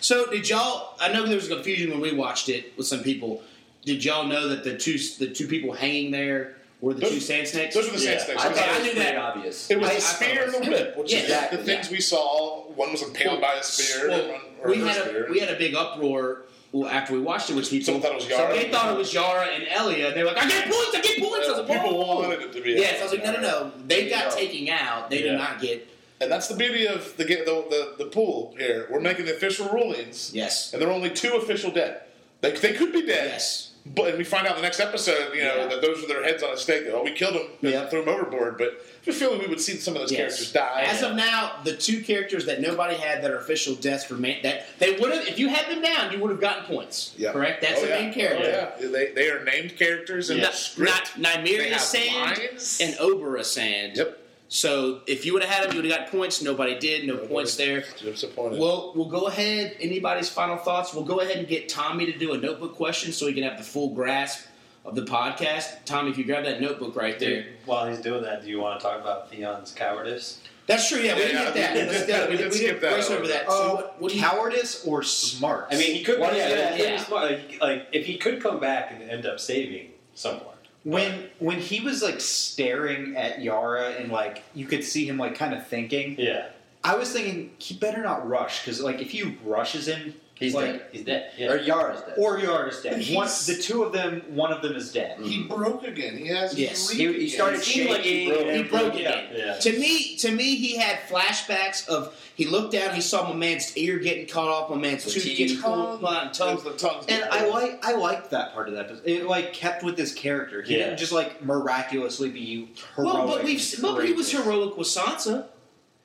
[SPEAKER 3] so did y'all? I know there was confusion when we watched it with some people. Did y'all know that the two the two people hanging there were the
[SPEAKER 2] Those-
[SPEAKER 3] two sand snakes?
[SPEAKER 2] Those were the same
[SPEAKER 6] Yeah,
[SPEAKER 2] things.
[SPEAKER 5] I thought
[SPEAKER 3] I
[SPEAKER 5] it was
[SPEAKER 3] knew
[SPEAKER 5] pretty
[SPEAKER 3] that.
[SPEAKER 5] obvious.
[SPEAKER 2] It was
[SPEAKER 3] I- I
[SPEAKER 2] the spear and
[SPEAKER 3] thought
[SPEAKER 2] the
[SPEAKER 3] it was-
[SPEAKER 2] whip, which
[SPEAKER 3] Yeah,
[SPEAKER 2] is
[SPEAKER 5] exactly,
[SPEAKER 2] the things we saw. One was impaled by a spear,
[SPEAKER 3] Well,
[SPEAKER 2] and one, or
[SPEAKER 3] we
[SPEAKER 2] her
[SPEAKER 3] had
[SPEAKER 2] spear.
[SPEAKER 3] a we had a big uproar well, after we watched it with people.
[SPEAKER 2] Someone thought it was
[SPEAKER 3] So
[SPEAKER 2] Yara.
[SPEAKER 3] they thought it was Yara and Elia, and they were like, "I get points! I get points!" I was like,
[SPEAKER 2] People
[SPEAKER 3] "Whoa."
[SPEAKER 2] wanted it to be
[SPEAKER 3] Yes,
[SPEAKER 2] out.
[SPEAKER 3] I was like, "No, no, no! They got
[SPEAKER 5] No.
[SPEAKER 3] taking out. They
[SPEAKER 6] Yeah.
[SPEAKER 3] did not get
[SPEAKER 2] And that's the beauty of the, ga- the, the, the pool here. We're making the official rulings,
[SPEAKER 3] yes,
[SPEAKER 2] and there are only two official dead. They, they could be dead.
[SPEAKER 3] yes."
[SPEAKER 2] But and we find out in the next episode, you know,
[SPEAKER 3] Yeah.
[SPEAKER 2] that those are their heads on a stake. Oh, we killed them and
[SPEAKER 3] Yeah.
[SPEAKER 2] threw them overboard. But I just feel like we would see some of those
[SPEAKER 3] Yes.
[SPEAKER 2] characters die.
[SPEAKER 3] As of now, the two characters that nobody had that are official deaths remain. That they would have, if you had them down, you would have gotten points.
[SPEAKER 2] Yeah.
[SPEAKER 3] Correct. That's
[SPEAKER 2] Oh,
[SPEAKER 3] the
[SPEAKER 2] yeah.
[SPEAKER 3] main character.
[SPEAKER 2] Oh, yeah. They, they are named characters in
[SPEAKER 3] Ni-
[SPEAKER 2] the script.
[SPEAKER 3] Ni-
[SPEAKER 2] They
[SPEAKER 3] Nymeria
[SPEAKER 2] have
[SPEAKER 3] Sand
[SPEAKER 2] lines.
[SPEAKER 3] and Obera Sand.
[SPEAKER 2] Yep.
[SPEAKER 3] So if you would have had them, you would have got points. Nobody did. No
[SPEAKER 2] Nobody.
[SPEAKER 3] points there.
[SPEAKER 2] Disappointed.
[SPEAKER 3] Well, we'll go ahead. Anybody's final thoughts? We'll go ahead and get Tommy to do a notebook question so he can have the full grasp of the podcast. Tommy, if you grab that notebook right there.
[SPEAKER 6] While he's doing that, do you want to talk about Theon's cowardice?
[SPEAKER 3] That's true. Yeah, we
[SPEAKER 2] Yeah,
[SPEAKER 3] didn't get
[SPEAKER 2] we
[SPEAKER 3] that.
[SPEAKER 2] did-
[SPEAKER 3] Yeah, we
[SPEAKER 2] we
[SPEAKER 3] did-
[SPEAKER 2] did
[SPEAKER 3] we
[SPEAKER 2] skip
[SPEAKER 3] didn't
[SPEAKER 2] that
[SPEAKER 3] brush
[SPEAKER 2] a
[SPEAKER 3] over
[SPEAKER 2] little
[SPEAKER 3] that. So
[SPEAKER 4] Uh,
[SPEAKER 3] what, what do you
[SPEAKER 4] cowardice or smart?
[SPEAKER 5] I mean, he could.
[SPEAKER 6] Well, yeah,
[SPEAKER 5] yeah,
[SPEAKER 6] yeah.
[SPEAKER 3] yeah.
[SPEAKER 6] Like, like, if he could come back and end up saving someone.
[SPEAKER 4] when when he was like staring at Yara and like you could see him like kind of thinking,
[SPEAKER 6] Yeah,
[SPEAKER 4] I was thinking he better not rush because like if he rushes him,
[SPEAKER 5] He's
[SPEAKER 4] like,
[SPEAKER 5] dead.
[SPEAKER 6] he's dead.
[SPEAKER 5] Or
[SPEAKER 6] Yeah.
[SPEAKER 5] Yara's dead.
[SPEAKER 4] or Yara's dead.
[SPEAKER 2] He's-
[SPEAKER 4] One, the two of them, one of them is dead.
[SPEAKER 2] he broke again. He has
[SPEAKER 3] Yes.
[SPEAKER 5] he, he started
[SPEAKER 3] seemed
[SPEAKER 5] shaking.
[SPEAKER 3] like he broke- he broke it.
[SPEAKER 5] Yeah.
[SPEAKER 6] Yeah.
[SPEAKER 3] To me, to me, he had flashbacks of he looked down, he saw my man's ear getting cut off, my man's
[SPEAKER 5] The
[SPEAKER 3] tooth
[SPEAKER 5] teeth.
[SPEAKER 3] getting pulled, my tongue.
[SPEAKER 2] Tongues, the tongues
[SPEAKER 4] And
[SPEAKER 2] get
[SPEAKER 4] I
[SPEAKER 2] broken.
[SPEAKER 4] like I liked that part of that. episode. It like kept with his character. He
[SPEAKER 6] Yeah.
[SPEAKER 4] didn't just like miraculously be heroic.
[SPEAKER 3] Well, but we've
[SPEAKER 4] and
[SPEAKER 3] but he was
[SPEAKER 4] courageous.
[SPEAKER 3] heroic with Sansa.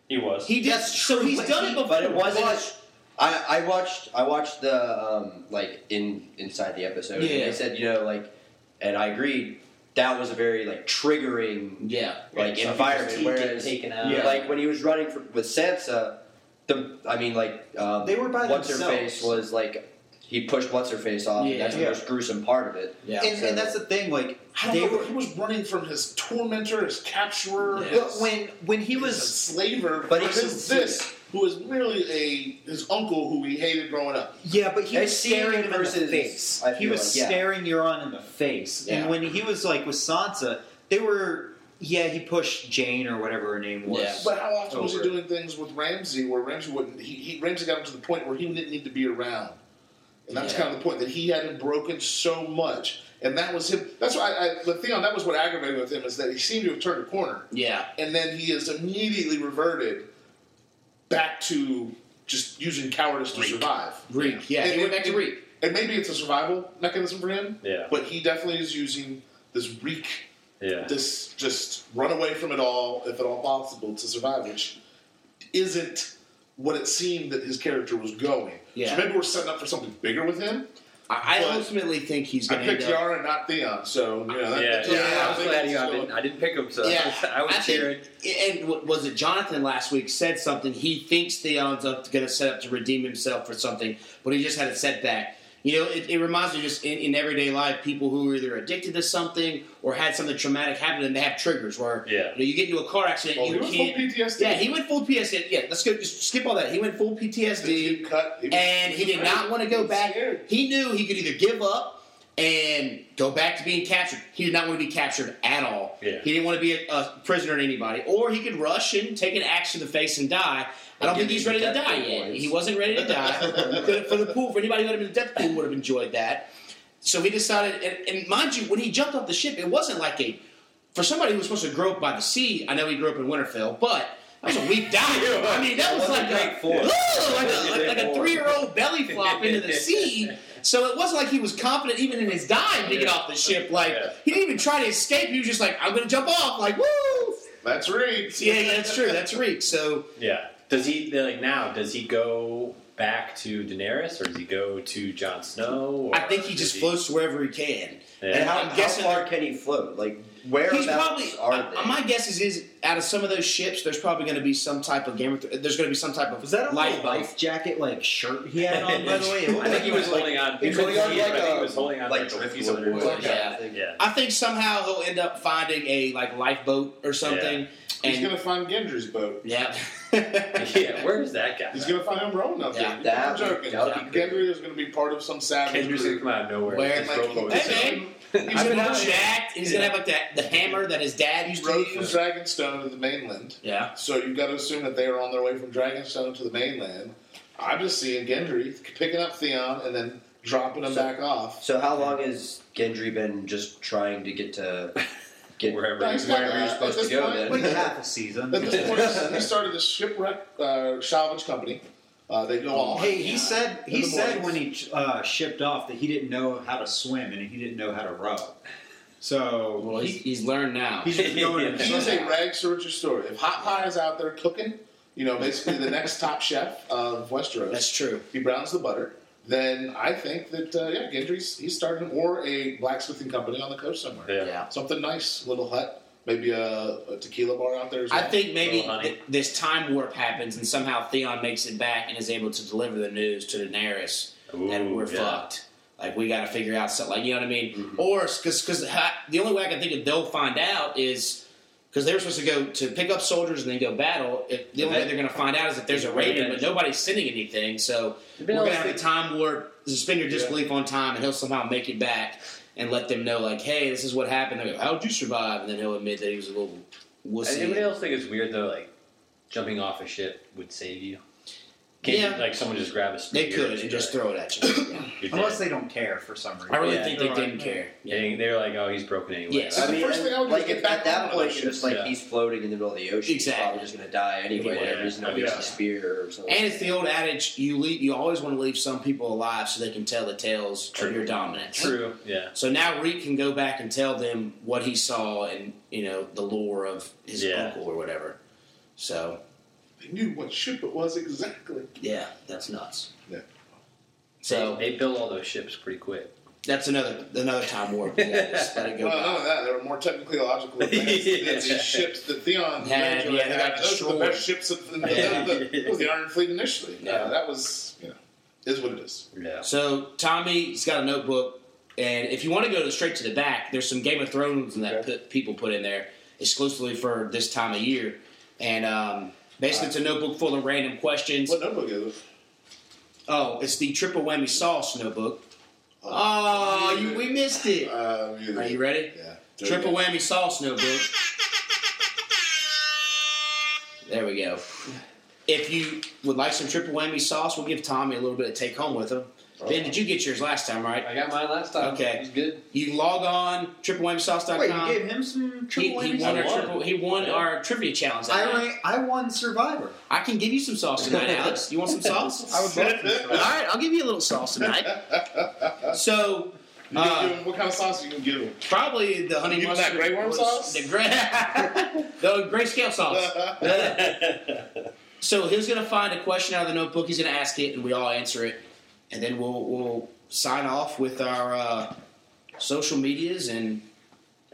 [SPEAKER 6] He was.
[SPEAKER 3] He did, so he's
[SPEAKER 5] But
[SPEAKER 3] done
[SPEAKER 5] he-
[SPEAKER 3] it before.
[SPEAKER 5] But it wasn't.
[SPEAKER 3] But-
[SPEAKER 5] I, I watched I watched the um, like in inside the episode. And
[SPEAKER 3] Yeah.
[SPEAKER 5] they said you know like, and I agreed. That was a very like triggering
[SPEAKER 3] yeah,
[SPEAKER 5] like
[SPEAKER 6] Some
[SPEAKER 5] environment.
[SPEAKER 6] people get
[SPEAKER 5] Whereas
[SPEAKER 6] taken out.
[SPEAKER 4] Yeah.
[SPEAKER 5] Uh, like when he was running for, with Sansa, the I mean like um,
[SPEAKER 4] They were by
[SPEAKER 5] what's her face
[SPEAKER 4] themselves.
[SPEAKER 5] was like he pushed what's her face off.
[SPEAKER 3] Yeah.
[SPEAKER 5] and That's the
[SPEAKER 4] Yeah.
[SPEAKER 5] most gruesome part of it.
[SPEAKER 3] yeah.
[SPEAKER 4] And, and that's the thing. Like
[SPEAKER 2] I don't
[SPEAKER 4] they
[SPEAKER 2] know, but
[SPEAKER 4] were
[SPEAKER 2] he was running from his tormentor, his capturer,
[SPEAKER 3] Yeah.
[SPEAKER 4] well, when when he
[SPEAKER 2] He was a
[SPEAKER 4] was
[SPEAKER 2] slaver
[SPEAKER 5] But he
[SPEAKER 2] versus
[SPEAKER 5] couldn't
[SPEAKER 2] this, who was merely a his uncle who he hated growing up.
[SPEAKER 4] Yeah, but he
[SPEAKER 5] And
[SPEAKER 4] was
[SPEAKER 5] seeing
[SPEAKER 4] staring him in the
[SPEAKER 5] versus-
[SPEAKER 4] face.
[SPEAKER 5] I feel
[SPEAKER 4] He was
[SPEAKER 5] like, yeah.
[SPEAKER 4] staring Euron in the face.
[SPEAKER 3] Yeah.
[SPEAKER 4] And when he was like with Sansa, they were yeah, he pushed Jane or whatever her name was.
[SPEAKER 3] Yeah.
[SPEAKER 2] But how often was he
[SPEAKER 4] Over.
[SPEAKER 2] doing things with Ramsey where Ramsey wouldn't? He, he Ramsey got him to the point where he didn't need to be around, and that's
[SPEAKER 3] Yeah.
[SPEAKER 2] kind of the point that he had him broken so much, and that was him. That's why I, I, the thing on that was what aggravated with him is that he seemed to have turned a corner,
[SPEAKER 3] yeah,
[SPEAKER 2] and then he is immediately reverted back to just using cowardice to survive.
[SPEAKER 3] Reek. Yeah,
[SPEAKER 2] And-
[SPEAKER 3] he went
[SPEAKER 2] and-
[SPEAKER 3] back to Reek.
[SPEAKER 2] And maybe it's a survival mechanism for him,
[SPEAKER 6] Yeah.
[SPEAKER 2] but he definitely is using this reek,
[SPEAKER 6] Yeah.
[SPEAKER 2] this just run away from it all, if at all possible, to survive, which isn't what it seemed that his character was going.
[SPEAKER 3] Yeah.
[SPEAKER 2] So maybe we're setting up for something bigger with him.
[SPEAKER 3] I, I
[SPEAKER 2] But-
[SPEAKER 3] ultimately think he's
[SPEAKER 2] I
[SPEAKER 3] going to
[SPEAKER 2] picked
[SPEAKER 3] end up.
[SPEAKER 2] Yara and not Theon, so you know. That,
[SPEAKER 6] Yeah,
[SPEAKER 2] that's
[SPEAKER 6] yeah,
[SPEAKER 2] what
[SPEAKER 3] uh, I
[SPEAKER 5] I was
[SPEAKER 2] think
[SPEAKER 5] glad
[SPEAKER 2] it's
[SPEAKER 5] you I,
[SPEAKER 2] going.
[SPEAKER 5] didn't, I didn't pick him, so
[SPEAKER 3] Yeah.
[SPEAKER 5] I was
[SPEAKER 3] I think-
[SPEAKER 5] cheering.
[SPEAKER 3] And what was it? Jonathan last week said something. He thinks Theon's up going to set up to redeem himself for something, but he just had a setback. You know, it, it reminds me just in, in everyday life, people who are either addicted to something or had something traumatic happen, and they have triggers where
[SPEAKER 6] Yeah.
[SPEAKER 3] you, know, you get into a car accident,
[SPEAKER 2] Oh, he
[SPEAKER 3] you
[SPEAKER 2] was full
[SPEAKER 3] can't.
[SPEAKER 2] PTSD.
[SPEAKER 3] Yeah, he went full PTSD. Yeah, let's go. Just skip all that. He went full
[SPEAKER 2] His teeth
[SPEAKER 3] PTSD,
[SPEAKER 2] cut, was-
[SPEAKER 3] and he did not want to
[SPEAKER 2] he
[SPEAKER 3] go
[SPEAKER 2] was
[SPEAKER 3] back.
[SPEAKER 2] scared.
[SPEAKER 3] He knew he could either give up and go back to being captured. He did not want to be captured at all.
[SPEAKER 6] Yeah.
[SPEAKER 3] He didn't want to be a, a prisoner to anybody, or he could rush and take an axe to the face and die. I don't
[SPEAKER 5] Again,
[SPEAKER 3] think he's
[SPEAKER 5] he
[SPEAKER 3] ready to
[SPEAKER 5] got
[SPEAKER 3] die
[SPEAKER 5] big
[SPEAKER 3] yet.
[SPEAKER 5] boys.
[SPEAKER 3] He wasn't ready to die. But for the pool, for anybody who had been in the death pool, would have enjoyed that. So he decided, and, and mind you, when he jumped off the ship, it wasn't like a for somebody who was supposed to grow up by the sea, I know he grew up in Winterfell, but that was a weak dive. I mean, that was like a,
[SPEAKER 5] That wasn't great form.
[SPEAKER 3] Ugh, like
[SPEAKER 5] That
[SPEAKER 3] a,
[SPEAKER 5] wasn't
[SPEAKER 3] like,
[SPEAKER 5] great
[SPEAKER 3] like a
[SPEAKER 5] form.
[SPEAKER 3] three-year-old belly flop into the sea. So it wasn't like he was confident even in his dive to get off the ship. Like
[SPEAKER 6] Yeah.
[SPEAKER 3] he didn't even try to escape. He was just like, "I'm going to jump off!" Like, woo!
[SPEAKER 2] That's Reed.
[SPEAKER 3] Yeah, yeah, that's true. That's Reek. So
[SPEAKER 6] Yeah. Does he like now? Does he go back to Daenerys, or does he go to Jon Snow? Or
[SPEAKER 3] I think he
[SPEAKER 6] does
[SPEAKER 3] just floats wherever he can.
[SPEAKER 6] Yeah.
[SPEAKER 3] And
[SPEAKER 5] And how,
[SPEAKER 3] I'm guessing
[SPEAKER 5] how far can he float? Like
[SPEAKER 3] He's
[SPEAKER 5] Whereabouts
[SPEAKER 3] probably.
[SPEAKER 5] are they?
[SPEAKER 3] uh, my guess is, is out of some of those ships, there's probably going to be some type of game. Of Th- there's going to be some type of
[SPEAKER 4] Was that a
[SPEAKER 3] lifeboat.
[SPEAKER 4] life, life jacket like shirt he had on? By the way, It looked
[SPEAKER 6] I think
[SPEAKER 4] like
[SPEAKER 6] he was holding on.
[SPEAKER 5] It's
[SPEAKER 6] couldn't
[SPEAKER 5] like
[SPEAKER 6] see it, but I think
[SPEAKER 5] a-
[SPEAKER 6] he was holding on
[SPEAKER 5] like
[SPEAKER 6] to a
[SPEAKER 5] driftwood
[SPEAKER 6] piece of wood.
[SPEAKER 5] or
[SPEAKER 3] Yeah.
[SPEAKER 5] something.
[SPEAKER 6] Yeah.
[SPEAKER 3] I think somehow he'll end up finding a like lifeboat or something.
[SPEAKER 2] He's
[SPEAKER 3] And
[SPEAKER 2] gonna find Gendry's boat.
[SPEAKER 3] yeah,
[SPEAKER 6] yeah, where is that guy?
[SPEAKER 2] He's gonna find him rolling up
[SPEAKER 3] Yeah,
[SPEAKER 2] there.
[SPEAKER 5] that
[SPEAKER 2] I'm
[SPEAKER 5] would-
[SPEAKER 2] joking.
[SPEAKER 5] that would be great.
[SPEAKER 2] Gendry is gonna be part of some savage
[SPEAKER 6] Kendrick's gonna
[SPEAKER 2] group.
[SPEAKER 6] come out of nowhere.
[SPEAKER 3] Where-
[SPEAKER 6] Just roll over.
[SPEAKER 3] Hey, man. He's
[SPEAKER 2] I've
[SPEAKER 3] gonna
[SPEAKER 2] been
[SPEAKER 3] be
[SPEAKER 2] out here.
[SPEAKER 3] jacked. He's gonna have like that the hammer that his dad used to
[SPEAKER 2] Rode from
[SPEAKER 3] use.
[SPEAKER 2] Dragonstone to the mainland,
[SPEAKER 3] Yeah.
[SPEAKER 2] so you've got to assume that they are on their way from Dragonstone to the mainland. I'm just seeing Gendry picking up Theon and then dropping him
[SPEAKER 5] So-
[SPEAKER 2] back off.
[SPEAKER 5] So how long has Gendry been just trying to get to get
[SPEAKER 6] Wherever he's
[SPEAKER 5] wherever
[SPEAKER 2] at
[SPEAKER 5] you're supposed
[SPEAKER 2] this
[SPEAKER 5] to go?
[SPEAKER 2] point,
[SPEAKER 5] Then
[SPEAKER 4] like half a season.
[SPEAKER 2] At this point, he started this shipwreck uh, salvage company. Uh, they go off.
[SPEAKER 4] Hey, he said
[SPEAKER 2] In
[SPEAKER 4] he
[SPEAKER 2] the
[SPEAKER 4] said
[SPEAKER 2] mornings.
[SPEAKER 4] when he uh, shipped off that he didn't know how to swim and he didn't know how to row. So
[SPEAKER 3] Well, he's,
[SPEAKER 4] he,
[SPEAKER 3] he's learned now.
[SPEAKER 4] he's just going.
[SPEAKER 2] He is a rags to riches story. If Hot Pie is out there cooking, you know, basically the next top chef of Westeros,
[SPEAKER 3] That's true.
[SPEAKER 2] he browns the butter. Then I think that uh, yeah, Gendry's he's starting or a blacksmithing company on the coast somewhere.
[SPEAKER 6] Yeah.
[SPEAKER 3] Yeah.
[SPEAKER 2] Something nice, little hut, maybe a, a tequila bar out there. As well.
[SPEAKER 3] I think maybe
[SPEAKER 6] Little honey.
[SPEAKER 3] th- this time warp happens and somehow Theon makes it back and is able to deliver the news to Daenerys that
[SPEAKER 6] Ooh,
[SPEAKER 3] we're
[SPEAKER 6] yeah. Mm-hmm.
[SPEAKER 3] fucked. Like we got to figure out something. Like you know what I mean? Or because because the only way I can think of they'll find out is because they're supposed to go to pick up soldiers and then go battle. If, the only way they're going to find out is if there's a raven, but nobody's sending anything. So we're going to have a time warp. Suspend your disbelief on time, and he'll somehow make it back and let them know like, hey, this is what happened. They go, How'd you survive? And then he'll admit that he was a little
[SPEAKER 6] Does
[SPEAKER 3] wussy.
[SPEAKER 6] anybody else think it's weird though? Like jumping off a ship would save you. Can't
[SPEAKER 3] Yeah.
[SPEAKER 6] like someone just grab a spear?
[SPEAKER 3] They could and just throw it at you. Yeah.
[SPEAKER 6] You're dead.
[SPEAKER 4] Unless they don't care for some reason.
[SPEAKER 3] I really
[SPEAKER 6] Yeah,
[SPEAKER 3] think they
[SPEAKER 2] you're
[SPEAKER 3] didn't
[SPEAKER 2] right.
[SPEAKER 3] care.
[SPEAKER 6] Yeah, they- they're like, oh, he's broken anyway.
[SPEAKER 3] Yes.
[SPEAKER 5] I
[SPEAKER 2] the
[SPEAKER 5] mean,
[SPEAKER 2] first thing I would do
[SPEAKER 5] like
[SPEAKER 2] is get
[SPEAKER 5] if
[SPEAKER 2] back
[SPEAKER 5] at
[SPEAKER 2] on
[SPEAKER 5] that point,
[SPEAKER 2] those
[SPEAKER 5] you're just like
[SPEAKER 6] ships, yeah.
[SPEAKER 5] he's floating in the middle of the ocean.
[SPEAKER 3] Exactly.
[SPEAKER 5] He's probably just gonna die anyway.
[SPEAKER 3] Yeah.
[SPEAKER 5] There's no
[SPEAKER 6] Yeah.
[SPEAKER 5] use to spear or something.
[SPEAKER 3] And it's the old adage: you leave, you always want to leave some people alive so they can tell the tales
[SPEAKER 6] True.
[SPEAKER 3] of your dominance.
[SPEAKER 6] True. Yeah.
[SPEAKER 3] So now Reed can go back and tell them what he saw and you know the lore of his
[SPEAKER 6] Yeah.
[SPEAKER 3] uncle or whatever. So
[SPEAKER 2] they knew what ship it was exactly.
[SPEAKER 3] yeah, that's nuts.
[SPEAKER 2] Yeah.
[SPEAKER 3] So
[SPEAKER 6] they, they build all those ships pretty quick.
[SPEAKER 3] that's another another time warp. Yeah, just let it go.
[SPEAKER 2] Well, none of that. There were more technically logical advances than
[SPEAKER 6] Yeah.
[SPEAKER 2] these ships that Theon
[SPEAKER 3] Yeah,
[SPEAKER 2] had.
[SPEAKER 3] yeah, they got
[SPEAKER 2] Those were the
[SPEAKER 3] destroyed.
[SPEAKER 2] best ships of the,
[SPEAKER 3] Yeah.
[SPEAKER 2] the, the, was the Iron Fleet initially. Yeah.
[SPEAKER 3] Yeah.
[SPEAKER 2] that was, you know, is what it is.
[SPEAKER 6] Yeah.
[SPEAKER 3] So Tommy's got a notebook, and if you want to go to, straight to the back, there's some Game of Thrones that
[SPEAKER 2] Okay.
[SPEAKER 3] put, people put in there exclusively for this time of year, and um, basically it's a notebook full of random questions.
[SPEAKER 2] What notebook is it?
[SPEAKER 3] Oh, it's the triple whammy sauce notebook. Oh, you, we missed it.
[SPEAKER 2] Uh, you-
[SPEAKER 3] Are you ready?
[SPEAKER 2] Yeah.
[SPEAKER 3] Triple whammy sauce notebook. There we go. If you would like some triple whammy sauce, we'll give Tommy a little bit to take home with him. Ben, did you get yours last time, right?
[SPEAKER 6] I got mine last time.
[SPEAKER 3] Okay.
[SPEAKER 6] It was good.
[SPEAKER 3] You can log on triplewhamsauce.com.
[SPEAKER 4] Oh, Wait, you gave him some
[SPEAKER 3] he,
[SPEAKER 4] triple
[SPEAKER 3] he
[SPEAKER 4] whammies?
[SPEAKER 3] won our
[SPEAKER 6] I won.
[SPEAKER 3] triple. He won
[SPEAKER 6] Yeah.
[SPEAKER 3] our trivia challenge. that
[SPEAKER 4] I,
[SPEAKER 3] night.
[SPEAKER 4] ran, I won Survivor.
[SPEAKER 3] I can give you some sauce tonight, Alex. You want some sauce?
[SPEAKER 4] I would love
[SPEAKER 3] All right, I'll give you a little sauce tonight. So,
[SPEAKER 2] You can
[SPEAKER 3] uh,
[SPEAKER 2] give him- what kind of sauce you can give him?
[SPEAKER 3] probably the honey
[SPEAKER 2] You give him that
[SPEAKER 3] mustard.
[SPEAKER 2] Grey Worm
[SPEAKER 3] was
[SPEAKER 2] sauce?
[SPEAKER 3] The gray, the grayscale sauce. So he's gonna find a question out of the notebook. He's gonna ask it, and we all answer it, and then we'll we'll sign off with our uh, social medias and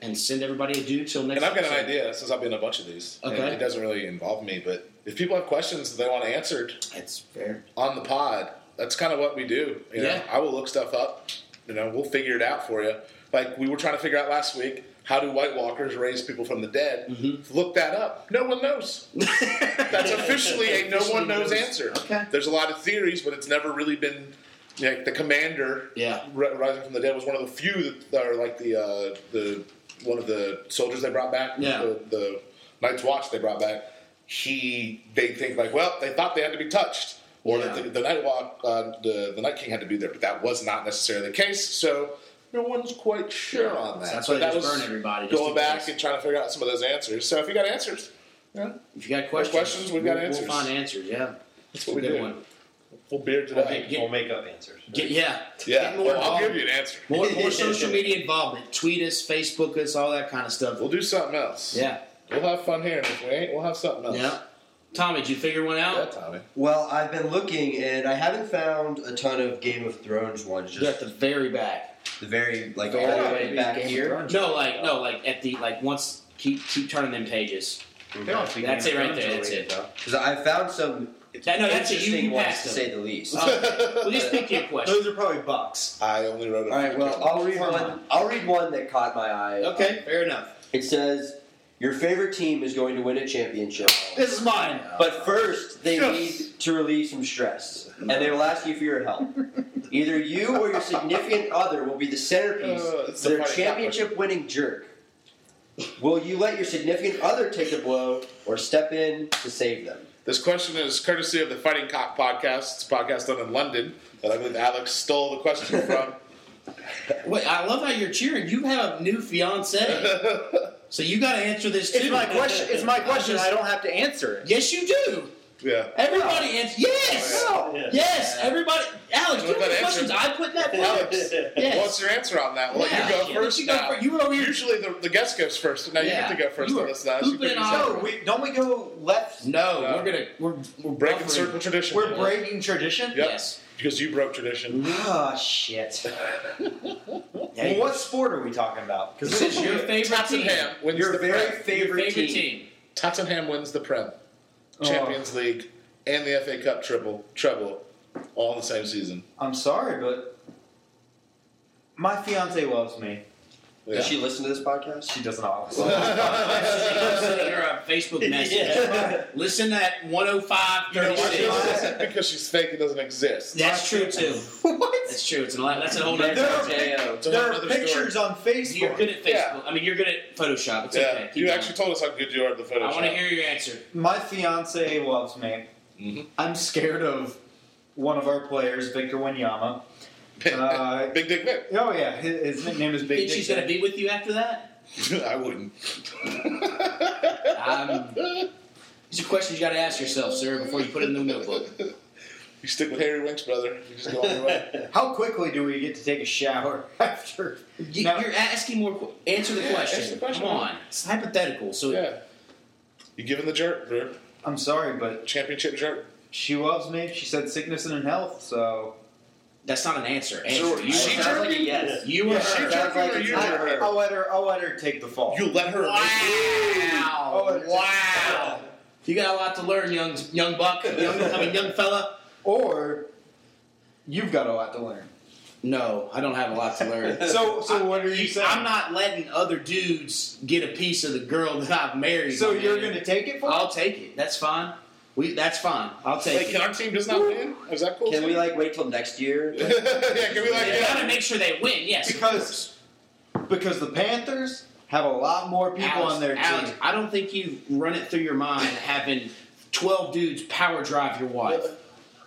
[SPEAKER 3] and send everybody a due till next.
[SPEAKER 2] And I've got an
[SPEAKER 3] episode.
[SPEAKER 2] idea since I've been in a bunch of these. and
[SPEAKER 3] Okay.
[SPEAKER 2] It doesn't really involve me, but if people have questions that they want answered
[SPEAKER 3] That's fair.
[SPEAKER 2] on the pod, that's kind of what we do. You know,
[SPEAKER 3] Yeah.
[SPEAKER 2] I will look stuff up. You know, we'll figure it out for you. Like we were trying to figure out last week, how do White Walkers raise people from the dead?
[SPEAKER 3] Mm-hmm.
[SPEAKER 2] Look that up. No one knows. that's officially a no one knows answer.
[SPEAKER 3] Okay.
[SPEAKER 2] There's a lot of theories, but it's never really been. Like the commander,
[SPEAKER 3] Yeah.
[SPEAKER 2] Ri- rising from the dead was one of the few that are like the uh, the one of the soldiers they brought back.
[SPEAKER 3] Yeah.
[SPEAKER 2] The, the Night's Watch they brought back. He they think like, well, they thought they had to be touched, or
[SPEAKER 3] Yeah.
[SPEAKER 2] that the, the Night Walk, uh, the the Night King had to be there, but that was not necessarily the case. So no one's quite sure on that. But
[SPEAKER 3] So that's why they
[SPEAKER 2] that
[SPEAKER 3] just
[SPEAKER 2] was
[SPEAKER 3] burn everybody, just
[SPEAKER 2] Going
[SPEAKER 3] in
[SPEAKER 2] back
[SPEAKER 3] case.
[SPEAKER 2] and trying to figure out some of those answers. So if you got answers, yeah,
[SPEAKER 3] If you got questions,
[SPEAKER 2] questions, we've got
[SPEAKER 3] we'll,
[SPEAKER 2] answers.
[SPEAKER 3] We'll find answers. Yeah,
[SPEAKER 2] that's what we
[SPEAKER 3] good
[SPEAKER 2] do.
[SPEAKER 3] one.
[SPEAKER 2] We'll beard
[SPEAKER 6] We'll
[SPEAKER 2] today.
[SPEAKER 6] make,
[SPEAKER 3] Get-
[SPEAKER 6] we'll make up answers.
[SPEAKER 3] Get, yeah,
[SPEAKER 2] Yeah,
[SPEAKER 3] Get more
[SPEAKER 2] I'll
[SPEAKER 3] involved.
[SPEAKER 2] give you an answer.
[SPEAKER 3] More, more social media involvement. Tweet us, Facebook us, all that kind of stuff.
[SPEAKER 2] We'll do something else.
[SPEAKER 3] Yeah,
[SPEAKER 2] We'll have fun here, and if we ain't, we'll have something else.
[SPEAKER 3] yeah. Tommy, did you figure one
[SPEAKER 2] Yeah,
[SPEAKER 3] out?
[SPEAKER 2] Tommy.
[SPEAKER 5] Well, I've been looking and I haven't found a ton of Game of Thrones ones.
[SPEAKER 3] You're at
[SPEAKER 5] Just
[SPEAKER 3] the very back.
[SPEAKER 5] the very like
[SPEAKER 3] Very
[SPEAKER 5] all the
[SPEAKER 3] baby
[SPEAKER 5] way back
[SPEAKER 4] Game of
[SPEAKER 5] here.
[SPEAKER 4] Thrones.
[SPEAKER 3] No, like no, like at the like once keep keep turning them pages.
[SPEAKER 4] They don't speak
[SPEAKER 3] That's
[SPEAKER 4] Game
[SPEAKER 3] it
[SPEAKER 4] of
[SPEAKER 3] right
[SPEAKER 4] Thrones
[SPEAKER 3] there. That's
[SPEAKER 4] already.
[SPEAKER 3] it. Bro.
[SPEAKER 5] Because I found some
[SPEAKER 3] That- no, that's a you-
[SPEAKER 5] interesting
[SPEAKER 3] you
[SPEAKER 5] ones
[SPEAKER 3] passed
[SPEAKER 5] to
[SPEAKER 3] them.
[SPEAKER 5] say the least.
[SPEAKER 3] Oh, Well, just pick your question.
[SPEAKER 4] Those are probably bucks.
[SPEAKER 2] I only wrote. a
[SPEAKER 5] All right,
[SPEAKER 2] few
[SPEAKER 5] well,
[SPEAKER 2] comments.
[SPEAKER 5] I'll read one. I'll read one that caught my eye.
[SPEAKER 3] Okay, fair enough.
[SPEAKER 5] It says, "Your favorite team is going to win a championship,
[SPEAKER 4] This is mine.
[SPEAKER 5] but first they need to relieve some stress, and they will ask you for your help. Either you or your significant other will be the centerpiece
[SPEAKER 2] Uh,
[SPEAKER 5] of
[SPEAKER 2] it's a
[SPEAKER 5] their
[SPEAKER 2] funny
[SPEAKER 5] championship-winning jerk. Will you let your significant other take the blow, or step in to save them?"
[SPEAKER 2] This question is courtesy of the Fighting Cock podcast. It's a podcast done in London that I believe Alex stole the question from.
[SPEAKER 3] Wait, I love how you're cheering. You have a new fiance, so you got to answer this too.
[SPEAKER 4] It's my question. It's my question. I don't have to answer it.
[SPEAKER 3] Yes, you do.
[SPEAKER 2] yeah.
[SPEAKER 3] Everybody answer. Yes.
[SPEAKER 8] Yeah.
[SPEAKER 3] Yes, everybody. Alex,
[SPEAKER 2] What
[SPEAKER 3] what
[SPEAKER 2] about
[SPEAKER 3] the questions I put in that box? Yes.
[SPEAKER 2] What's your answer on that? Well,
[SPEAKER 3] Yeah.
[SPEAKER 2] you go
[SPEAKER 3] Yeah,
[SPEAKER 2] first.
[SPEAKER 3] You, go
[SPEAKER 2] now.
[SPEAKER 3] fir- you were over here.
[SPEAKER 2] Usually the, the guest goes first. Now
[SPEAKER 3] Yeah.
[SPEAKER 2] you get to go first
[SPEAKER 3] You
[SPEAKER 2] on
[SPEAKER 3] are
[SPEAKER 2] this last.
[SPEAKER 3] pooping it on-
[SPEAKER 4] No, we don't. We go left.
[SPEAKER 3] No,
[SPEAKER 2] No.
[SPEAKER 3] we're gonna we're we're
[SPEAKER 2] breaking
[SPEAKER 3] buffering.
[SPEAKER 2] certain tradition.
[SPEAKER 4] We're breaking tradition.
[SPEAKER 2] Yep.
[SPEAKER 3] Yes.
[SPEAKER 2] because you broke tradition.
[SPEAKER 4] Ah, shit.
[SPEAKER 3] Yeah,
[SPEAKER 4] well, what sport are we talking about?
[SPEAKER 3] This is your favorite team.
[SPEAKER 2] Tottenham wins
[SPEAKER 5] Your
[SPEAKER 2] the
[SPEAKER 5] very
[SPEAKER 2] Prem.
[SPEAKER 3] Your
[SPEAKER 5] favorite,
[SPEAKER 3] favorite
[SPEAKER 5] team.
[SPEAKER 3] team.
[SPEAKER 2] Tottenham wins the Prem,
[SPEAKER 3] Oh.
[SPEAKER 2] Champions League, and the FA Cup triple treble, all in the same season.
[SPEAKER 4] I'm sorry, but my fiance loves me.
[SPEAKER 2] Yeah.
[SPEAKER 5] Does she listen to this podcast?
[SPEAKER 4] She does not.
[SPEAKER 3] Sending her a Facebook message. Listen at 105
[SPEAKER 2] You know why she
[SPEAKER 3] 36.
[SPEAKER 2] doesn't listen? Because she's fake. It doesn't exist.
[SPEAKER 3] That's true too.
[SPEAKER 4] what?
[SPEAKER 3] That's true. It's an, that's a whole nother.
[SPEAKER 4] There are,
[SPEAKER 5] J.O.
[SPEAKER 4] pic-
[SPEAKER 2] It's a whole
[SPEAKER 4] there are
[SPEAKER 2] other
[SPEAKER 4] pictures on
[SPEAKER 3] You're
[SPEAKER 4] Facebook.
[SPEAKER 3] good at Facebook.
[SPEAKER 2] Yeah.
[SPEAKER 3] I mean, you're good at Photoshop. It's
[SPEAKER 2] yeah,
[SPEAKER 3] okay. Keep
[SPEAKER 2] you
[SPEAKER 3] going.
[SPEAKER 2] actually told us how good you are at the Photoshop.
[SPEAKER 3] I want to hear your answer.
[SPEAKER 4] My fiance loves me.
[SPEAKER 2] Mhm.
[SPEAKER 4] I'm scared of one of our players, Victor Wanyama. Uh,
[SPEAKER 2] Big Dick Vic.
[SPEAKER 4] oh yeah, his, his nickname is Big
[SPEAKER 3] Think
[SPEAKER 4] Dick.
[SPEAKER 3] she's gonna
[SPEAKER 4] Vic.
[SPEAKER 3] be with you after that?
[SPEAKER 2] I wouldn't.
[SPEAKER 3] Um, these are questions you gotta ask yourself, sir, before you put it in the notebook.
[SPEAKER 2] You stick with Harry Winks, brother. You just go on your way.
[SPEAKER 4] How quickly do we get to take a shower after?
[SPEAKER 3] You,
[SPEAKER 4] Now-
[SPEAKER 3] You're asking more. que- Answer the
[SPEAKER 2] Yeah,
[SPEAKER 3] question.
[SPEAKER 2] answer the question.
[SPEAKER 3] Come on, it's hypothetical. So
[SPEAKER 2] Yeah. You give him the jerk, bro.
[SPEAKER 4] I'm sorry, but
[SPEAKER 2] Championship jerk.
[SPEAKER 4] she loves me. She said sickness and in health, so
[SPEAKER 3] that's not an answer. Answer.
[SPEAKER 2] Sure.
[SPEAKER 3] You,
[SPEAKER 2] She
[SPEAKER 5] Sounds
[SPEAKER 3] are-
[SPEAKER 2] jerked-
[SPEAKER 5] like a yes.
[SPEAKER 3] you are.
[SPEAKER 2] She
[SPEAKER 5] Sounds
[SPEAKER 2] jerking
[SPEAKER 5] like
[SPEAKER 2] or
[SPEAKER 5] it's
[SPEAKER 2] you
[SPEAKER 5] not
[SPEAKER 2] jerking?
[SPEAKER 5] her.
[SPEAKER 4] I'll let her. I'll let her take the fall.
[SPEAKER 2] You let her.
[SPEAKER 3] Wow!
[SPEAKER 4] Oh,
[SPEAKER 3] Wow! You got a lot to learn, young young buck. Young, I mean, young fella.
[SPEAKER 4] or you've got a lot to learn.
[SPEAKER 3] No, I don't have a lot to learn.
[SPEAKER 4] So, so what are you saying?
[SPEAKER 3] I'm not letting other dudes get a piece of the girl that I've married.
[SPEAKER 4] So
[SPEAKER 3] my
[SPEAKER 4] you're
[SPEAKER 3] man.
[SPEAKER 4] going to take it for?
[SPEAKER 3] I'll take it. That's fine. We. That's fine. I'll take
[SPEAKER 2] Like,
[SPEAKER 3] it.
[SPEAKER 2] can our team just not win? Is that cool?
[SPEAKER 5] Can we like wait till next year?
[SPEAKER 2] yeah, can we like?
[SPEAKER 3] They
[SPEAKER 2] Yeah.
[SPEAKER 3] gotta make sure they win. Yes.
[SPEAKER 4] because because the Panthers have a lot more people
[SPEAKER 3] Alex,
[SPEAKER 4] on their team.
[SPEAKER 3] Alex, I don't think you run it through your mind having twelve dudes power drive your wife.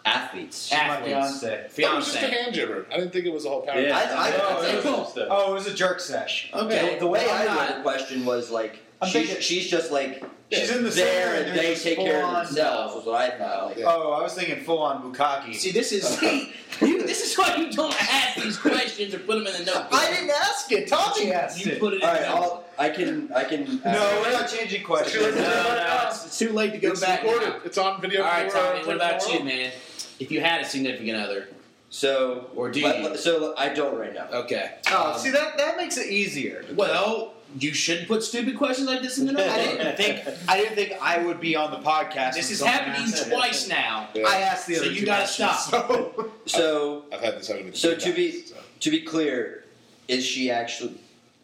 [SPEAKER 5] Athletes.
[SPEAKER 4] My
[SPEAKER 3] Athletes,
[SPEAKER 4] fiance.
[SPEAKER 2] That was just a
[SPEAKER 3] fiance.
[SPEAKER 2] hand jibber. I didn't think it was a whole power.
[SPEAKER 5] Yeah.
[SPEAKER 2] I,
[SPEAKER 5] I-
[SPEAKER 4] Oh,
[SPEAKER 5] I-
[SPEAKER 4] it was-
[SPEAKER 3] Cool.
[SPEAKER 4] oh, it was a jerk sesh.
[SPEAKER 3] Okay.
[SPEAKER 5] The- the way
[SPEAKER 3] Well,
[SPEAKER 5] I
[SPEAKER 3] I'm
[SPEAKER 5] read
[SPEAKER 3] not-
[SPEAKER 5] the question was like
[SPEAKER 4] I'm
[SPEAKER 5] she's,
[SPEAKER 4] thinking-
[SPEAKER 5] she's just like
[SPEAKER 4] She's in the center
[SPEAKER 5] there
[SPEAKER 4] and
[SPEAKER 5] and
[SPEAKER 4] they're
[SPEAKER 5] they
[SPEAKER 4] just
[SPEAKER 5] take care of
[SPEAKER 4] full on-
[SPEAKER 5] themselves was what I thought.
[SPEAKER 2] Yeah.
[SPEAKER 4] Oh, I was thinking full on Bukaki.
[SPEAKER 3] See, this is you, this is why you don't ask these questions or put them in the notebook.
[SPEAKER 4] I didn't ask it. Tommy asked
[SPEAKER 3] You
[SPEAKER 4] it.
[SPEAKER 3] put it in.
[SPEAKER 5] All right,
[SPEAKER 3] the
[SPEAKER 5] I'll, I can I can.
[SPEAKER 4] no, we're not changing questions.
[SPEAKER 3] notebook. No, no, it's, it's too late to go
[SPEAKER 2] it's
[SPEAKER 3] back.
[SPEAKER 2] recorded.
[SPEAKER 3] now.
[SPEAKER 2] It's on video.
[SPEAKER 3] All right,
[SPEAKER 2] for, uh,
[SPEAKER 3] Tommy. What about
[SPEAKER 2] tomorrow.
[SPEAKER 3] you, man? If you had a significant other,
[SPEAKER 5] So
[SPEAKER 3] Or do
[SPEAKER 5] let-
[SPEAKER 3] you?
[SPEAKER 5] let- so I don't right now.
[SPEAKER 3] okay.
[SPEAKER 4] Oh,
[SPEAKER 3] Um,
[SPEAKER 4] see that that makes it easier.
[SPEAKER 3] well, you shouldn't put stupid questions like this in the
[SPEAKER 4] I
[SPEAKER 3] notebook.
[SPEAKER 4] didn't think I didn't think I would be on the podcast.
[SPEAKER 3] This
[SPEAKER 4] when
[SPEAKER 3] is
[SPEAKER 4] someone
[SPEAKER 3] happening
[SPEAKER 4] asked it.
[SPEAKER 3] twice now.
[SPEAKER 2] Yeah.
[SPEAKER 4] I asked the
[SPEAKER 3] So
[SPEAKER 4] other
[SPEAKER 3] you
[SPEAKER 4] two
[SPEAKER 3] gotta
[SPEAKER 4] questions,
[SPEAKER 3] stop.
[SPEAKER 4] so-
[SPEAKER 5] So
[SPEAKER 2] I've had this happen.
[SPEAKER 5] So to be- to be clear, is she actually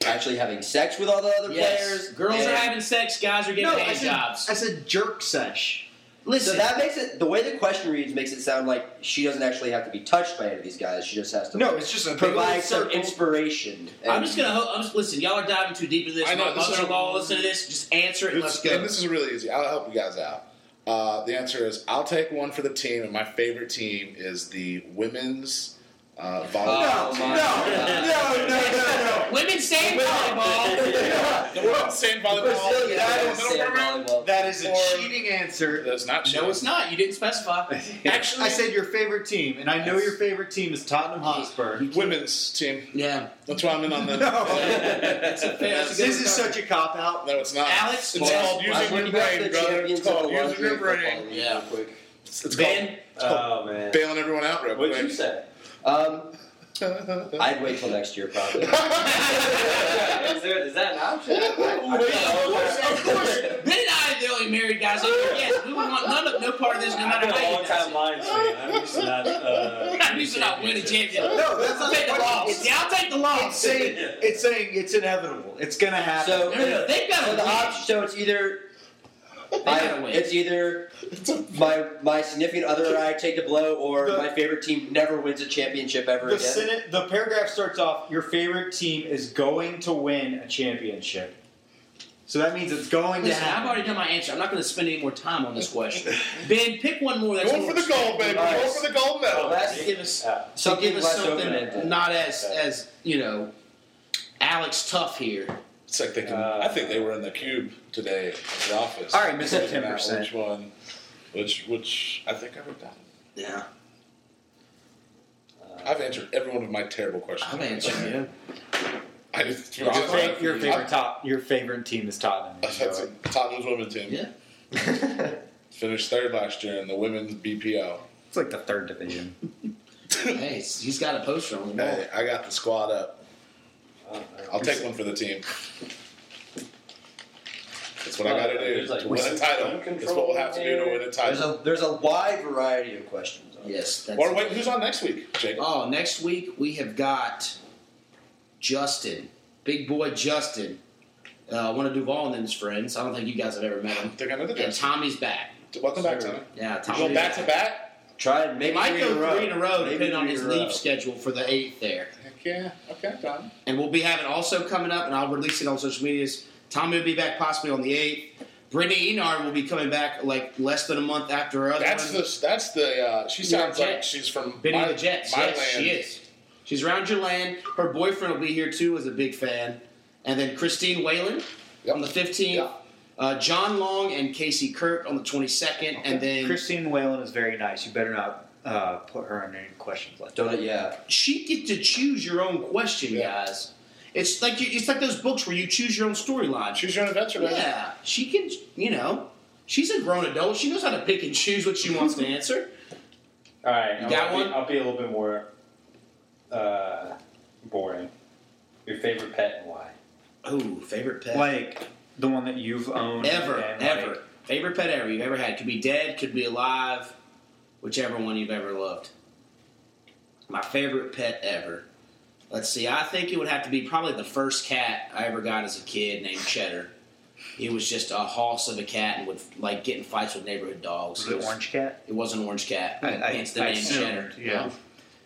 [SPEAKER 5] actually having sex with all the other
[SPEAKER 3] Yes.
[SPEAKER 5] players?
[SPEAKER 3] Girls are
[SPEAKER 5] And-
[SPEAKER 3] having sex. Guys are getting
[SPEAKER 4] no, I
[SPEAKER 3] hand
[SPEAKER 4] said,
[SPEAKER 3] jobs.
[SPEAKER 4] I said jerk sesh.
[SPEAKER 3] Listen,
[SPEAKER 5] So that makes it the way the question reads makes it sound like she doesn't actually have to be touched by any of these guys. She just has to
[SPEAKER 4] No, it's just a big
[SPEAKER 5] provide
[SPEAKER 4] old
[SPEAKER 5] some
[SPEAKER 4] circle.
[SPEAKER 5] inspiration.
[SPEAKER 3] I'm
[SPEAKER 5] and-
[SPEAKER 3] just gonna. Ho- I'm just listen. Y'all are diving too deep into this.
[SPEAKER 2] I know,
[SPEAKER 3] My
[SPEAKER 2] this is-
[SPEAKER 3] mother-in-law, listen to this. Just answer it. And let's
[SPEAKER 2] This,
[SPEAKER 3] go.
[SPEAKER 2] and this is really easy. I'll help you guys out. Uh, the answer is I'll take one for the team, and my favorite team is the women's uh, volleyball.
[SPEAKER 5] Oh,
[SPEAKER 2] team.
[SPEAKER 5] my
[SPEAKER 4] no, no, no, no.
[SPEAKER 3] Women sand volleyball.
[SPEAKER 2] The women's sand volleyball.
[SPEAKER 5] Brazilian
[SPEAKER 2] Yeah,
[SPEAKER 5] sand
[SPEAKER 2] middle
[SPEAKER 5] volleyball.
[SPEAKER 4] That is
[SPEAKER 2] is a
[SPEAKER 4] a
[SPEAKER 2] cheat-
[SPEAKER 4] cheating answer.
[SPEAKER 2] That's not cheating.
[SPEAKER 3] No, it's not. You didn't specify. Actually,
[SPEAKER 4] I said your favorite team, and I know your favorite team is Tottenham Hotspur.
[SPEAKER 2] Women's team.
[SPEAKER 3] Yeah.
[SPEAKER 2] That's why I'm in on that.
[SPEAKER 3] That's a fair. That's a good
[SPEAKER 4] This is
[SPEAKER 3] recovery.
[SPEAKER 4] such a cop out.
[SPEAKER 2] No, it's not.
[SPEAKER 3] Alex,
[SPEAKER 2] it's
[SPEAKER 3] well,
[SPEAKER 2] called
[SPEAKER 5] I
[SPEAKER 2] using
[SPEAKER 5] went
[SPEAKER 2] your
[SPEAKER 5] back to
[SPEAKER 2] brain,
[SPEAKER 5] the
[SPEAKER 2] brother. It's
[SPEAKER 5] champions
[SPEAKER 2] called
[SPEAKER 5] of the
[SPEAKER 2] using your
[SPEAKER 5] World League Football
[SPEAKER 2] brain.
[SPEAKER 5] League
[SPEAKER 3] Yeah.
[SPEAKER 5] real quick.
[SPEAKER 2] It's it's called
[SPEAKER 3] Ben,
[SPEAKER 9] Oh man.
[SPEAKER 2] bailing everyone out real
[SPEAKER 9] What'd you
[SPEAKER 2] quick.
[SPEAKER 9] say?
[SPEAKER 5] Um, I'd wait till next year probably.
[SPEAKER 9] is, there, is that an option?
[SPEAKER 3] Of course, Ben and I are the only married guys in here. Yes, we won't want none of, no part of this, no
[SPEAKER 9] I've
[SPEAKER 3] matter
[SPEAKER 9] been
[SPEAKER 3] how
[SPEAKER 9] a
[SPEAKER 3] you
[SPEAKER 9] long
[SPEAKER 3] does
[SPEAKER 9] time
[SPEAKER 3] it.
[SPEAKER 9] Lions fan. I'm used to not. Uh,
[SPEAKER 3] I'm used to not winning championships.
[SPEAKER 4] No, that's
[SPEAKER 3] I'll
[SPEAKER 4] not
[SPEAKER 3] take the loss. Yeah, I'll take the
[SPEAKER 4] It's
[SPEAKER 3] loss.
[SPEAKER 4] saying it's saying it's inevitable. It's gonna happen.
[SPEAKER 5] So-
[SPEAKER 3] No, no, no. They've got
[SPEAKER 5] So
[SPEAKER 3] to
[SPEAKER 5] the
[SPEAKER 3] win.
[SPEAKER 5] option, so it's either
[SPEAKER 3] gotta
[SPEAKER 5] I,
[SPEAKER 3] win.
[SPEAKER 5] it's either my my significant other and I take the blow, or
[SPEAKER 4] The-
[SPEAKER 5] my favorite team never wins a championship ever
[SPEAKER 4] the
[SPEAKER 5] again.
[SPEAKER 4] Senate, the paragraph starts off. Your favorite team is going to win a championship. So that means it's going to
[SPEAKER 3] Listen, I've
[SPEAKER 4] happen.
[SPEAKER 3] already done my answer. I'm not going to spend any more time on this question. Ben, pick one more. That's
[SPEAKER 2] Going for
[SPEAKER 3] more
[SPEAKER 2] the gold, baby.
[SPEAKER 5] Nice.
[SPEAKER 2] Going for the gold medal.
[SPEAKER 5] Last-
[SPEAKER 3] to give us
[SPEAKER 9] Yeah.
[SPEAKER 3] to give us
[SPEAKER 5] less
[SPEAKER 3] something
[SPEAKER 5] open-ended.
[SPEAKER 3] not as
[SPEAKER 9] Okay.
[SPEAKER 3] as you know, Alex Tough here.
[SPEAKER 2] It's like they can,
[SPEAKER 9] Uh,
[SPEAKER 2] I think they were in the cube today at the office.
[SPEAKER 4] All right, Mr.
[SPEAKER 2] Figuring out
[SPEAKER 4] 10%.
[SPEAKER 2] Which one? Which which I think I wrote down. Uh,
[SPEAKER 3] Yeah,
[SPEAKER 2] I've answered every one of my terrible questions.
[SPEAKER 3] I'm answering you.
[SPEAKER 2] I just,
[SPEAKER 4] Your fa- your favorite top, your favorite team is Tottenham.
[SPEAKER 2] I, that's a Tottenham's women's team.
[SPEAKER 3] Yeah.
[SPEAKER 2] Finished third last year in the women's BPL.
[SPEAKER 4] It's like the third division.
[SPEAKER 3] Hey, he's he's got a poster on the wall.
[SPEAKER 2] Hey, I got the squad up.
[SPEAKER 9] I
[SPEAKER 2] I'll take one for the team. That's what I got to do.
[SPEAKER 9] There's like-
[SPEAKER 2] to win a title. That's what we'll have to do to win a
[SPEAKER 5] There's
[SPEAKER 2] title.
[SPEAKER 5] a there's a wide variety of questions. On this.
[SPEAKER 3] Yes. That's
[SPEAKER 2] Or wait, who's on next week, Jacob?
[SPEAKER 3] Oh, next week we have got Justin, big boy Justin, uh, one of Duval and them's friends. I don't think you guys have ever met
[SPEAKER 2] I
[SPEAKER 3] him.
[SPEAKER 2] think I know the
[SPEAKER 3] And
[SPEAKER 2] Jets.
[SPEAKER 3] Tommy's back.
[SPEAKER 2] Welcome back, Tommy.
[SPEAKER 3] Yeah,
[SPEAKER 2] You
[SPEAKER 3] Tommy.
[SPEAKER 2] going back to back?
[SPEAKER 5] Try and
[SPEAKER 3] They
[SPEAKER 5] make
[SPEAKER 3] might
[SPEAKER 5] three
[SPEAKER 3] go
[SPEAKER 5] in a row.
[SPEAKER 3] three in a row,
[SPEAKER 5] Maybe
[SPEAKER 3] depending on
[SPEAKER 5] three
[SPEAKER 3] his
[SPEAKER 5] in a row.
[SPEAKER 3] leave schedule for the eighth there.
[SPEAKER 2] Heck yeah. Okay, Tom.
[SPEAKER 3] And we'll be having also coming up, and I'll release it on social medias. Tommy will be back possibly on the eighth. Brittany Enard will be coming back like less than a month after her other
[SPEAKER 2] That's
[SPEAKER 3] one.
[SPEAKER 2] the that's the uh, she
[SPEAKER 3] You're a
[SPEAKER 2] sounds like
[SPEAKER 3] Jet.
[SPEAKER 2] she's from
[SPEAKER 3] Benny
[SPEAKER 2] my,
[SPEAKER 3] the Jets.
[SPEAKER 2] my
[SPEAKER 3] yes,
[SPEAKER 2] land.
[SPEAKER 3] she is. She's around your land. Her boyfriend will be here too, as a big fan. And then Christine Whalen
[SPEAKER 2] Yep.
[SPEAKER 3] on the fifteenth.
[SPEAKER 2] Yeah.
[SPEAKER 3] Uh, John Long and Casey Kirk on the twenty second, and then
[SPEAKER 4] Christine Whalen is very nice. You better not uh, put her under any questions like that.
[SPEAKER 5] Don't yeah.
[SPEAKER 3] she get to choose your own question,
[SPEAKER 2] Yeah.
[SPEAKER 3] guys. It's like you, it's like those books where you choose your own storyline.
[SPEAKER 2] Choose your own adventure, baby.
[SPEAKER 3] Yeah, she can. You know, she's a grown adult. She knows how to pick and choose what she wants to answer.
[SPEAKER 9] All right,
[SPEAKER 3] You
[SPEAKER 9] I'll
[SPEAKER 3] got
[SPEAKER 9] be,
[SPEAKER 3] one?
[SPEAKER 9] I'll be a little bit more uh, boring. Your favorite pet and why?
[SPEAKER 3] Oh, favorite pet
[SPEAKER 4] Like the one that you've owned
[SPEAKER 3] ever,
[SPEAKER 4] and, like,
[SPEAKER 3] ever favorite pet ever you've ever had. Could be dead, could be alive, whichever one you've ever loved. My favorite pet ever. Let's see. I think it would have to be probably the first cat I ever got as a kid named Cheddar. He was just a hoss of a cat and would like get in fights with neighborhood dogs.
[SPEAKER 4] Was
[SPEAKER 3] He
[SPEAKER 4] it
[SPEAKER 3] was-
[SPEAKER 4] orange cat?
[SPEAKER 3] It was an orange cat.
[SPEAKER 4] I- I-
[SPEAKER 3] hence the
[SPEAKER 4] I
[SPEAKER 3] name
[SPEAKER 4] assumed,
[SPEAKER 3] Cheddar.
[SPEAKER 4] yeah.
[SPEAKER 3] No?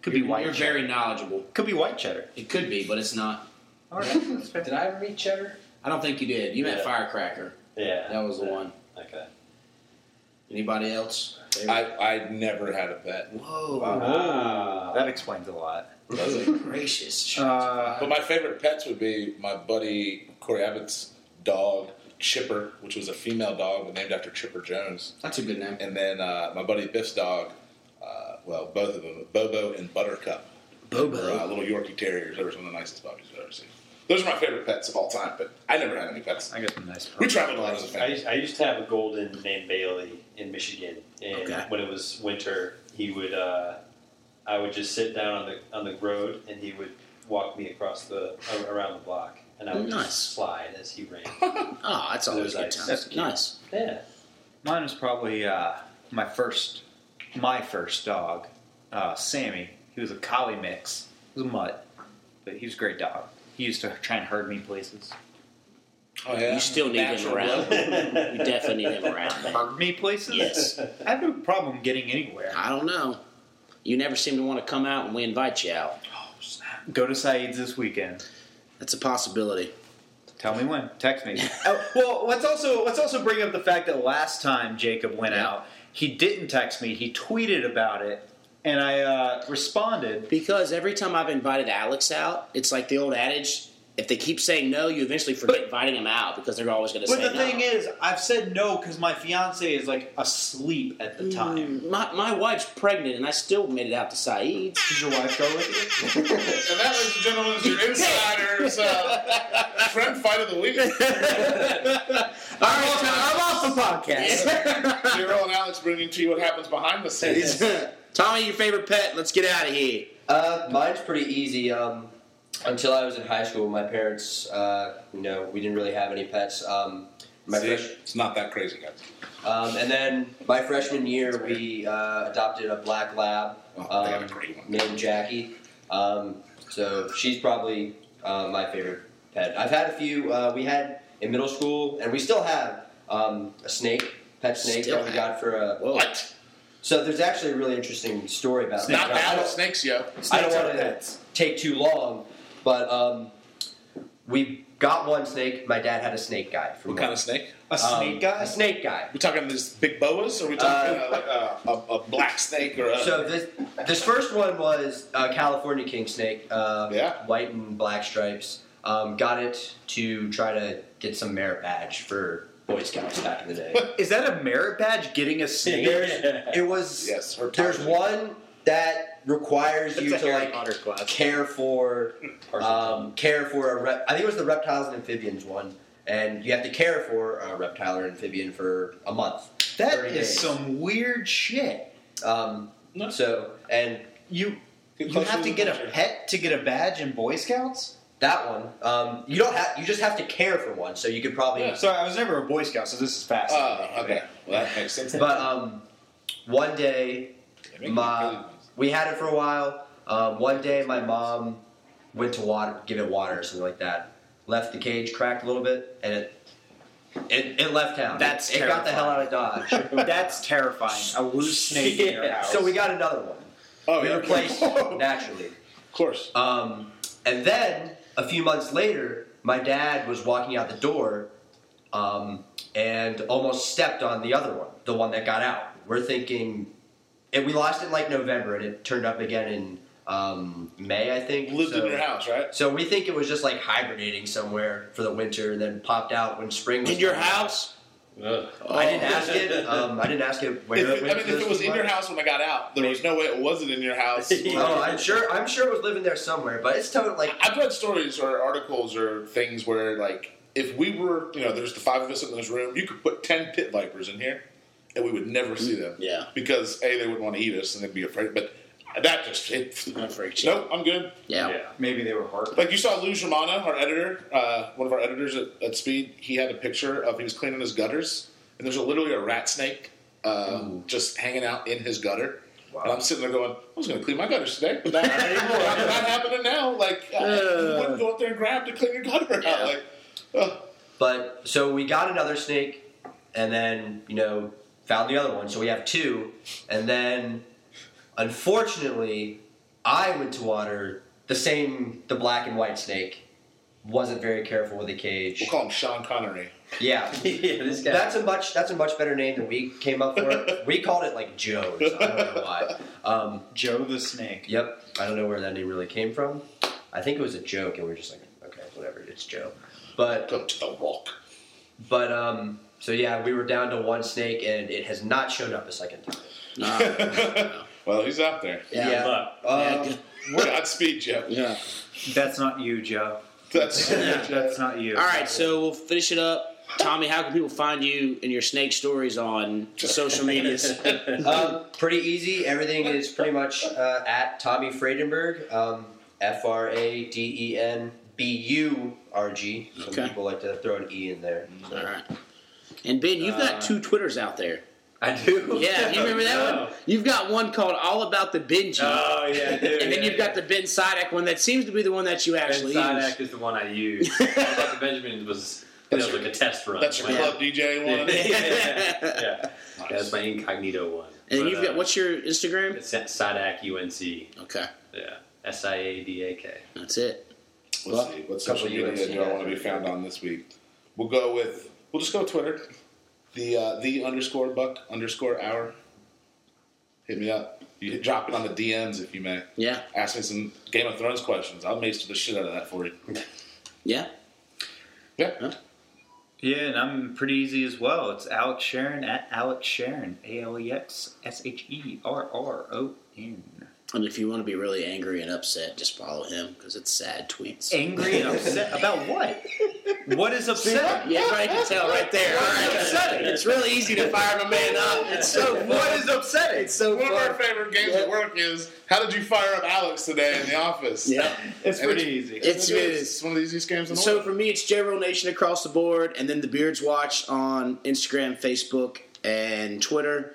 [SPEAKER 4] Could
[SPEAKER 3] you're,
[SPEAKER 4] be white.
[SPEAKER 3] You're
[SPEAKER 4] cheddar.
[SPEAKER 3] very knowledgeable.
[SPEAKER 4] Could be white cheddar.
[SPEAKER 3] It could be, but it's not.
[SPEAKER 4] All right, that's fair.
[SPEAKER 5] Did I ever meet Cheddar?
[SPEAKER 3] I don't think you did. You met
[SPEAKER 9] Yeah.
[SPEAKER 3] Firecracker.
[SPEAKER 9] Yeah,
[SPEAKER 3] That was the one.
[SPEAKER 9] Okay.
[SPEAKER 3] Anybody else?
[SPEAKER 2] I I never had a pet,
[SPEAKER 3] Whoa!
[SPEAKER 9] Wow.
[SPEAKER 4] That explains a lot.
[SPEAKER 3] Good gracious!
[SPEAKER 4] Uh,
[SPEAKER 2] but my favorite pets would be my buddy Corey Abbott's dog Chipper, which was a female dog but named after Chipper Jones,
[SPEAKER 3] That's a good name.
[SPEAKER 2] and then uh, my buddy Biff's dog. Uh, well, both of them, Bobo and Buttercup, were, uh,
[SPEAKER 3] Bobo.
[SPEAKER 2] little Yorkie terriers. They were some of the nicest puppies I've ever seen. Those are my favorite pets of all time, but I never had any pets.
[SPEAKER 4] I got some nice.
[SPEAKER 2] We traveled a lot as a
[SPEAKER 9] I
[SPEAKER 2] family.
[SPEAKER 9] used, I used to have a golden named Bailey in Michigan, and
[SPEAKER 3] Okay.
[SPEAKER 9] when it was winter, he would uh, I would just sit down on the on the road, and he would walk me across the ar- around the block, and I would
[SPEAKER 3] Nice.
[SPEAKER 9] just slide as he ran.
[SPEAKER 10] Ah,
[SPEAKER 3] Oh, that's always a good time.
[SPEAKER 4] That's cute.
[SPEAKER 3] nice.
[SPEAKER 9] yeah,
[SPEAKER 4] Mine was probably uh, my first, my first dog, uh, Sammy. He was a collie mix. He was a mutt, but he was a great dog. He used to try and herd me places.
[SPEAKER 2] Oh yeah,
[SPEAKER 10] You still need him around. you definitely need him around. man.
[SPEAKER 4] Herd me places?
[SPEAKER 10] Yes.
[SPEAKER 4] I have no problem getting anywhere.
[SPEAKER 10] I don't know. You never seem to want to come out when we invite you out.
[SPEAKER 4] Go to Saeed's this weekend.
[SPEAKER 10] That's a possibility.
[SPEAKER 4] Tell me when. Text me. oh, well, let's also let's also bring up the fact that last time Jacob went
[SPEAKER 10] Yeah.
[SPEAKER 4] out, he didn't text me. He tweeted about it, and I uh, responded.
[SPEAKER 10] Because every time I've invited Alex out, it's like the old adage
[SPEAKER 9] if they keep saying no, you eventually forget inviting them out because they're always going to
[SPEAKER 4] But
[SPEAKER 9] say
[SPEAKER 4] the
[SPEAKER 9] no.
[SPEAKER 4] thing is, I've said no because my fiance is like asleep
[SPEAKER 3] Mm.
[SPEAKER 4] at the time.
[SPEAKER 9] my, my wife's pregnant and I still made it out to Saeed's.
[SPEAKER 4] Did your wife go with you?
[SPEAKER 2] And that, ladies and gentlemen, is your insider's uh, friend fight of the week.
[SPEAKER 9] All right, Tom, I'm off the
[SPEAKER 2] Daryl and Alex bringing to you what happens behind the scenes.
[SPEAKER 9] Tommy, your favorite pet? Let's get out of here.
[SPEAKER 5] Uh, mine's pretty easy. Um, until I was in high school, my parents, uh, you know, we didn't really have any pets. Um, my
[SPEAKER 2] See,
[SPEAKER 5] fresh,
[SPEAKER 2] it's not that crazy, guys.
[SPEAKER 5] um, and then my freshman year, we uh, adopted a black lab
[SPEAKER 2] Oh, they had a
[SPEAKER 5] um,
[SPEAKER 2] great one.
[SPEAKER 5] named Jackie. Um, so she's probably uh, my favorite pet. I've had a few. Uh, we had in middle school, and we still have um, a snake, pet snake
[SPEAKER 9] Still
[SPEAKER 5] that we
[SPEAKER 9] have.
[SPEAKER 5] got for a.
[SPEAKER 2] What?
[SPEAKER 5] So there's actually a really interesting story about
[SPEAKER 2] Not
[SPEAKER 5] that. I
[SPEAKER 2] battle
[SPEAKER 5] don't-
[SPEAKER 2] snakes, yo.
[SPEAKER 5] I don't want to take too long, but um, we got one snake. My dad had a snake guy. From
[SPEAKER 2] What kind of snake?
[SPEAKER 4] A snake guy?
[SPEAKER 5] A snake guy.
[SPEAKER 2] Uh, We talking these big boas, or we talking uh, like uh, a, a black snake or a?
[SPEAKER 5] So this this first one was a California king snake, uh,
[SPEAKER 2] Yeah.
[SPEAKER 5] white and black stripes. Um, got it to try to get some merit badge for Boy Scouts back in the day.
[SPEAKER 4] Is that a merit badge getting a snake?
[SPEAKER 5] It was
[SPEAKER 2] yes, her
[SPEAKER 5] there's one that requires you to like
[SPEAKER 4] class.
[SPEAKER 5] care for um, care for a rep- I think it was the reptiles and amphibians one, and you have to care for a reptile or amphibian for a month.
[SPEAKER 4] That
[SPEAKER 5] 30
[SPEAKER 4] is
[SPEAKER 5] days.
[SPEAKER 4] some weird shit.
[SPEAKER 5] Um,
[SPEAKER 2] No.
[SPEAKER 5] So and
[SPEAKER 4] You
[SPEAKER 2] Good
[SPEAKER 4] you
[SPEAKER 2] question
[SPEAKER 4] have to
[SPEAKER 2] of the
[SPEAKER 4] get a
[SPEAKER 2] culture.
[SPEAKER 4] pet to get a badge in Boy Scouts?
[SPEAKER 5] that one, um, you don't have you just have to care for one. So you could probably
[SPEAKER 2] Yeah.
[SPEAKER 4] Sorry, I was never a Boy Scout, so this is fascinating.
[SPEAKER 2] Oh, okay. Well, that makes sense.
[SPEAKER 5] But um, one day,
[SPEAKER 2] They make really
[SPEAKER 5] my,
[SPEAKER 2] nice.
[SPEAKER 5] we had it for a while. Um, one day, my mom went to water, give it water or something like that. Left the cage cracked a little bit, and it it, it left town.
[SPEAKER 4] That's
[SPEAKER 5] it, it got the hell out of dodge.
[SPEAKER 4] Uh, That's terrifying. A loose snake in your house.
[SPEAKER 5] so we got another one.
[SPEAKER 2] oh,
[SPEAKER 5] we
[SPEAKER 2] yeah.
[SPEAKER 5] replaced
[SPEAKER 2] of
[SPEAKER 5] naturally.
[SPEAKER 2] course.
[SPEAKER 5] Um, and then a few months later, my dad was walking out the door um, and almost stepped on the other one, the one that got out. We're thinking, and we lost it in like November, and it turned up again in um, May, I think.
[SPEAKER 2] Lived
[SPEAKER 5] so,
[SPEAKER 2] in your house, right?
[SPEAKER 5] So we think it was just like hibernating somewhere for the winter, and then popped out when spring. Was
[SPEAKER 9] In your
[SPEAKER 5] coming.
[SPEAKER 9] house?
[SPEAKER 5] I didn't ask it. Um, I didn't ask it where
[SPEAKER 2] Oh. If
[SPEAKER 5] it
[SPEAKER 2] it, I
[SPEAKER 5] went.
[SPEAKER 2] mean, if it was in your house when I got out, there was no way it wasn't in your house.
[SPEAKER 5] Oh, I'm sure. I'm sure it was living there somewhere, but it's totally like
[SPEAKER 2] I've read stories or articles or things where, like, if we were, you know, there's the five of us in this room, you could put 10 pit vipers in here and we would never see them.
[SPEAKER 9] Yeah.
[SPEAKER 2] Because, A, they wouldn't want to eat us and they'd be afraid. But that just, it,
[SPEAKER 9] That freaked you.
[SPEAKER 2] nope, I'm good.
[SPEAKER 9] Yeah.
[SPEAKER 4] Maybe they were hurt.
[SPEAKER 2] Like, you saw Lou Germano, our editor, uh, one of our editors at, at Speed, he had a picture of, he was cleaning his gutters and there's a, literally a rat snake uh, just hanging out in his gutter. And I'm sitting there going, I was going to clean my gutters today. But that, not, not happening now. Like, I you wouldn't go up there and grab to clean your gutter out.
[SPEAKER 5] Yeah.
[SPEAKER 2] Like, uh, ugh.
[SPEAKER 5] But so we got another snake, and then you know found the other one. So we have two, and then unfortunately, I went to water the same the black and white snake. Wasn't very careful with the cage.
[SPEAKER 2] We'll call him Sean Connery.
[SPEAKER 5] Yeah, that's a much that's a much better name than we came up for. we called it like Joe. So I don't know why. Um,
[SPEAKER 4] Joe the snake.
[SPEAKER 5] Yep. I don't know where that name really came from. I think it was a joke, and we are just like, okay, whatever, it's Joe. But
[SPEAKER 2] Go to the walk.
[SPEAKER 5] but um, so yeah, we were down to one snake, and it has not shown up a second time.
[SPEAKER 2] Well, he's out there.
[SPEAKER 5] Yeah. Um,
[SPEAKER 2] Godspeed, Jeff.
[SPEAKER 9] yeah.
[SPEAKER 4] That's not you, Joe.
[SPEAKER 2] That's
[SPEAKER 4] That's not you.
[SPEAKER 9] All right, so we'll finish it up. Tommy, how can people find you and your snake stories on social medias?
[SPEAKER 5] um, pretty easy. Everything is pretty much uh, at Tommy Freidenberg. Um, F R A D E N B U R G. Some
[SPEAKER 9] Okay.
[SPEAKER 5] people like to throw an E in there.
[SPEAKER 9] All right. And Ben, you've got two Twitters out there.
[SPEAKER 5] I
[SPEAKER 6] Oh,
[SPEAKER 5] do.
[SPEAKER 9] Yeah, you remember that one? You've got one called All About the Benji.
[SPEAKER 6] Oh yeah, dude.
[SPEAKER 9] and then you've got the Ben Sidek one that seems to be the one that you actually use.
[SPEAKER 6] Act is the one I used. I thought the Benjamin was that was like a test run.
[SPEAKER 2] that's your
[SPEAKER 6] Yeah.
[SPEAKER 2] club DJ
[SPEAKER 6] yeah.
[SPEAKER 2] one.
[SPEAKER 6] yeah. that's my incognito one.
[SPEAKER 9] And then
[SPEAKER 6] But,
[SPEAKER 9] you've got
[SPEAKER 6] uh,
[SPEAKER 9] what's your Instagram?
[SPEAKER 6] It's at Sadak UNC.
[SPEAKER 9] Okay,
[SPEAKER 6] Yeah, S I A D A K.
[SPEAKER 9] that's it.
[SPEAKER 2] Let's see. What social media
[SPEAKER 5] couple UNC
[SPEAKER 2] do I want to be
[SPEAKER 5] guys.
[SPEAKER 2] found on this week? We'll go with. We'll just go with Twitter. The uh, the underscore buck underscore hour. Hit me up. You drop it on the DMs if you may.
[SPEAKER 9] Yeah.
[SPEAKER 2] Ask me some Game of Thrones questions. I'll master the shit out of that for you.
[SPEAKER 3] Yeah.
[SPEAKER 4] Yeah, and I'm pretty easy as well. It's Alex Sharon at Alex Sharon. A L E X S H E R R O N.
[SPEAKER 3] And if you want to be really angry and upset, just follow him because it's sad tweets.
[SPEAKER 4] Angry and upset about what? What is upset?
[SPEAKER 3] Yeah, everybody can tell right there. All right. It's really easy to fire my man up. It's so
[SPEAKER 4] What is upsetting?
[SPEAKER 3] it's so
[SPEAKER 2] One of our
[SPEAKER 3] fun.
[SPEAKER 2] favorite games at work is how did you fire up Alex today in the office?
[SPEAKER 3] Yeah.
[SPEAKER 4] It's
[SPEAKER 2] And
[SPEAKER 4] pretty easy.
[SPEAKER 3] It's
[SPEAKER 2] It
[SPEAKER 3] it
[SPEAKER 2] is.
[SPEAKER 3] is.
[SPEAKER 2] It's one of the easiest games in the
[SPEAKER 3] So
[SPEAKER 2] world.
[SPEAKER 3] for me, it's J Roll Nation across the board, and then the Beards Watch on Instagram, Facebook, and Twitter.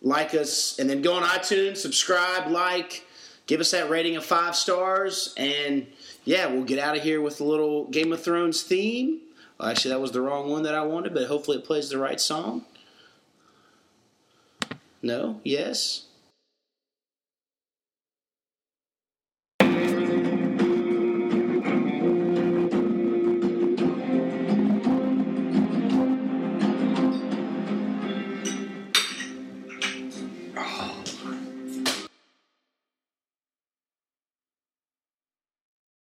[SPEAKER 3] Like us, and then go on iTunes, subscribe, like, give us that rating of five stars, and yeah, we'll get out of here with a little Game of Thrones theme. Well, actually, that was the wrong one that I wanted, but hopefully it plays the right song. No? Yes?